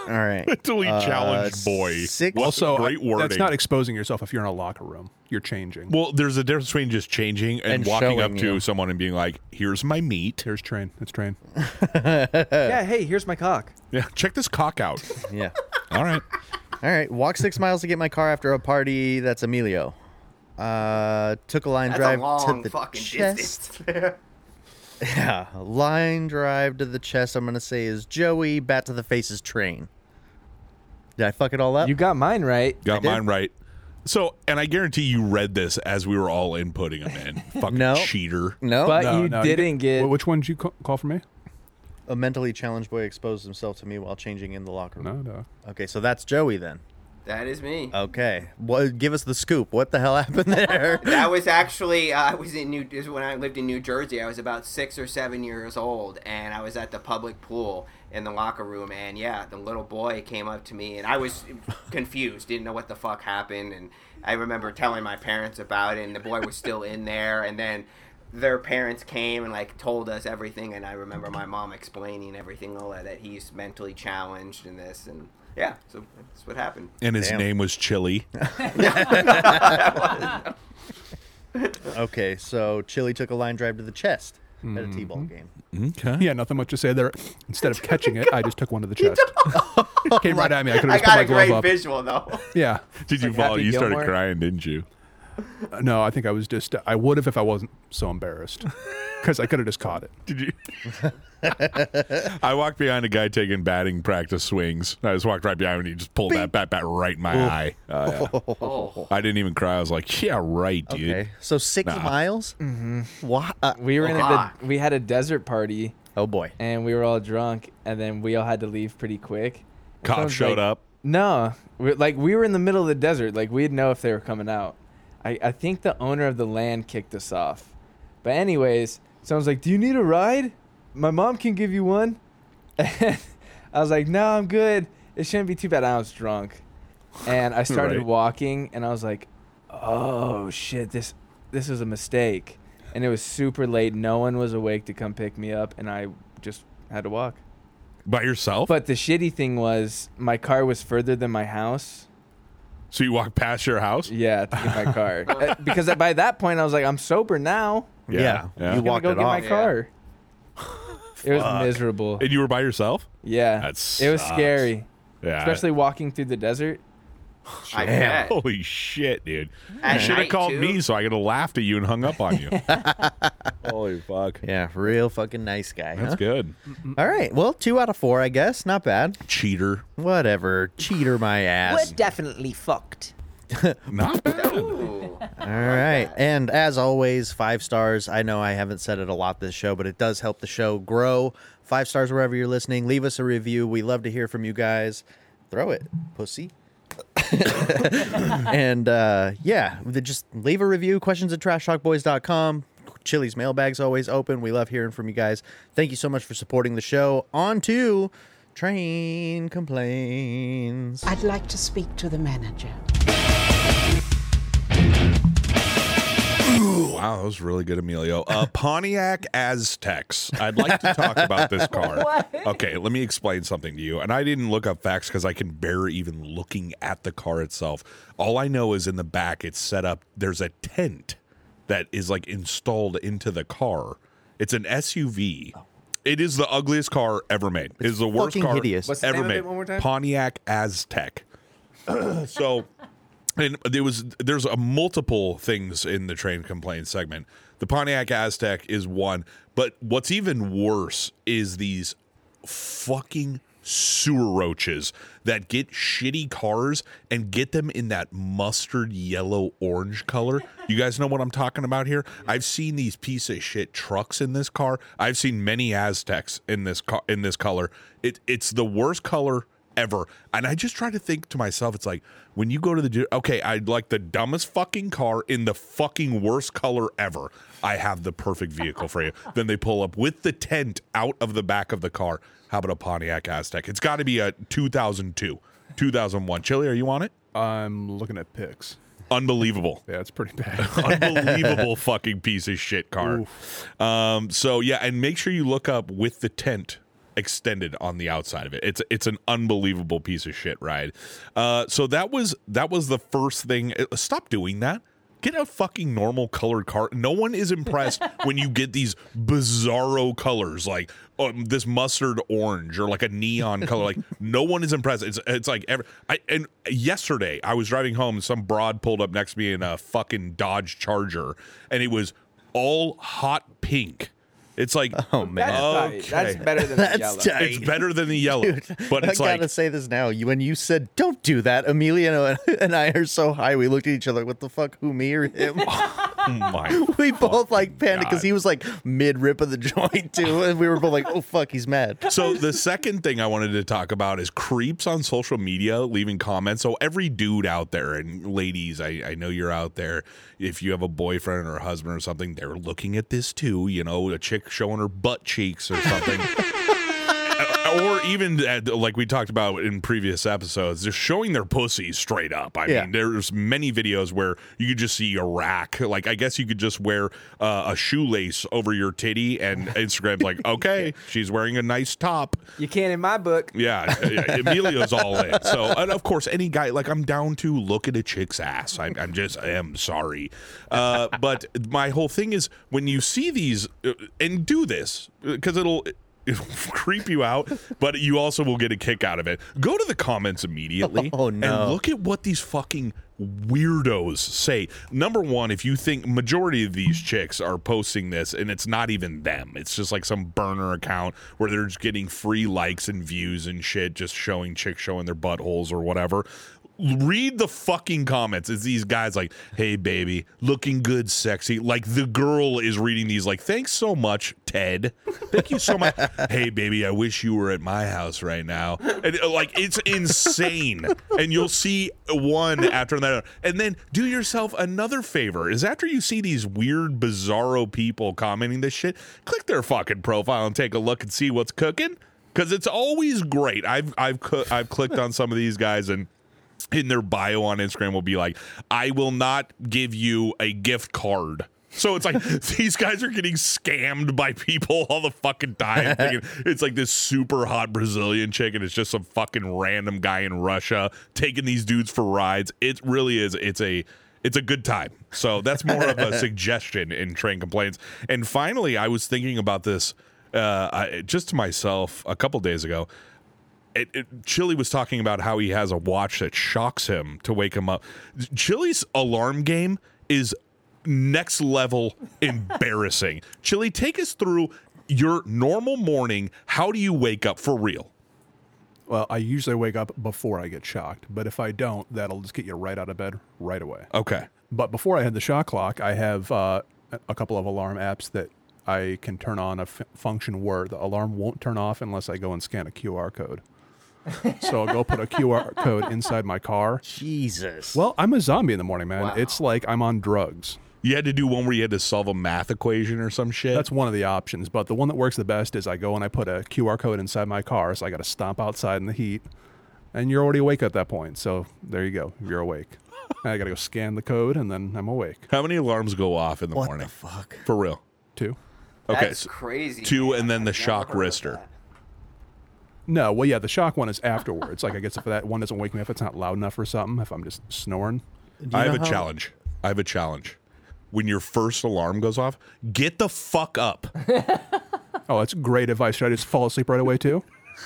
All right. Mentally challenged boy. Uh, six- Well, Also, great I- wording. that's not exposing yourself if you're in a locker room. You're changing. well, there's a difference between just changing and, And walking up showing to you. someone and being like, "Here's my meat." Here's train. It's train. yeah, hey, here's my cock. Yeah, check this cock out. Yeah. All right. All right. Walk six miles to get my car after a party. That's Emilio. Uh, took a line That's drive a long to the fucking chest. distance. Yeah, line drive to the chest. I'm gonna say is Joey. Bat to the face is train. Did I fuck it all up? You got mine right. Got did. mine right. So, and I guarantee you read this as we were all inputting them in. Fucking No. cheater. no. But No, you no, you didn't get Wh- Which one did you ca- call for me? a mentally challenged boy exposed himself to me while changing in the locker room. No, no. Okay, so that's Joey then. That is me. Okay. Well, give us the scoop. What the hell happened there? That was actually uh, I was in New is when I lived in New Jersey. I was about six or seven years old, and I was at the public pool in the locker room, and yeah, the little boy came up to me, and I was confused, didn't know what the fuck happened, and I remember telling my parents about it, and the boy was still in there, and then their parents came and like told us everything, and I remember my mom explaining everything all that, that he's mentally challenged and this and. Yeah, so that's what happened. And his Damn. name was Chili. okay, so Chili took a line drive to the chest at a T-ball Mm-hmm. game. Okay. Yeah, nothing much to say there. Instead of catching it, I just took one to the chest. Came right at me. I could have I just put got my a great glove up. visual though. Oh, Yeah. Did you Like fall? Happy You started Gilmore? crying, didn't you? Uh, No, I think I was just. I would have if I wasn't so embarrassed, because I could have just caught it. Did you? I walked behind a guy taking batting practice swings. I just walked right behind him and he just pulled that bat bat right in my eye. Oh, yeah. I didn't even cry. I was like, yeah, right, dude. Okay, so six Nah. miles. Mhm. What? Uh, We were in a, Ah. de- we had a desert party oh boy. and we were all drunk and then we all had to leave pretty quick. And Cop someone's showed like, up. No, we like we were in the middle of the desert. Like we'd know if they were coming out. I, I think the owner of the land kicked us off. But anyways, someone's like, "Do you need a ride? My mom can give you one." And I was like, "No, I'm good. It shouldn't be too bad." I was drunk, and I started Right. walking, and I was like, "Oh shit! This this was a mistake." And it was super late. No one was awake to come pick me up, and I just had to walk. By yourself? But the shitty thing was my car was further than my house. so you walked past your house? Yeah, to get my car. Uh, because by that point I was like, I'm sober now. Yeah, you Yeah. I'm gonna walked go it get off. my car. it was miserable. And you were by yourself? yeah, That it was sucks. scary, Yeah. especially walking through the desert. I bet. Holy shit, dude. At you should have night, called too. me so I could have laughed at you and hung up on you. Holy fuck. Yeah, real fucking nice guy. That's huh? good. All right. Well, two out of four, I guess. Not bad. Cheater. Whatever. Cheater, my ass. definitely fucked. Not bad. Ooh. All right. And as always, five stars. I know I haven't said it a lot this show, but it does help the show grow. Five stars wherever you're listening. Leave us a review. We love to hear from you guys. Throw it, pussy. and uh, yeah, th- just leave a review. Questions at trashtalkboys.com. Chili's mailbag's always open. We love hearing from you guys. Thank you so much for supporting the show. On to train complaints. I'd like to speak to the manager. Wow, that was really good, Emilio. Uh, Pontiac Aztecs. I'd like to talk about this car. Okay, let me explain something to you. And I didn't look up facts because I can bear even looking at the car itself. All I know is in the back, it's set up. There's a tent that is like installed into the car. It's an SUV. It is the ugliest car ever made. It is the worst fucking car hideous. What's the ever name of it made. one more time? Pontiac Aztec. so and there was there's a multiple things in the train complaint segment. The Pontiac Aztec is one, but what's even worse is these fucking sewer roaches that get shitty cars and get them in that mustard yellow orange color. You guys know what I'm talking about here? I've seen these piece of shit trucks in this car. I've seen many Aztecs in this car in this color. It it's the worst color ever. And I just try to think to myself, it's like when you go to the dealer- okay, I'd like the dumbest fucking car in the fucking worst color ever. I have the perfect vehicle for you. then they pull up with the tent out of the back of the car. How about a Pontiac Aztec? It's got to be a 2002, 2001. Chili, are you on it? I'm looking at pics. Unbelievable. Yeah, it's pretty bad. Unbelievable fucking piece of shit car. Um, so yeah, and make sure you look up with the tent extended on the outside of it. It's it's an unbelievable piece of shit ride. Uh, so that was that was the first thing. uh, Stop doing that. Get a fucking normal colored car. No one is impressed when you get these bizarro colors like um, this mustard orange or like a neon color. Like no one is impressed. It's it's like every. I and yesterday I was driving home and some broad pulled up next to me in a fucking Dodge Charger and it was all hot pink It's like, oh man, That's tight. That's better than the That's yellow. tight. It's better than the yellow, but I it's gotta like say this now. You when you said don't do that, Emilio and- and I are so high. We looked at each other. What the fuck? Who me or him? oh my we both like panicked because God. he was like mid rip of the joint too, and we were both like, "Oh fuck, he's mad." So the second thing I wanted to talk about is creeps on social media leaving comments. So every dude out there and ladies, I, I know you're out there. If you have a boyfriend or a husband or something, they're looking at this too. You know, a chick showing her butt cheeks or something. Or even uh, like we talked about in previous episodes, they're showing their pussy straight up. I Yeah. mean, there's many videos where you could just see a rack. Like I guess you could just wear uh, a shoelace over your titty, and Instagram's like, okay, she's wearing a nice top. You can't in my book. Yeah, yeah, Emilio's all in. So, and of course, any guy like I'm down to look at a chick's ass. I'm, I'm just, I am sorry, uh, but my whole thing is when you see these uh, and do this because it'll. It'll creep you out, but you also will get a kick out of it. Go to the comments immediately Oh, no. and look at what these fucking weirdos say. Number one, if you think majority of these chicks are posting this and it's not even them, it's just like some burner account where they're just getting free likes and views and shit, just showing chicks showing their buttholes or whatever. Read the fucking comments. It's these guys like, hey, baby, looking good, sexy. Like the girl is reading these, like, thanks so much, Ted. Thank you so much. hey, baby, I wish you were at my house right now. And uh, like, it's insane. and you'll see one after another. And then do yourself another favor is after you see these weird, bizarro people commenting this shit, click their fucking profile and take a look and see what's cooking. Cause it's always great. I've I've coo- I've clicked on some of these guys and in their bio on Instagram will be like, I will not give you a gift card. So it's like these guys are getting scammed by people all the fucking time. thinking it's like this super hot Brazilian chick, and it's just some fucking random guy in Russia taking these dudes for rides. It really is. It's a it's a good time. So that's more of a suggestion in train complaints. And finally, I was thinking about this uh, I, just to myself a couple days ago it, it, Chili was talking about how he has a watch that shocks him to wake him up. Chili's alarm game is next level embarrassing. Chili, take us through your normal morning. How do you wake up for real? Well, I usually wake up before I get shocked, but if I don't, that'll just get you right out of bed right away. Okay. But before I had the shot clock, I have uh, a couple of alarm apps that I can turn on a f- function where the alarm won't turn off unless I go and scan a QR code. so I'll go put a QR code inside my car. Jesus. Well, I'm a zombie in the morning, man. Wow. It's like I'm on drugs. You had to do one where you had to solve a math equation or some shit. That's one of the options, but the one that works the best is I go and I put a QR code inside my car, so I got to stomp outside in the heat, and you're already awake at that point. So there you go, you're awake. I got to go scan the code, and then I'm awake. how many alarms go off in the What morning? the fuck? For real. Two. Okay. That's so crazy. two man. and then the I've never shock heard of wrister. that. No, well, yeah, the shock one is afterwards. like I guess if that one doesn't wake me up, it's not loud enough or something. If I'm just snoring, I have know a how- challenge. I have a challenge. When your first alarm goes off, get the fuck up. oh, that's great advice. Should I just fall asleep right away too?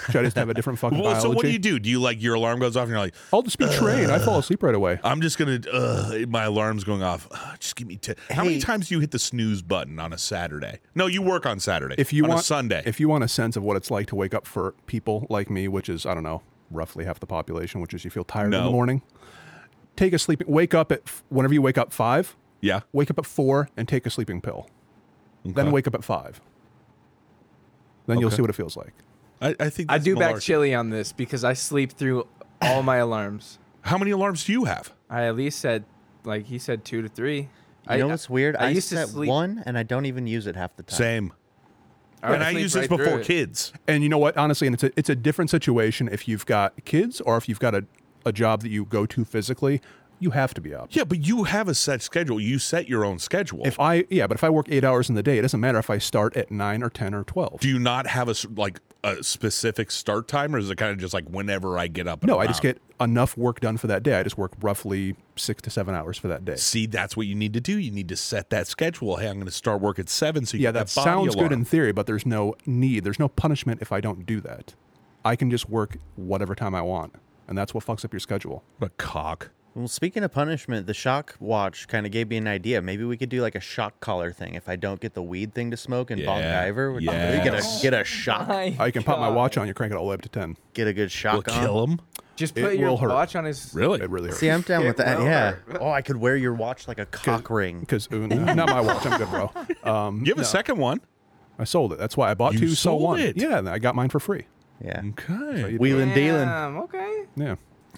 Should I just have a different fucking Well, biology? so what do you do? Do you like your alarm goes off and you're like, I'll just be trained. I fall asleep right away. I'm just gonna. Uh, my alarm's going off. Uh, just give me. T- How many Hey. times do you hit the snooze button on a Saturday? No, you work on Saturday. if you on want a Sunday, if you want a sense of what it's like to wake up for people like me, which is I don't know, roughly half the population, which is you feel tired in No. the morning. Take a sleeping. Wake up at f- whenever you wake up five. yeah, Wake up at four and take a sleeping pill. Then wake up at five. Then you'll Okay. see what it feels like. I, I think I that's do back malarkey. chili on this because I sleep through all my alarms. How many alarms do you have? I at least said, like he said, two to three. You know what's weird? I, used to set sleep. one, and I don't even use it half the time. Same. would and I sleep used right this before through it. kids. And you know what? Honestly, and it's a, it's a different situation if you've got kids or if you've got a, a job that you go to physically. You have to be up. Yeah, but you have a set schedule. You set your own schedule. If I yeah, but if I work eight hours in the day, it doesn't matter if I start at nine or ten or twelve. do you not have a s- like a specific start time, or is it kind of just like whenever I get up? and No, I just around? get enough work done for that day. I just work roughly six to seven hours for that day. See, that's what you need to do. You need to set that schedule. Hey, I'm going to start work at seven. So you Yeah, get that body sounds good alarm. in theory, but there's no need. There's no punishment if I don't do that. I can just work whatever time I want, and that's what fucks up your schedule. What a cock. Well, speaking of punishment, the shock watch kind of gave me an idea. Maybe we could do like a shock collar thing. If I don't get the weed thing to smoke and Yeah. Bon Diver, we get Yes. a get a shock. I can pop my watch on Oh, you, crank it all the way up to 10. Get a good shock on. him. Just It put your will hurt. watch on his. Really? It really hurts. See, I'm down with It that. will Yeah. hurt. Oh, I could wear your watch like a cock ring. Because uh, not my watch, I'm good, bro. Um, You have no, a second one. I sold it. That's why I bought You two, sold sold one. it? Yeah, and I got mine for free. Yeah. Okay. Wheeling, dealing. Damn, okay. Mm, Yeah.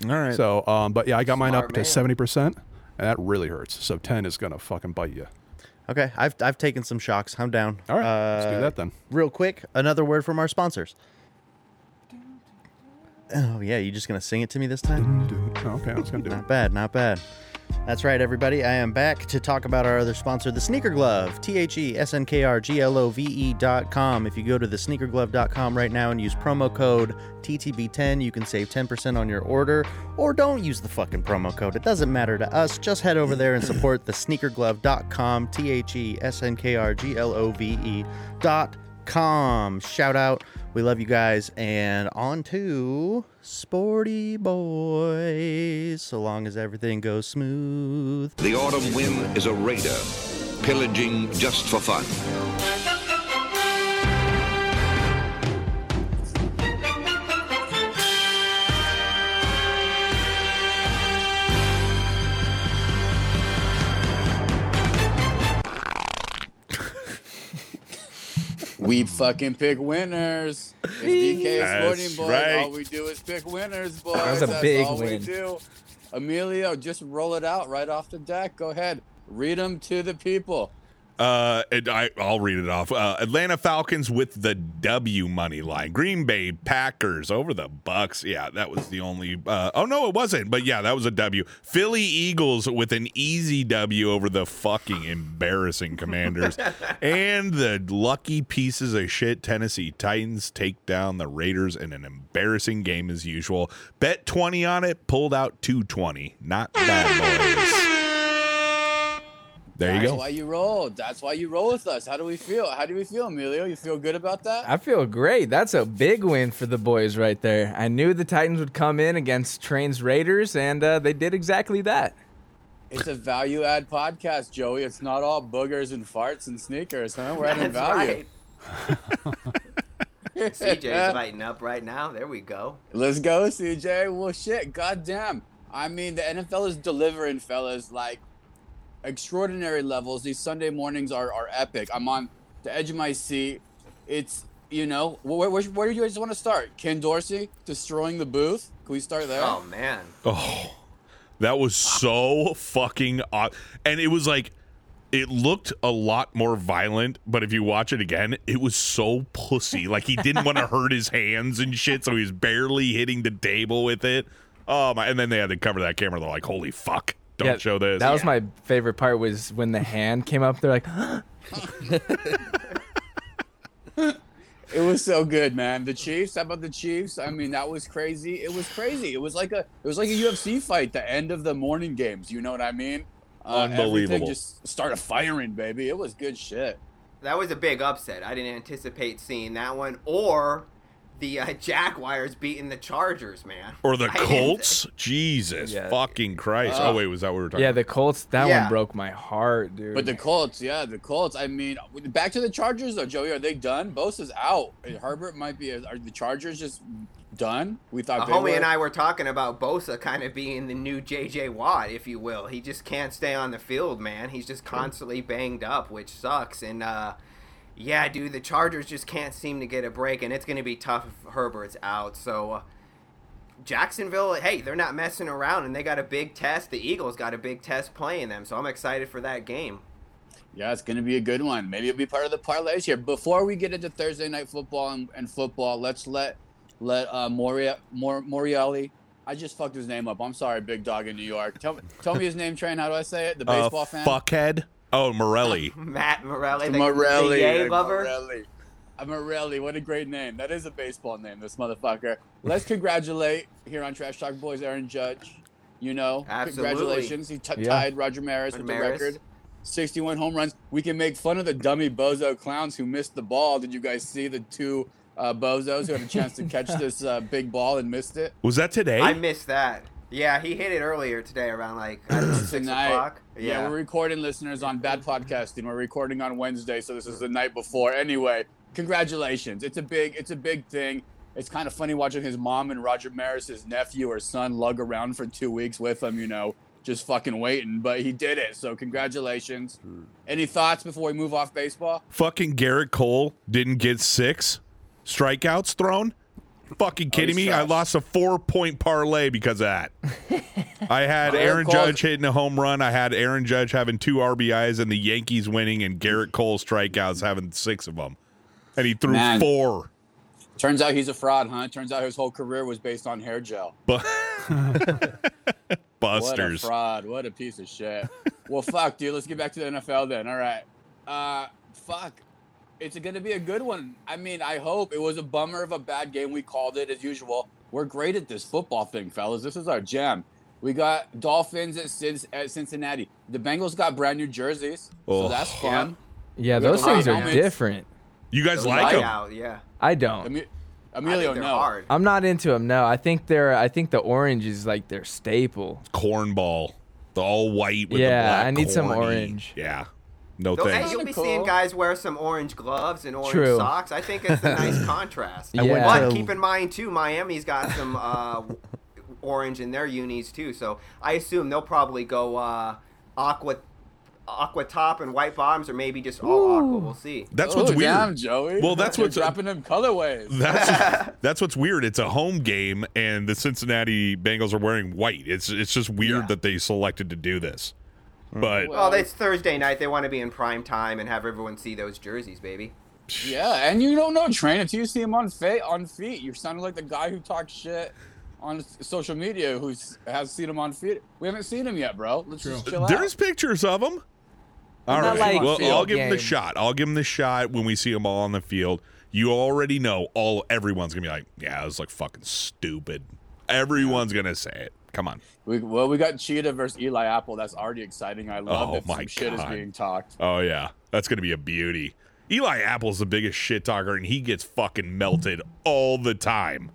All right. So, um, but yeah, I got mine Smart up man. to seventy percent, and that really hurts. So ten is gonna fucking bite you. Okay, I've I've taken some shocks. I'm down. All right, let's do Uh, that then. Real quick, another word from our sponsors. Oh yeah, you just gonna sing it to me this time? Oh, okay, I was gonna do it. Not bad, not bad. That's right, everybody. I am back to talk about our other sponsor, the Sneaker Glove. T H E S N K R G L O V E dot com. If you go to the sneakerglove.com right now and use promo code TTB10, you can save 10% on your order. Or don't use the fucking promo code. It doesn't matter to us. Just head over there and support the sneakerglove.com. T H E S N K R G L O V E dot com. Shout out. We love you guys. And on to Sporty Boys. So long as everything goes smooth. The autumn wind is a raider, pillaging just for fun. We fucking pick winners. It's DK Sporting That's Boys. All right. we do is pick winners, boys. was a That's big all win. we do. Emilio, just roll it out right off the deck. Go ahead. Read them to the people. Uh, and I, I'll read it off. Uh, Atlanta Falcons with the W money line. Green Bay Packers over the Bucks. Yeah, that was the only. Uh, oh no, it wasn't. But yeah, that was a W. Philly Eagles with an easy W over the fucking embarrassing Commanders, and the lucky pieces of shit Tennessee Titans take down the Raiders in an embarrassing game as usual. Bet twenty on it, pulled out two twenty. Not bad, boys. There you That's go. why you roll. That's why you roll with us. How do we feel? How do we feel, Emilio? You feel good about that? I feel great. That's a big win for the boys right there. I knew the Titans would come in against Trains Raiders, and uh, they did exactly that. It's a value add podcast, Joey. It's not all boogers and farts and sneakers, huh? We're adding That's value. right. CJ's lighting up right now. There we go. Let's go, CJ. Well, shit, goddamn. I mean, the NFL is delivering, fellas, like extraordinary levels. These Sunday mornings are, are epic. I'm on the edge of my seat. It's, you know, where, where, where do you guys want to start? Ken Dorsey destroying the booth? Can we start there? Oh man. Oh, that was so fucking aw- and it was like it looked a lot more violent, but if you watch it again, it was so pussy. Like he didn't want to hurt his hands and shit, so he was barely hitting the table with it. Oh my! And then they had to cover that camera. They're like, "Holy fuck! Don't Yeah, show this." That was my favorite part was when the hand came up. They're like, It was so good, man. The Chiefs. How about the Chiefs? I mean, that was crazy. It was crazy. It was like a it was like a UFC fight. The end of the morning games. You know what I mean? Uh, everything Unbelievable. Just started firing, baby. It was good shit. That was a big upset. I didn't anticipate seeing that one or the uh, Jaguars beating the Chargers, man. or the I didn't- Colts. Jesus Yeah. fucking Christ! Uh, oh wait, was that what we were talking? "Yeah, the Colts." That Yeah. one broke my heart, dude. But the Colts, yeah, the Colts. I mean, back to the Chargers though, Joey. Are they done? Bosa's out. Herbert might be. Are the Chargers just done? We thought. A they homie were- and I were talking about Bosa kind of being the new JJ Watt, if you will. He just can't stay on the field, man. He's just constantly banged up, which sucks. And uh, yeah, dude, the Chargers just can't seem to get a break, and it's going to be tough if Herbert's out. So uh, Jacksonville, hey, they're not messing around, and they got a big test. The Eagles got a big test playing them, so I'm excited for that game. Yeah, it's going to be a good one. Maybe it'll be part of the parlays here. Before we get into Thursday night football and, and football, let's let let uh, Moria, Mor, Morielli. I just fucked his name up. I'm sorry, big dog in New York. Tell, tell me his name, Train. How do I say it? The Uh, baseball fan. fuckhead. Oh, Morelli. Matt Morelli, the, Morelli. the yay uh, lover. Morelli. Uh, Morelli. What a great name. That is a baseball name, this motherfucker. Let's congratulate here on Trash Talk Boys, Aaron Judge. You know, Absolutely. congratulations. He t- Yeah. tied Roger Maris with the Maris. record. 61 home runs. We can make fun of the dummy bozo clowns who missed the ball. Did you guys see the two uh, bozos who had a chance to catch this uh, big ball and missed it? Was that today? I missed that. Yeah, he hit it earlier today around like I don't know, six tonight. o'clock. Yeah. Yeah. we're recording listeners on Bad Podcasting. We're recording on Wednesday, so this is the night before. Anyway, congratulations. It's a big it's a big thing. It's kind of funny watching his mom and Roger Maris, his nephew or son, lug around for two weeks with him, you know, just fucking waiting. But he did it, so congratulations. Any thoughts before we move off baseball? Fucking Garrett Cole didn't get six strikeouts thrown. Fucking Oh, kidding me? I lost a four point parlay because of that. I had Garrett Aaron Cole's- Judge hitting a home run. I had Aaron Judge having two RBIs and the Yankees winning, and Garrett Cole strikeouts having six of them. And he threw Man. four. Turns out he's a fraud, huh? Turns out his whole career was based on hair gel. Bu- What a Busters. fraud. What a piece of shit. well, fuck, dude. Let's get back to the NFL then. All right. Uh, fuck. It's going to be a good one. I mean, I hope it was a bummer of a bad game. We called it as usual. We're great at this football thing, fellas. This is our jam. We got Dolphins at, Cin- at Cincinnati. The Bengals got brand new jerseys, so Oh. that's fun. Yeah, We have those the things hot are helmets. different. You guys like 'em? yeah. I don't. Emi- Emilio, they're no. hard. I'm not into them. No, I think they're. I think the orange is like their staple. Cornball. The all white with Yeah, the black. I need some corny. orange. Yeah. No Though, hey, thanks. you'll be seeing guys wear some orange gloves and orange True. socks. I think it's a nice contrast. I went But to- keep in mind too, Miami's got some uh, orange in their unis too, so I assume they'll probably go uh, aqua, aqua top and white bottoms, or maybe just all aqua. We'll see. That's what's Oh, weird. Damn, Joey. Well, that's You're what's- dropping them colorways. That's that's what's weird. It's a home game, and the Cincinnati Bengals are wearing white. It's it's just weird that they selected to do this. Mm-hmm. But Well, it's Thursday night. They want to be in prime time and have everyone see those jerseys, baby. Yeah, and you don't know Train until you see him on fa- on feet. You sounded like the guy who talked shit on s- social media who s- has seen him on feet. We haven't seen him yet, bro. Let's just chill out. there's pictures of them. all Not right, like well, field I'll give him the game. shot. I'll give him the shot when we see them all on the field. You already know all everyone's gonna be like, yeah, it was like fucking stupid. Everyone's gonna say it. Come on. We, well, we got Cheetah versus Eli Apple. That's already exciting. I love Oh, that my some shit is God. being talked. Oh yeah, that's gonna be a beauty. Eli Apple's the biggest shit talker, and he gets fucking melted all the time.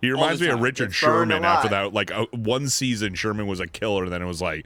He All reminds the me of time. Richard Gets burned Sherman after alive. that. Like uh, one season, Sherman was a killer, and then it was like,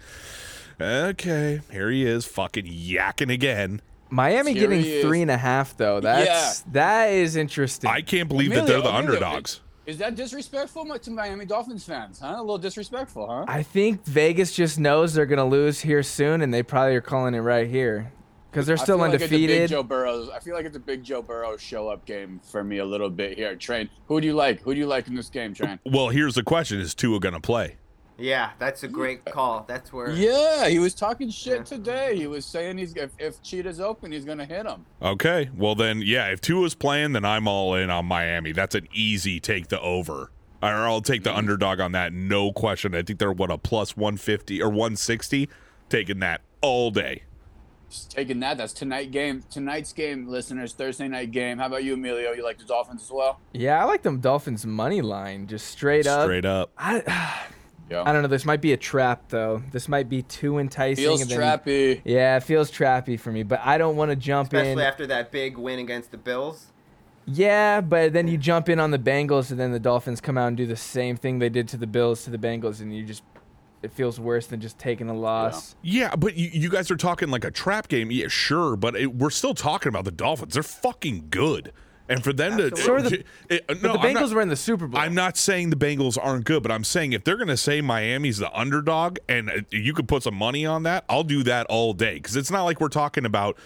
okay, here he is, fucking yakking again. Miami Here getting he is. three and a half though. That's that is interesting. I can't believe that they're the underdogs. Is that disrespectful mu- to Miami Dolphins fans? Huh? A little disrespectful, huh? I think Vegas just knows they're gonna lose here soon, and they probably are calling it right here because they're I still feel like it's a big undefeated. Joe Burrow's. I feel like it's a big Joe Burrow show up game for me a little bit here. Train. Who do you like? Who do you like in this game, Train? Well, here's the question: Is Tua gonna play? Yeah, that's a great call. That's where. Yeah, he was talking shit today. He was saying he's if, if Cheetah's open, he's gonna hit him. Okay, well then, yeah, if Tua's playing, then I'm all in on Miami. That's an easy take the over. Or I'll take Mm-hmm. the underdog on that, no question. I think they're what a plus one fifty or one sixty, taking that all day. Just taking that. That's tonight game. Tonight's game, listeners. Thursday night game. How about you, Emilio? You like the Dolphins as well? Yeah, I like them Dolphins money line, just straight up. Straight up. I, Yeah. I don't know. This might be a trap though. This might be too enticing. Feels and then- trappy. Yeah, it feels trappy for me, but I don't want to jump in. Especially after that big win against the Bills. Yeah, but then you jump in on the Bengals, and then the Dolphins come out and do the same thing they did to the Bills to the Bengals, and you just it feels worse than just taking a loss. Yeah, but you, you guys are talking like a trap game. Yeah, sure, but it, we're still talking about the Dolphins. They're fucking good, and for them to Absolutely. So are the- to- it- uh, but no, the I'm Bengals not- were in the Super Bowl. I'm not saying the Bengals aren't good, but I'm saying if they're going to say Miami's the underdog and uh, you could put some money on that, I'll do that all day because it's not like we're talking about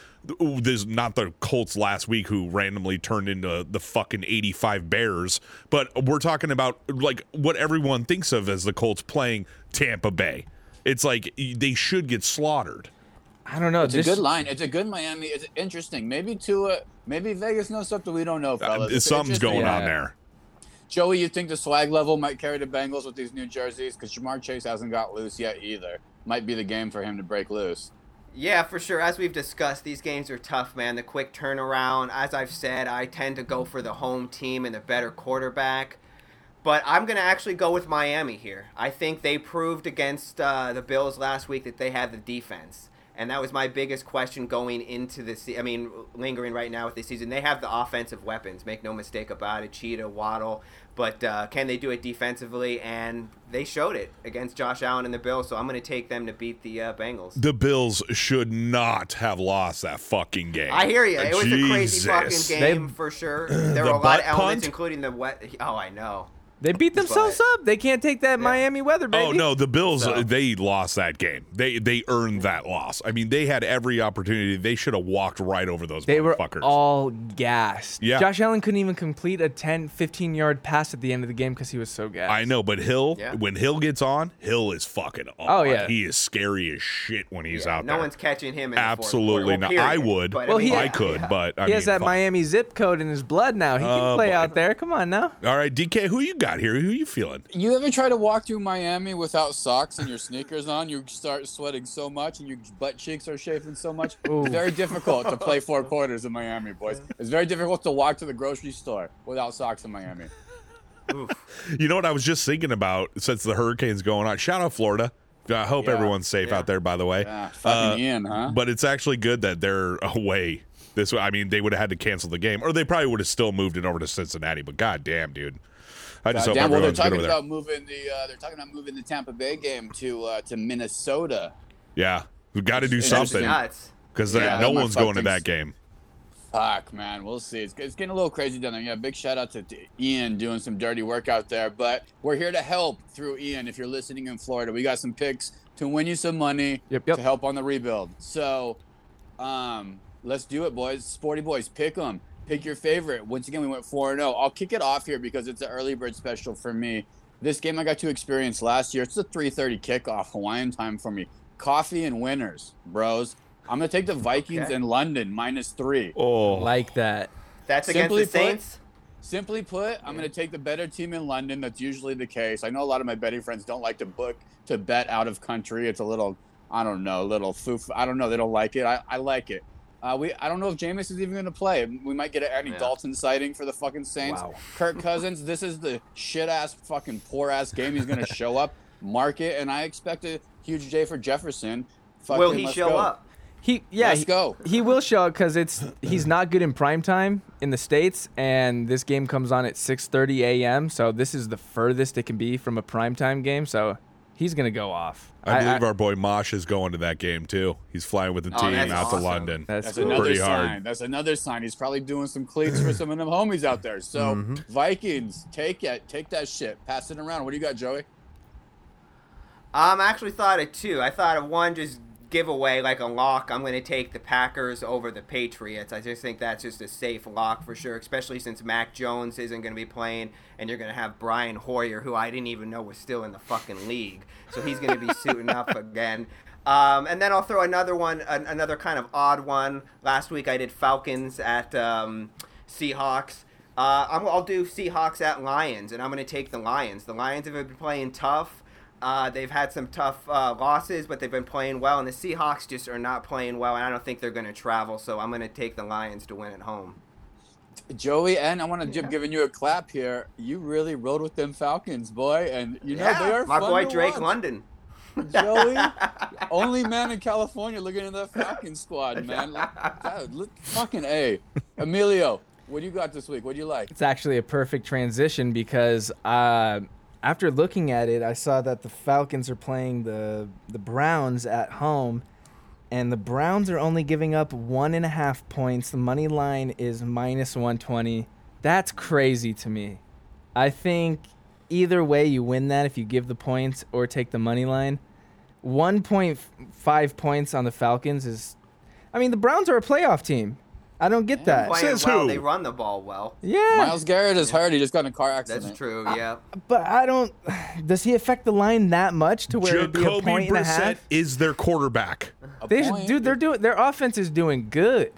ooh, this not the Colts last week who randomly turned into the fucking 85 Bears, but we're talking about like what everyone thinks of as the Colts playing Tampa Bay. It's like y- they should get slaughtered. I don't know. It's a good line. It's a good Miami. It's interesting. Maybe Tua. Maybe Vegas knows stuff that we don't know, Oh, fellas. It's Uh, Something's interesting. going on there. Joey, you think the swag level might carry the Bengals with these new jerseys? Because Jamar Chase hasn't got loose yet either. Might be the game for him to break loose. Yeah, for sure. As we've discussed, these games are tough, man. The quick turnaround. As I've said, I tend to go for the home team and the better quarterback. But I'm going to actually go with Miami here. I think they proved against uh, the Bills last week that they have the defense. And that was my biggest question going into the se- I mean, lingering right now with this season. They have the offensive weapons, make no mistake about it. Cheetah, Waddle, but uh, can they do it defensively? And they showed it against Josh Allen and the Bills. So I'm going to take them to beat the uh, Bengals. The Bills should not have lost that fucking game. I hear you. It was a crazy fucking Jesus. game for sure. There the were a lot butt of elements, punt? including the wet. Oh, I know. They beat themselves up. They can't take that Miami weather, baby. Oh no, the Bills uh, they lost that game. They they earned that loss. I mean, they had every opportunity. They should have walked right over those They were motherfuckers. all gassed. Yeah. Josh Allen couldn't even complete a 10, 15 yard pass at the end of the game because he was so gassed. I know, but Hill Yeah. when Hill gets on, Hill is fucking on. Oh, yeah. He is scary as shit when he's out No there. one's catching him. In the fourth quarter. Absolutely Well, not. period. I would. But, well, mean, I could, but I he mean, has that fuck. Miami zip code in his blood now. He Oh, can play boy. out there. Come on now. All right, DK, who you got here? Who you feeling? You ever try to walk through Miami without socks and your sneakers on? You start sweating so much and your butt cheeks are chafing so much. It's very difficult to play four quarters in Miami, boys. It's very difficult to walk to the grocery store without socks in Miami. You know what I was just thinking about since the hurricane's going on. Shout out Florida. I hope Yeah, everyone's safe yeah. out there. By the way, Uh, Yeah, fucking Ian, huh? But it's actually good that they're away. This, I mean, they would have had to cancel the game, or they probably would have still moved it over to Cincinnati. But goddamn, dude, I just hope Goddamn, well, they're everyone's good talking over there. about moving the uh, they're talking about moving the Tampa Bay game to uh, to Minnesota. Yeah, we got to do It's something nuts. because Yeah, no that might one's fuck going to things- that game. Fuck, man. We'll see. It's, it's getting a little crazy down there. Yeah, big shout out to, to Ian doing some dirty work out there. But we're here to help through Ian. If you're listening in Florida, we got some picks to win you some money to help on the rebuild. So um, let's do it, boys. Sporty boys, pick them. Pick your favorite. Once again, we went 4 0. I'll kick it off here because it's an early bird special for me. This game I got to experience last year. It's the 3:30 kickoff Hawaiian time for me. Coffee and winners, bros. I'm gonna take the Vikings Okay. in London minus three. Oh, like that. That's against the Saints? Put, simply put, I'm going to take the better team in London. That's usually the case. I know a lot of my betting friends don't like to book to bet out of country. It's a little, I don't know, a little foof. I don't know. They don't like it. I, I like it. Uh, we I don't know if Jameis is even going to play. We might get an Andy Yeah. Dalton sighting for the fucking Saints. Wow. Kirk Cousins, this is the shit ass fucking poor ass game. He's going to show up, mark it, and I expect a huge day for Jefferson. Fucking Will he let's show go. up? He yeah. Let's he, go. He will show up because it's he's not good in prime time in the states, and this game comes on at 6:30 a.m. So this is the furthest it can be from a prime time game. So he's gonna go off. I, believe our boy Mosh is going to that game too. He's flying with the Oh, team that's out awesome. to London. That's, another pretty sign. hard. That's another sign. He's probably doing some cleats for some of them homies out there. So Mhm. Vikings, take it, take that shit, pass it around. What do you got, Joey? Um, I actually thought of two. I thought of one just giveaway, like a lock. I'm going to take the Packers over the Patriots. I just think that's just a safe lock for sure, especially since Mac Jones isn't going to be playing, and you're going to have Brian Hoyer, who I didn't even know was still in the fucking league. So he's going to be suiting up again. Um, and then I'll throw another one, an, another kind of odd one. Last week I did Falcons at um, Seahawks. Uh, I'm, I'll do Seahawks at Lions, and I'm going to take the Lions. The Lions have been playing tough. Uh, they've had some tough uh, losses, but they've been playing well, and the Seahawks just are not playing well, and I don't think they're going to travel, so I'm going to take the Lions to win at home. Joey, and I want to give giving you a clap here. You really rode with them Falcons, boy, and you know they are my fun boy to Drake watch. London. Joey, only man in California looking at that Falcons squad, man. Like, that- look, fucking a, Emilio. What do you got this week? What do you like? It's actually a perfect transition because uh, after looking at it, I saw that the Falcons are playing the the Browns at home, and the Browns are only giving up one and a half points. The money line is minus one twenty. That's crazy to me. I think either way you win that if you give the points or take the money line. 1.5 points on the Falcons is I mean the Browns are a playoff team. I don't get that. Playing well, they run the ball well. Yeah. Miles Garrett is hurt. He just got in a car accident. That's true. Yeah. But I don't. Does he affect the line that much to where it'd be a Jacoby point and a Brissett half? is their quarterback. They should, dude, they're doing their offense is doing good.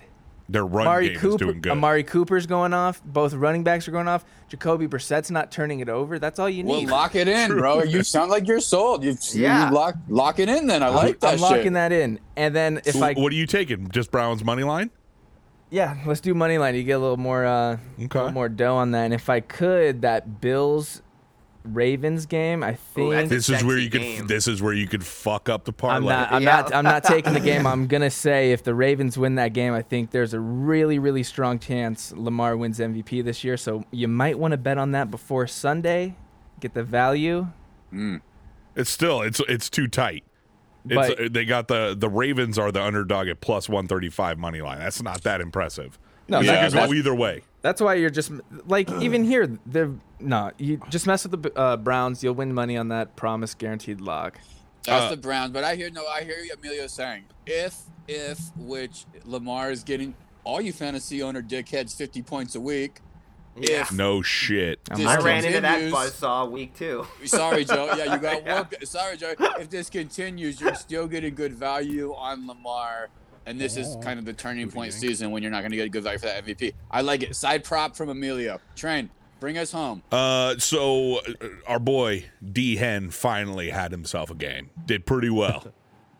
Their run Amari game Cooper, is doing good. Amari Cooper's going off. Both running backs are going off. Jacoby Brissett's not turning it over. That's all you Well, need. lock it in, bro. You sound like you're sold. You, Yeah. you lock lock it in. Then I like that. I'm shit. locking that in, and then if So I what are you taking? Just Browns money line? Yeah, let's do money line. You get a little more, uh, little more dough on that. And if I could, that Bills Ravens game. I think this is where you could this is where you could fuck up the parlay. I'm not. I'm not. I'm not taking the game. I'm gonna say if the Ravens win that game, I think there's a really, really strong chance Lamar wins MVP this year. So you might want to bet on that before Sunday, get the value. It's still it's it's too tight. It's, But- they got the the Ravens are the underdog at plus one thirty five money line. That's not that impressive. No, No, that- that could that's- go either way. That's why you're just like even here. They're no. You just mess with the uh, Browns. You'll win money on that. Promise, guaranteed lock. That's the Browns, but I hear no. I hear you, Emilio saying if if which Lamar is getting all you fantasy owner dickheads fifty points a week. Yeah. If No shit. I ran into that continues- buzzsaw week two. Sorry, Joe. Yeah, you got one. Sorry, Joe. If this continues, you're still getting good value on Lamar, and this Oh. is kind of the turning point season when you're not going to get good value for that MVP. I like it. Side prop from Emilio. Train, bring us home. Uh, so uh, our boy D Hen finally had himself a game. Did pretty well.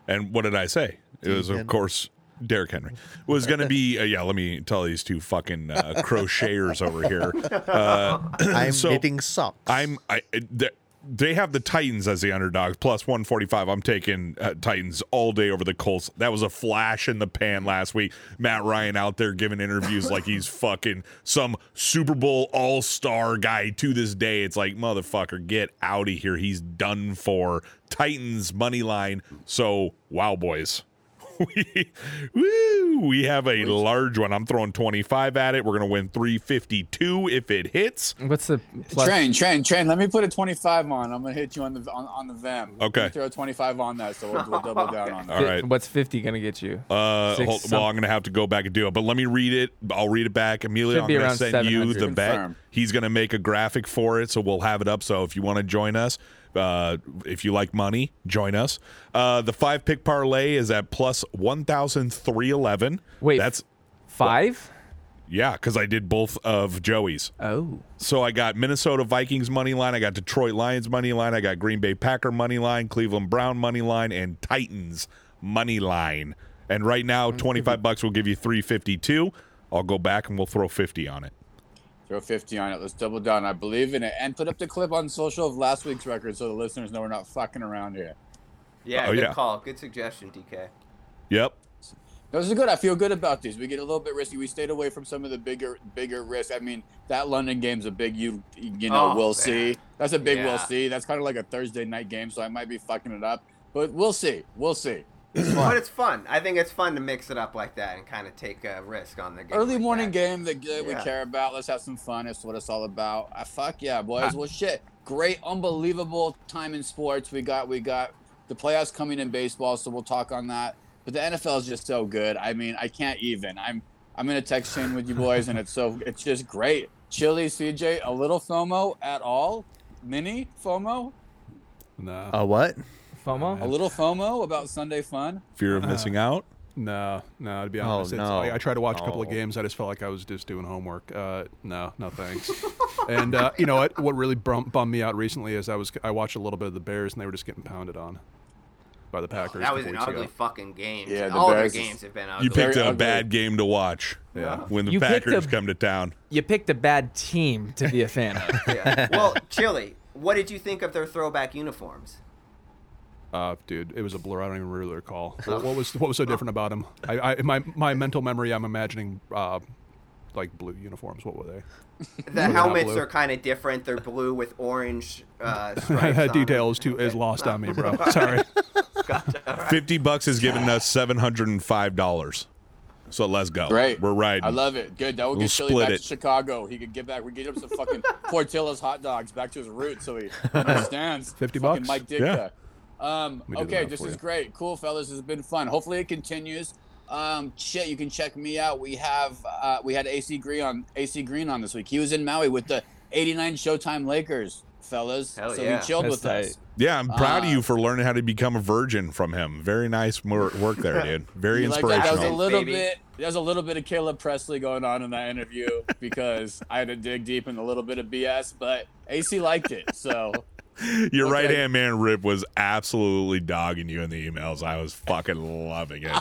and what did I say? It was of D-Hen. course Derrick Henry was going to be uh, yeah. Let me tell these two fucking uh, crocheters over here. Uh, I'm so knitting socks. I'm I they, they have the Titans as the underdogs plus 145. I'm taking uh, Titans all day over the Colts. That was a flash in the pan last week. Matt Ryan out there giving interviews like he's fucking some Super Bowl all-star guy to this day. It's like motherfucker, get out of here. He's done for. Titans money line. So, wow boys. We, woo, we have a large one. I'm throwing 25 at it. We're going to win 352 if it hits. What's the Train, train, train. Let me put a twenty-five on. I'm going to hit you on the on, on the VAM. Let me Okay. Throw a twenty-five on that, so we'll, we'll double down on that. All right. What's fifty gonna get you? Uh, Six hold, some- well, I'm gonna have to go back and do it, but let me read it. I'll read it back. Emilio, Should I'm be gonna around send you 700. the bet. Confirm. He's gonna make a graphic for it, so we'll have it up. So if you want to join us, uh, if you like money, join us. Uh, the five pick parlay is at plus one thousand three eleven. Wait, that's five. Yeah, because I did both of Joey's. Oh. So I got Minnesota Vikings money line, I got Detroit Lions money line, I got Green Bay Packer money line, Cleveland Brown money line, and Titans money line. And right now, twenty five bucks will give you three fifty two. I'll go back and we'll throw fifty on it. Throw 50 on it. Let's double down. I believe in it. And put up the clip on social of last week's record so the listeners know we're not fucking around here. Yeah, Oh, good yeah. call. Good suggestion, DK. Yep. Those are good. I feel good about these. We get a little bit risky. We stayed away from some of the bigger bigger risks. I mean, that London game's a big you you know, Oh, we'll man. see. That's a big Yeah. we'll see. That's kind of like a Thursday night game, so I might be fucking it up. But we'll see. We'll see. But it's fun. I think it's fun to mix it up like that and kind of take a risk on the game. Early morning game that, that we Yeah. care about. Let's have some fun. That's what it's all about. Ah, fuck yeah, boys. Well, shit. Great, unbelievable time in sports. We got we got the playoffs coming in baseball, so we'll talk on that. But the NFL is just so good. I mean, I can't even. I'm I'm in a text chain with you boys, and it's so it's just great. Chili, CJ, a little FOMO at all? Mini FOMO? No. Oh. A what? FOMO? A little FOMO about Sunday fun? Fear of missing out? No, no. To be Oh, honest, it's, I, no. I tried to watch a Oh. couple of No. games. I just felt like I was just doing homework. Uh, no, no thanks. and uh, you know what? What really bum- bummed me out recently is I was I watched a little bit of the Bears and they were just getting pounded on by the Packers. Oh, That a was couple an weeks ugly ago. fucking game. Yeah, the all their Bears is- games have been You ugly. picked a bad game to watch. Yeah. When the You picked Packers a- come to town. You picked a bad team to be a fan of. Yeah. Well, Chili, what did you think of their throwback uniforms? Uh, dude, it was a blur. I don't even really recall. What, what was what was so different about him? I, I in my my mental memory, I'm imagining uh, like blue uniforms. What were they? The Were they not helmets blue? are kind of different. They're blue with orange uh, stripes that on them. detail is too is lost on me, bro. Sorry. Fifty bucks is giving us seven hundred and five dollars. So let's go. Right. We're riding. I love it. Good. That will We'll get Chili split back it. to Chicago. He could get back. We get him some fucking Portillo's hot dogs back to his roots so he understands. 50 Fucking bucks? Mike Ditka. Um, We did okay, that this for is you. great. Cool, fellas. This has been fun. Hopefully it continues. Um, shit, you can check me out. We have uh, we had AC Green on AC Green on this week. He was in Maui with the 89 Showtime Lakers, fellas. Hell so yeah. he chilled with us. Yeah, I'm proud Uh, of you for learning how to become a virgin from him. Very nice wor- work there, dude. Very You like that? inspirational. That was a little Baby. bit. There's a little bit of Caleb Presley going on in that interview because I had to dig deep in a little bit of BS, but AC liked it. So Your right hand man Rip was absolutely dogging you in the emails. I was fucking loving it.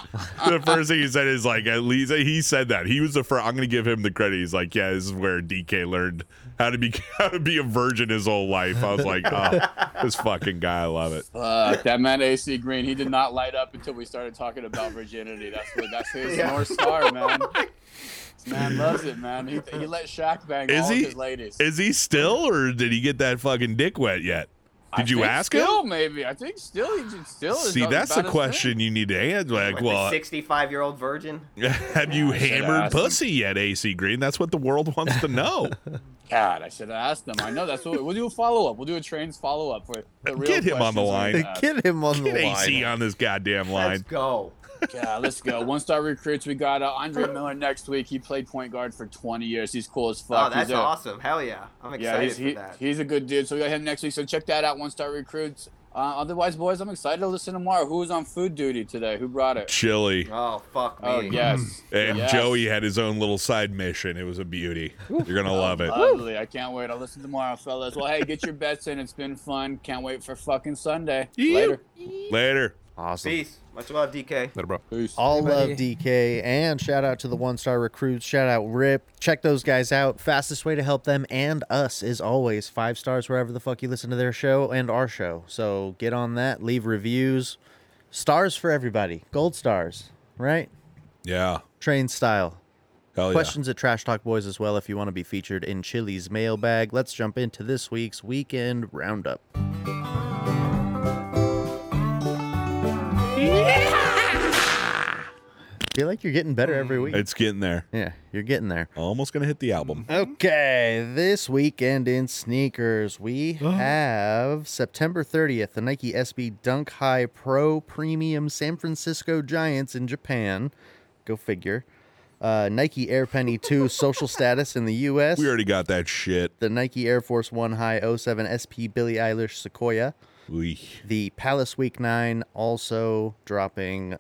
the first thing he said is like, at least he said that he was the first. I'm gonna give him the credit. He's like, yeah, this is where DK learned how to be how to be a virgin his whole life. I was like, oh, this fucking guy, I love it. Fuck that man, AC Green. He did not light up until we started talking about virginity. That's what. That's his Yeah. north star, man. This man loves it, man. He, he let Shaq bang Is all he of his ladies. is he still or did he get that fucking dick wet yet? Did you think ask still, him? Maybe I think still he just still. is See, not that's the about his thing. question you need to answer. Like, well, Sixty-five-year-old virgin. have you I should've hammered asked him. pussy yet, AC Green? That's what the world wants to know. God, I should have asked them. I know that's what we'll do. A follow up. We'll do a trains follow up for the real Get him on the line. questions we have. Get him on Get the AC line. on this goddamn line. go. Yeah, let's go. One star recruits. We got uh, Andre Miller next week. He played point guard for 20 years. He's cool as fuck. Oh, that's He's a- awesome. Hell yeah. I'm excited yeah, he's, for he- that. he's a good dude. So we got him next week. So check that out. One star recruits. Uh, otherwise, boys, I'm excited to listen tomorrow. Who was on food duty today? Who brought it? Chili. Oh fuck me. Oh yes. And Yes. Joey had his own little side mission. It was a beauty. You're gonna love it. Lovely. I can't wait. I'll listen tomorrow, fellas. Well, hey, get your bets in. It's been fun. Can't wait for fucking Sunday. Later. Later. Awesome. Peace. Much love, DK. Later, bro. Peace. All love DK and shout out to the one star recruits. Shout out Rip. Check those guys out. Fastest way to help them and us is always five stars wherever the fuck you listen to their show and our show. So get on that. Leave reviews. Stars for everybody. Gold stars, right? Yeah. Train style. Hell yeah. Questions at Trash Talk Boys as well if you want to be featured in Chili's mailbag. Let's jump into this week's weekend roundup. Feel like you're getting better every week. It's getting there. Yeah, you're getting there. Almost gonna hit the album. Okay, this weekend in sneakers, we Uh-huh. have September 30th, the Nike SB Dunk High Pro Premium San Francisco Giants in Japan. Go figure. Uh, Nike Air Penny 2 Social Status in the US. We already got that shit. the Nike Air Force One High 07 SP Billie Eilish Sequoia. We, The Palace Week 9 also dropping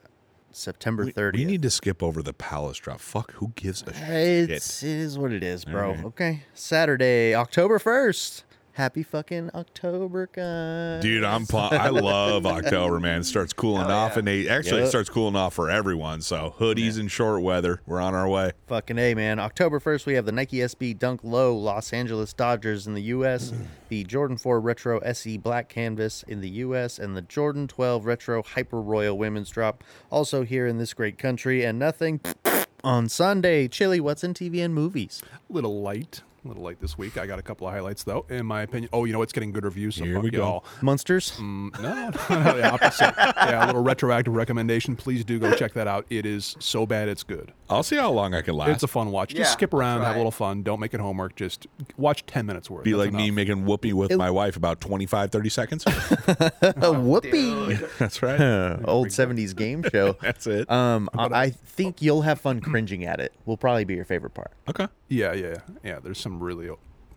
September 30th. we need to skip over the palace drop. Fuck, who gives a shit? It's, it is what it is, bro. right. Okay. Saturday, October 1st. Happy fucking October, guys. Dude, I'm pu- I love October, man. It starts cooling off, and they actually it Yep. starts cooling off for everyone. So hoodies and short weather, we're on our way. Fucking A, man. October 1st, we have the Nike SB Dunk Low Los Angeles Dodgers in the U.S., the Jordan 4 Retro SE Black Canvas in the U.S., and the Jordan 12 Retro Hyper Royal Women's Drop, also here in this great country. And nothing on Sunday. Chili, what's in TV and movies? little light, a little light this week. I got a couple of highlights though, in my opinion. Oh, you know it's getting good reviews. So Here fuck we go. y'all. Monsters? Mm, no, no, no, the opposite. yeah, a little retroactive recommendation. Please do go check that out. It is so bad it's good. I'll see how long I can last. It's a fun watch. Yeah, Just skip around, have right. a little fun. Don't make it homework. Just watch ten minutes worth. Be That's like me enough. making whoopee with It- my wife about 25, 30 seconds. Oh, Oh, Whoopee! That's right. Old 70s game show. That's it. Um, I, I think you'll have fun cringing at it. Will probably be your favorite part. Okay. Yeah, yeah, yeah. yeah. There's some really.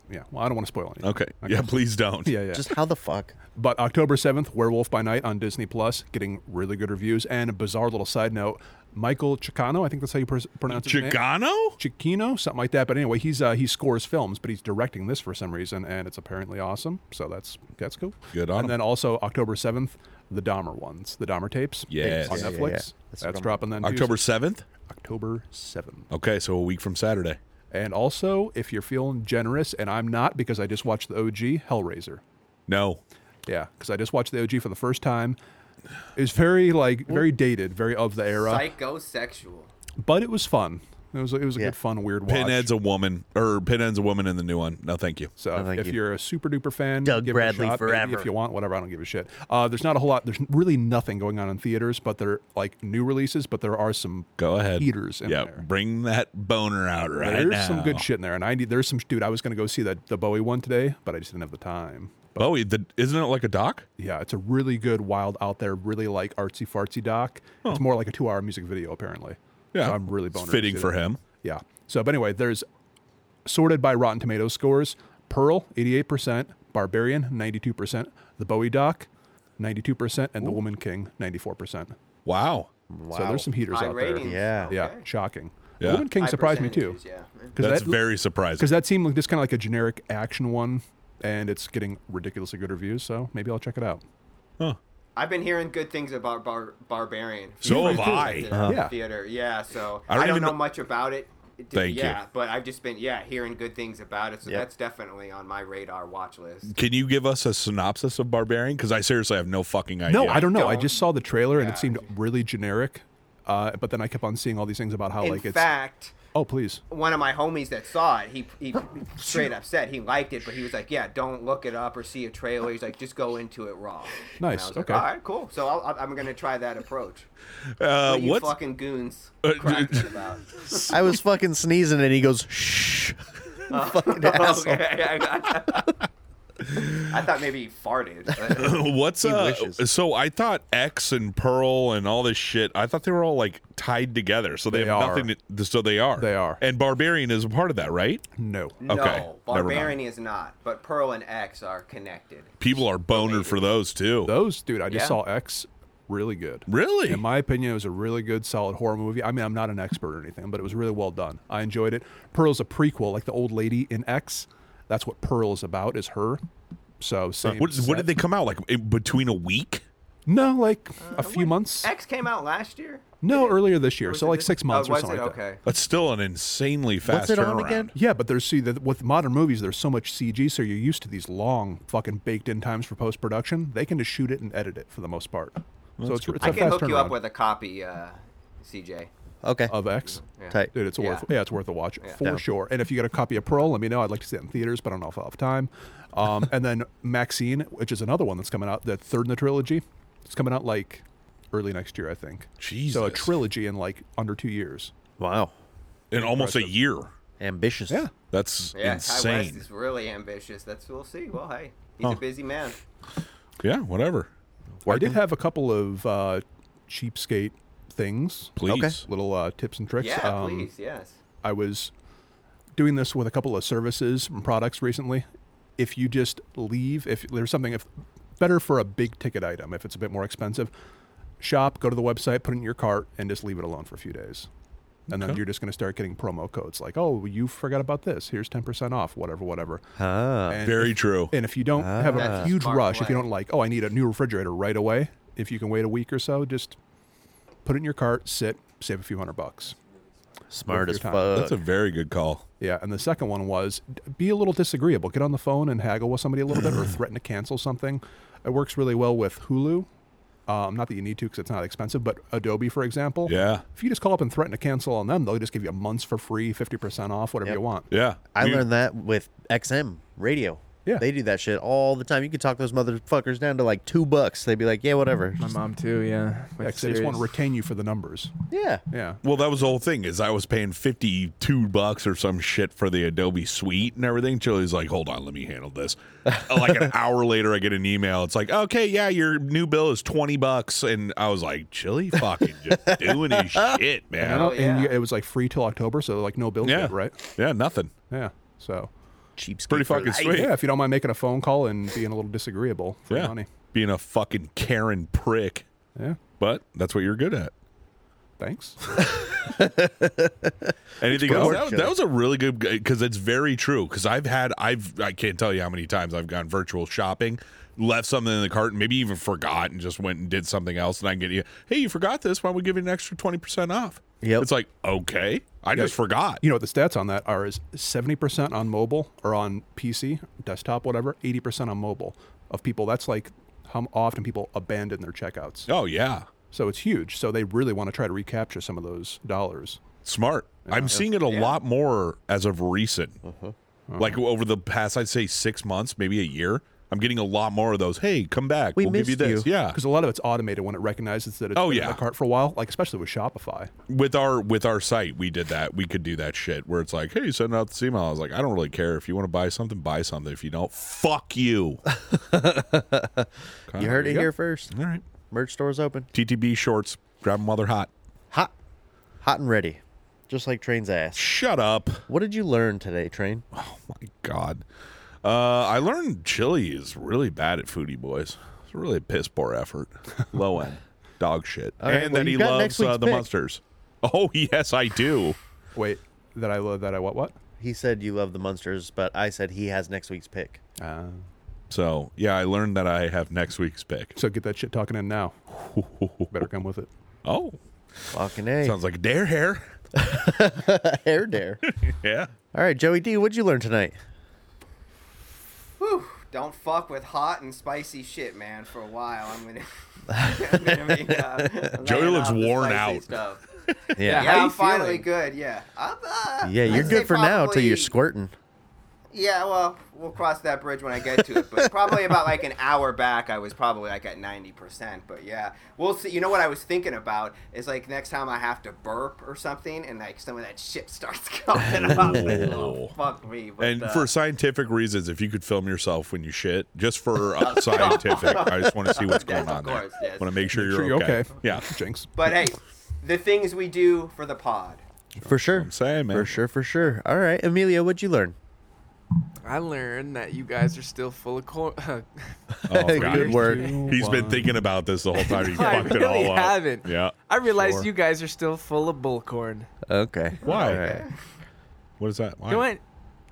Yeah. Well, I don't want to spoil anything. Okay. Yeah, please don't. Yeah, yeah. Just how the fuck? But October 7th, Werewolf by Night on Disney Plus, getting really good reviews. And a bizarre little side note Michael Chicano, I think that's how you pr- pronounce his name. Chicano? Chicino, something like that. But anyway, he's uh, he scores films, but he's directing this for some reason, and it's apparently awesome. So that's that's cool. Good on And him. then also October 7th, the Dahmer ones, the Dahmer tapes. Yes. On Yeah, yeah, Netflix. yeah. That's That's, what I'm- dropping then. Tuesday. October 7th? October 7th. Okay, so a week from Saturday. And also, if you're feeling generous, and I'm not because I just watched the OG, Hellraiser. No. Yeah, because I just watched the OG for the first time. It's very like very dated, very of the era, Psychosexual. but it was fun. It was it was a Yeah. good, fun, weird watch. Pinhead's a woman, or Pinhead's a woman in the new one. No, thank you. so thank if you. you. are a super duper fan, Doug give it a Bradley shot, maybe forever. If you want, whatever, I don't give a shit. Uh, there's not a whole lot. There's really nothing going on in theaters, but they're like new releases. But there are some Go ahead. heaters in yeah, there. bring that boner out right there's now. some good shit in there, and I need. There's some dude. I was gonna go see that the Bowie one today, but I just didn't have the time. Bowie, Oh, the, isn't it like a doc? Yeah, it's a really good, wild out there, really like artsy fartsy doc. It's more like a two hour music video, apparently. Yeah, So I'm really it's boned. fitting for him. Yeah. So, but anyway, there's sorted by Rotten Tomatoes scores Pearl, 88%, Barbarian, 92%, The Bowie Doc, 92%, and The Woman King, 94%. Wow. So there's some heaters High out ratings. there. Yeah. Yeah, Okay. shocking. Yeah. The Woman King High surprised me too. percentages, Yeah. Because That's that, very surprising. because that seemed like just kind of like a generic action one. and it's getting ridiculously good reviews. So maybe I'll check it out. I've been hearing good things about Bar- Barbarian. So From have the I. theater- Uh-huh. Yeah. Theater, yeah. So I I don't don't, even know kn- much about it. d- Thank you. yeah, but I've just been yeah hearing good things about it. So Yep. that's definitely on my radar watch list. Can you give us a synopsis of Barbarian? Because I seriously have no fucking idea. no, I don't know. I just saw the trailer and it seemed really generic. Uh, but then I kept on seeing all these things about how In like it's. fact, oh please. one of my homies that saw it, he, he straight up said he liked it, but he was like, "Yeah, don't look it up or see a trailer." He's like, "Just go into it raw." And I Nice, was like, okay. All right. Cool. So I'll, I'll- I'm gonna try that approach. Uh, what you what's- fucking goons Uh, cracking about? I was fucking sneezing and he goes, shh. Oh, fucking asshole. okay, I, got- I thought maybe he farted. but- What's uh? So I thought X and Pearl and all this shit. I thought they were all like tied together. So they, They have are. nothing. To, so they are. They are. And Barbarian is a part of that, right? No. Okay. No, never mind. Barbarian is not, but Pearl and X are connected. People are boner for those too. Those, dude. I just Yeah. saw X. Really good. Really? In my opinion, it was a really good, solid horror movie. I mean, I'm not an expert or anything, but it was really well done. I enjoyed it. Pearl's a prequel, like the old lady in X. That's what Pearl is about. Is her. So same. Uh, what, what did they come out like in between a week? No, like a few months. Uh, X came out last year. No, earlier this year. was So it like this- six oh, months or was something it? like that. Okay. That's still an insanely fast turnaround. Yeah, but there's see the, with modern movies, there's so much CG, so you're used to these long fucking baked in times for post production. They can just shoot it and edit it for the most part. so it's, it's I a can fast hook turnaround. you up with a copy, uh, CJ. Okay. Of X. Yeah. Tight. Oh, Dude, it's Yeah. worth yeah, it's worth a watch Yeah. for Yeah. sure. And if you got a copy of Pearl, let me know. I'd like to see it in theaters, but I don't know if I'll have time. Um, and then Maxine, which is another one that's coming out, the third in the trilogy. It's coming out like early next year, I think. Jesus. So a trilogy in like under two years. Wow. In almost a year. Ambitious. Yeah. That's Yeah, Ty West insane. is really ambitious. That's we'll see. Well, hey, Oh. he's Huh. a busy man. Yeah, whatever. I did have a couple of uh, cheapskate things. Please. Okay. Little uh, tips and tricks. Um, Yeah, please, yes. I was doing this with a couple of services and products recently. If you just leave, if there's something, if better for a big ticket item, if it's a bit more expensive, shop, go to the website, put it in your cart, and just leave it alone for a few days. And then Okay. you're just going to start getting promo codes like, oh, you forgot about this. Here's 10% off, whatever, whatever. And Very if- true. And if you don't have a That's a huge smart rush, if you play. don't like, oh, I need a new refrigerator right away, if you can wait a week or so, just put it in your cart, sit, save a few hundred bucks. Smart Worth as your time. fuck. That's a very good call. Yeah, and the second one was d- be a little disagreeable. Get on the phone and haggle with somebody a little bit, or threaten to cancel something. It works really well with Hulu. Um, not that you need to because it's not expensive, but Adobe, for example. Yeah. If you just call up and threaten to cancel on them, they'll just give you months for free, fifty percent off, whatever you want. Yeah. I You- learned that with XM radio. Yeah. They do that shit all the time. You could talk those motherfuckers down to like two bucks. They'd be like, yeah, whatever. My mom too, yeah. Yeah, 'cause they just want to retain you for the numbers. Yeah. Yeah. Well, that was the whole thing. Is I was paying fifty two bucks or some shit for the Adobe Suite and everything. Chili's like, hold on, let me handle this. like an hour later, I get an email. It's like, okay, yeah, your new bill is twenty bucks, and I was like, Chili, fucking just doing his shit, man. And, I don't- and you- it was like free till October, so like no bill yet, right? Yeah, nothing. Yeah. So cheap. Pretty fucking sweet. Yeah, if you don't mind making a phone call and being a little disagreeable for yeah, money. being a fucking Karen prick. Yeah. but that's what you're good at. Thanks. Anything Good else? work, That, Chili. that was a really good because it's very true. Because I've had I've I can't tell you how many times I've gone virtual shopping, left something in the cart, and maybe even forgot, and just went and did something else. And I can get you, hey, you forgot this? Why don't we give you an extra twenty percent off? Yeah, it's like okay, I just forgot. You know, the stats on that are is 70% on mobile or on PC, desktop, whatever, 80% on mobile of people. That's like how often people abandon their checkouts. Oh yeah, So it's huge. So they really want to try to recapture some of those dollars. smart. I'm seeing it a lot more as of recent, like over the past I'd say six months, maybe a year. I'm getting a lot more of those. Hey, come back. We will give you this. Yeah, Because a lot of it's automated when it recognizes that it's Oh, been yeah. in the cart for a while, like especially with Shopify. with our with our site we did that we could do that shit where it's like hey send out this email i was like i don't really care if you want to buy something buy something if you don't fuck you You heard it Yeah. here first. All right. Merch store's open. ttb shorts grab them while they're hot Hot. Hot and ready. Just like Train's ass. Shut up. What did you learn today, Train? oh my god uh i learned chili is really bad at foodie boys it's a really piss poor effort low end dog shit All right, and well, that you he got next loves uh, week's the pick. monsters oh yes i do Wait, that I love that I what what? He said you love the Munsters, but I said he has next week's pick. So yeah, I learned that I have next week's pick. So get that shit talking in now. Better come with it. Oh, fucking a. Sounds like dare hair. Hair dare. yeah. All right, Joey D, what'd you learn tonight? Whew, don't fuck with hot and spicy shit, man. For a while, I'm gonna. I'm gonna be, uh, Joey laying looks off the worn spicy out. Stuff. Yeah. Yeah, How you I'm finally feeling? good. Yeah. I'm, uh, Yeah, you're I'd say good for now till probably- you're squirting. Yeah, well, we'll cross that bridge when I get to it. But probably about like an hour back, I was probably like at ninety percent. But yeah, we'll see. You know what I was thinking about is like next time I have to burp or something, and like some of that shit starts coming up. oh, Whoa. fuck me. But, And uh, for scientific reasons, if you could film yourself when you shit, just for uh, scientific, I just want to see what's going Yes, of on there. course, yes. Want to make sure Make you're, sure you're okay. okay. Yeah, Jinx. but hey, the things we do for the pod. For sure. Same, man. For sure, for sure. All right, Amelia, what'd you learn? I learned that you guys are still full of corn. Oh, Good God. work. He's been thinking about this the whole time. He I fucked really it all up. haven't. Yeah. I realized Sure. you guys are still full of bull corn. Okay. Why? All right. What is that? Why? You know what?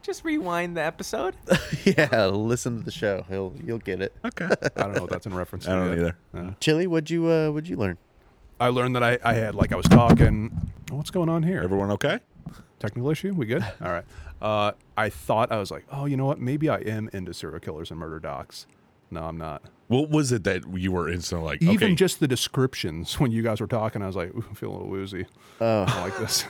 Just rewind the episode. Yeah, listen to the show. He'll you'll get it. Okay. I don't know what that's in reference to. I don't yet. either. Uh, Chili, what'd you uh what'd you learn? I learned that I, I had, like, I was talking. Oh, What's going on here? Everyone okay? Technical issue? We good? All right. Uh, I thought, I was like, oh, you know what? Maybe I am into serial killers and murder docs. No, I'm not. What was it that you were instantly like? Even okay, just the descriptions when you guys were talking, I was like, Ooh, I feel a little woozy. I don't like this.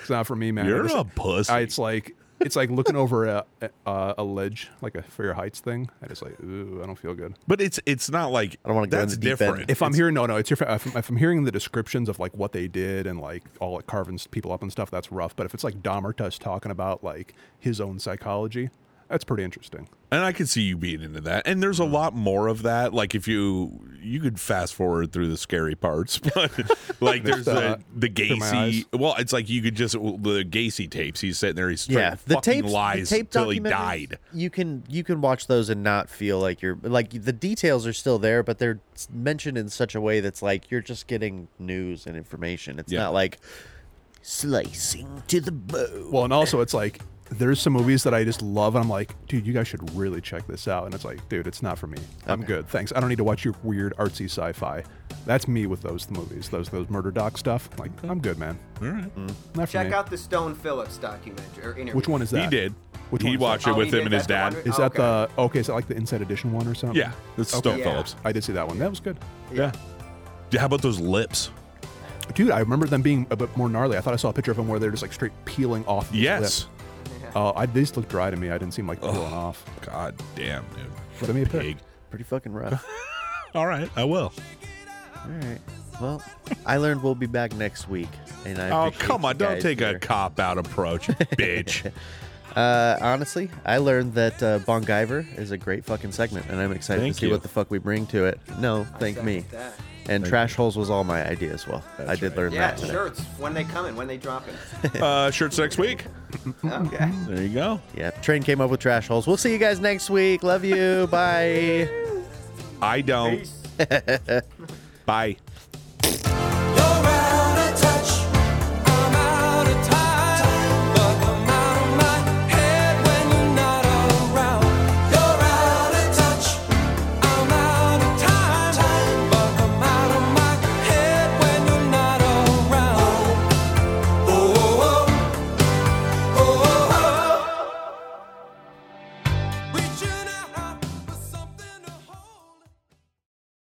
it's not for me, man. I Oh. You're just- a pussy. I- it's like it's like looking over a, a a ledge, like a fair heights thing. I just like, ooh, I don't feel good. but it's it's not like I don't wanna go in That's the deep end. different. If I'm hearing, no, no, it's your. If, if I'm hearing the descriptions of like what they did and like all like carving people up and stuff, that's rough. But if it's like Dahmer's talking about like his own psychology, that's pretty interesting. And I could see you being into that. And there's a lot more of that. Like if you you could fast forward through the scary parts, but like there's Uh, the the through my eyes. Gacy. Well, it's like you could just the Gacy tapes. He's sitting there. He's straight yeah, the fucking tapes, lies the tape till he documentaries, died. You can you can watch those and not feel like you're like the details are still there, but they're s- mentioned in such a way that's like you're just getting news and information. It's Yeah. not like slicing to the bone. Well, and also it's like there's some movies that I just love, and I'm like, dude, you guys should really check this out. And it's like, dude, it's not for me. I'm good, thanks. I don't need to watch your weird artsy sci-fi. That's me with those movies, those those murder doc stuff. Like, I'm good, man. All right. Not for Check me. out the Stone Phillips documentary or interview. Which one is that? He did. Which he one is watched that? it Oh, with he him did? and his That's dad. the Is Oh, that the okay? Is that like the Inside Edition one or something? Yeah, that's Okay. Stone Yeah. Phillips. I did see that one. That was good. Yeah. How about those lips? Dude, I remember them being a bit more gnarly. I thought I saw a picture of them where they're just like straight peeling off. his Yes. lip. Uh, I, these looked dry to me. I didn't seem like peeling off. God damn, dude. Give me a pic. Pig. Pretty fucking rough. All right, I will. All right. Well, I learned we'll be back next week, and I Oh come on! Don't take a cop out approach, bitch. a. Uh, honestly, I learned that uh, Bongiver is a great fucking segment, and I'm excited Thank to see you. what the fuck we bring to it. No, thank second me. that. And trash holes was all my idea as well. I did learn Yeah, that. today. shirts. When they coming? When they dropping? Uh, shirts next week. Okay. There you go. Yeah, train came up with trash holes. We'll see you guys next week. Love you. Bye. Oh. I don't. Peace. Bye. Oh, oh.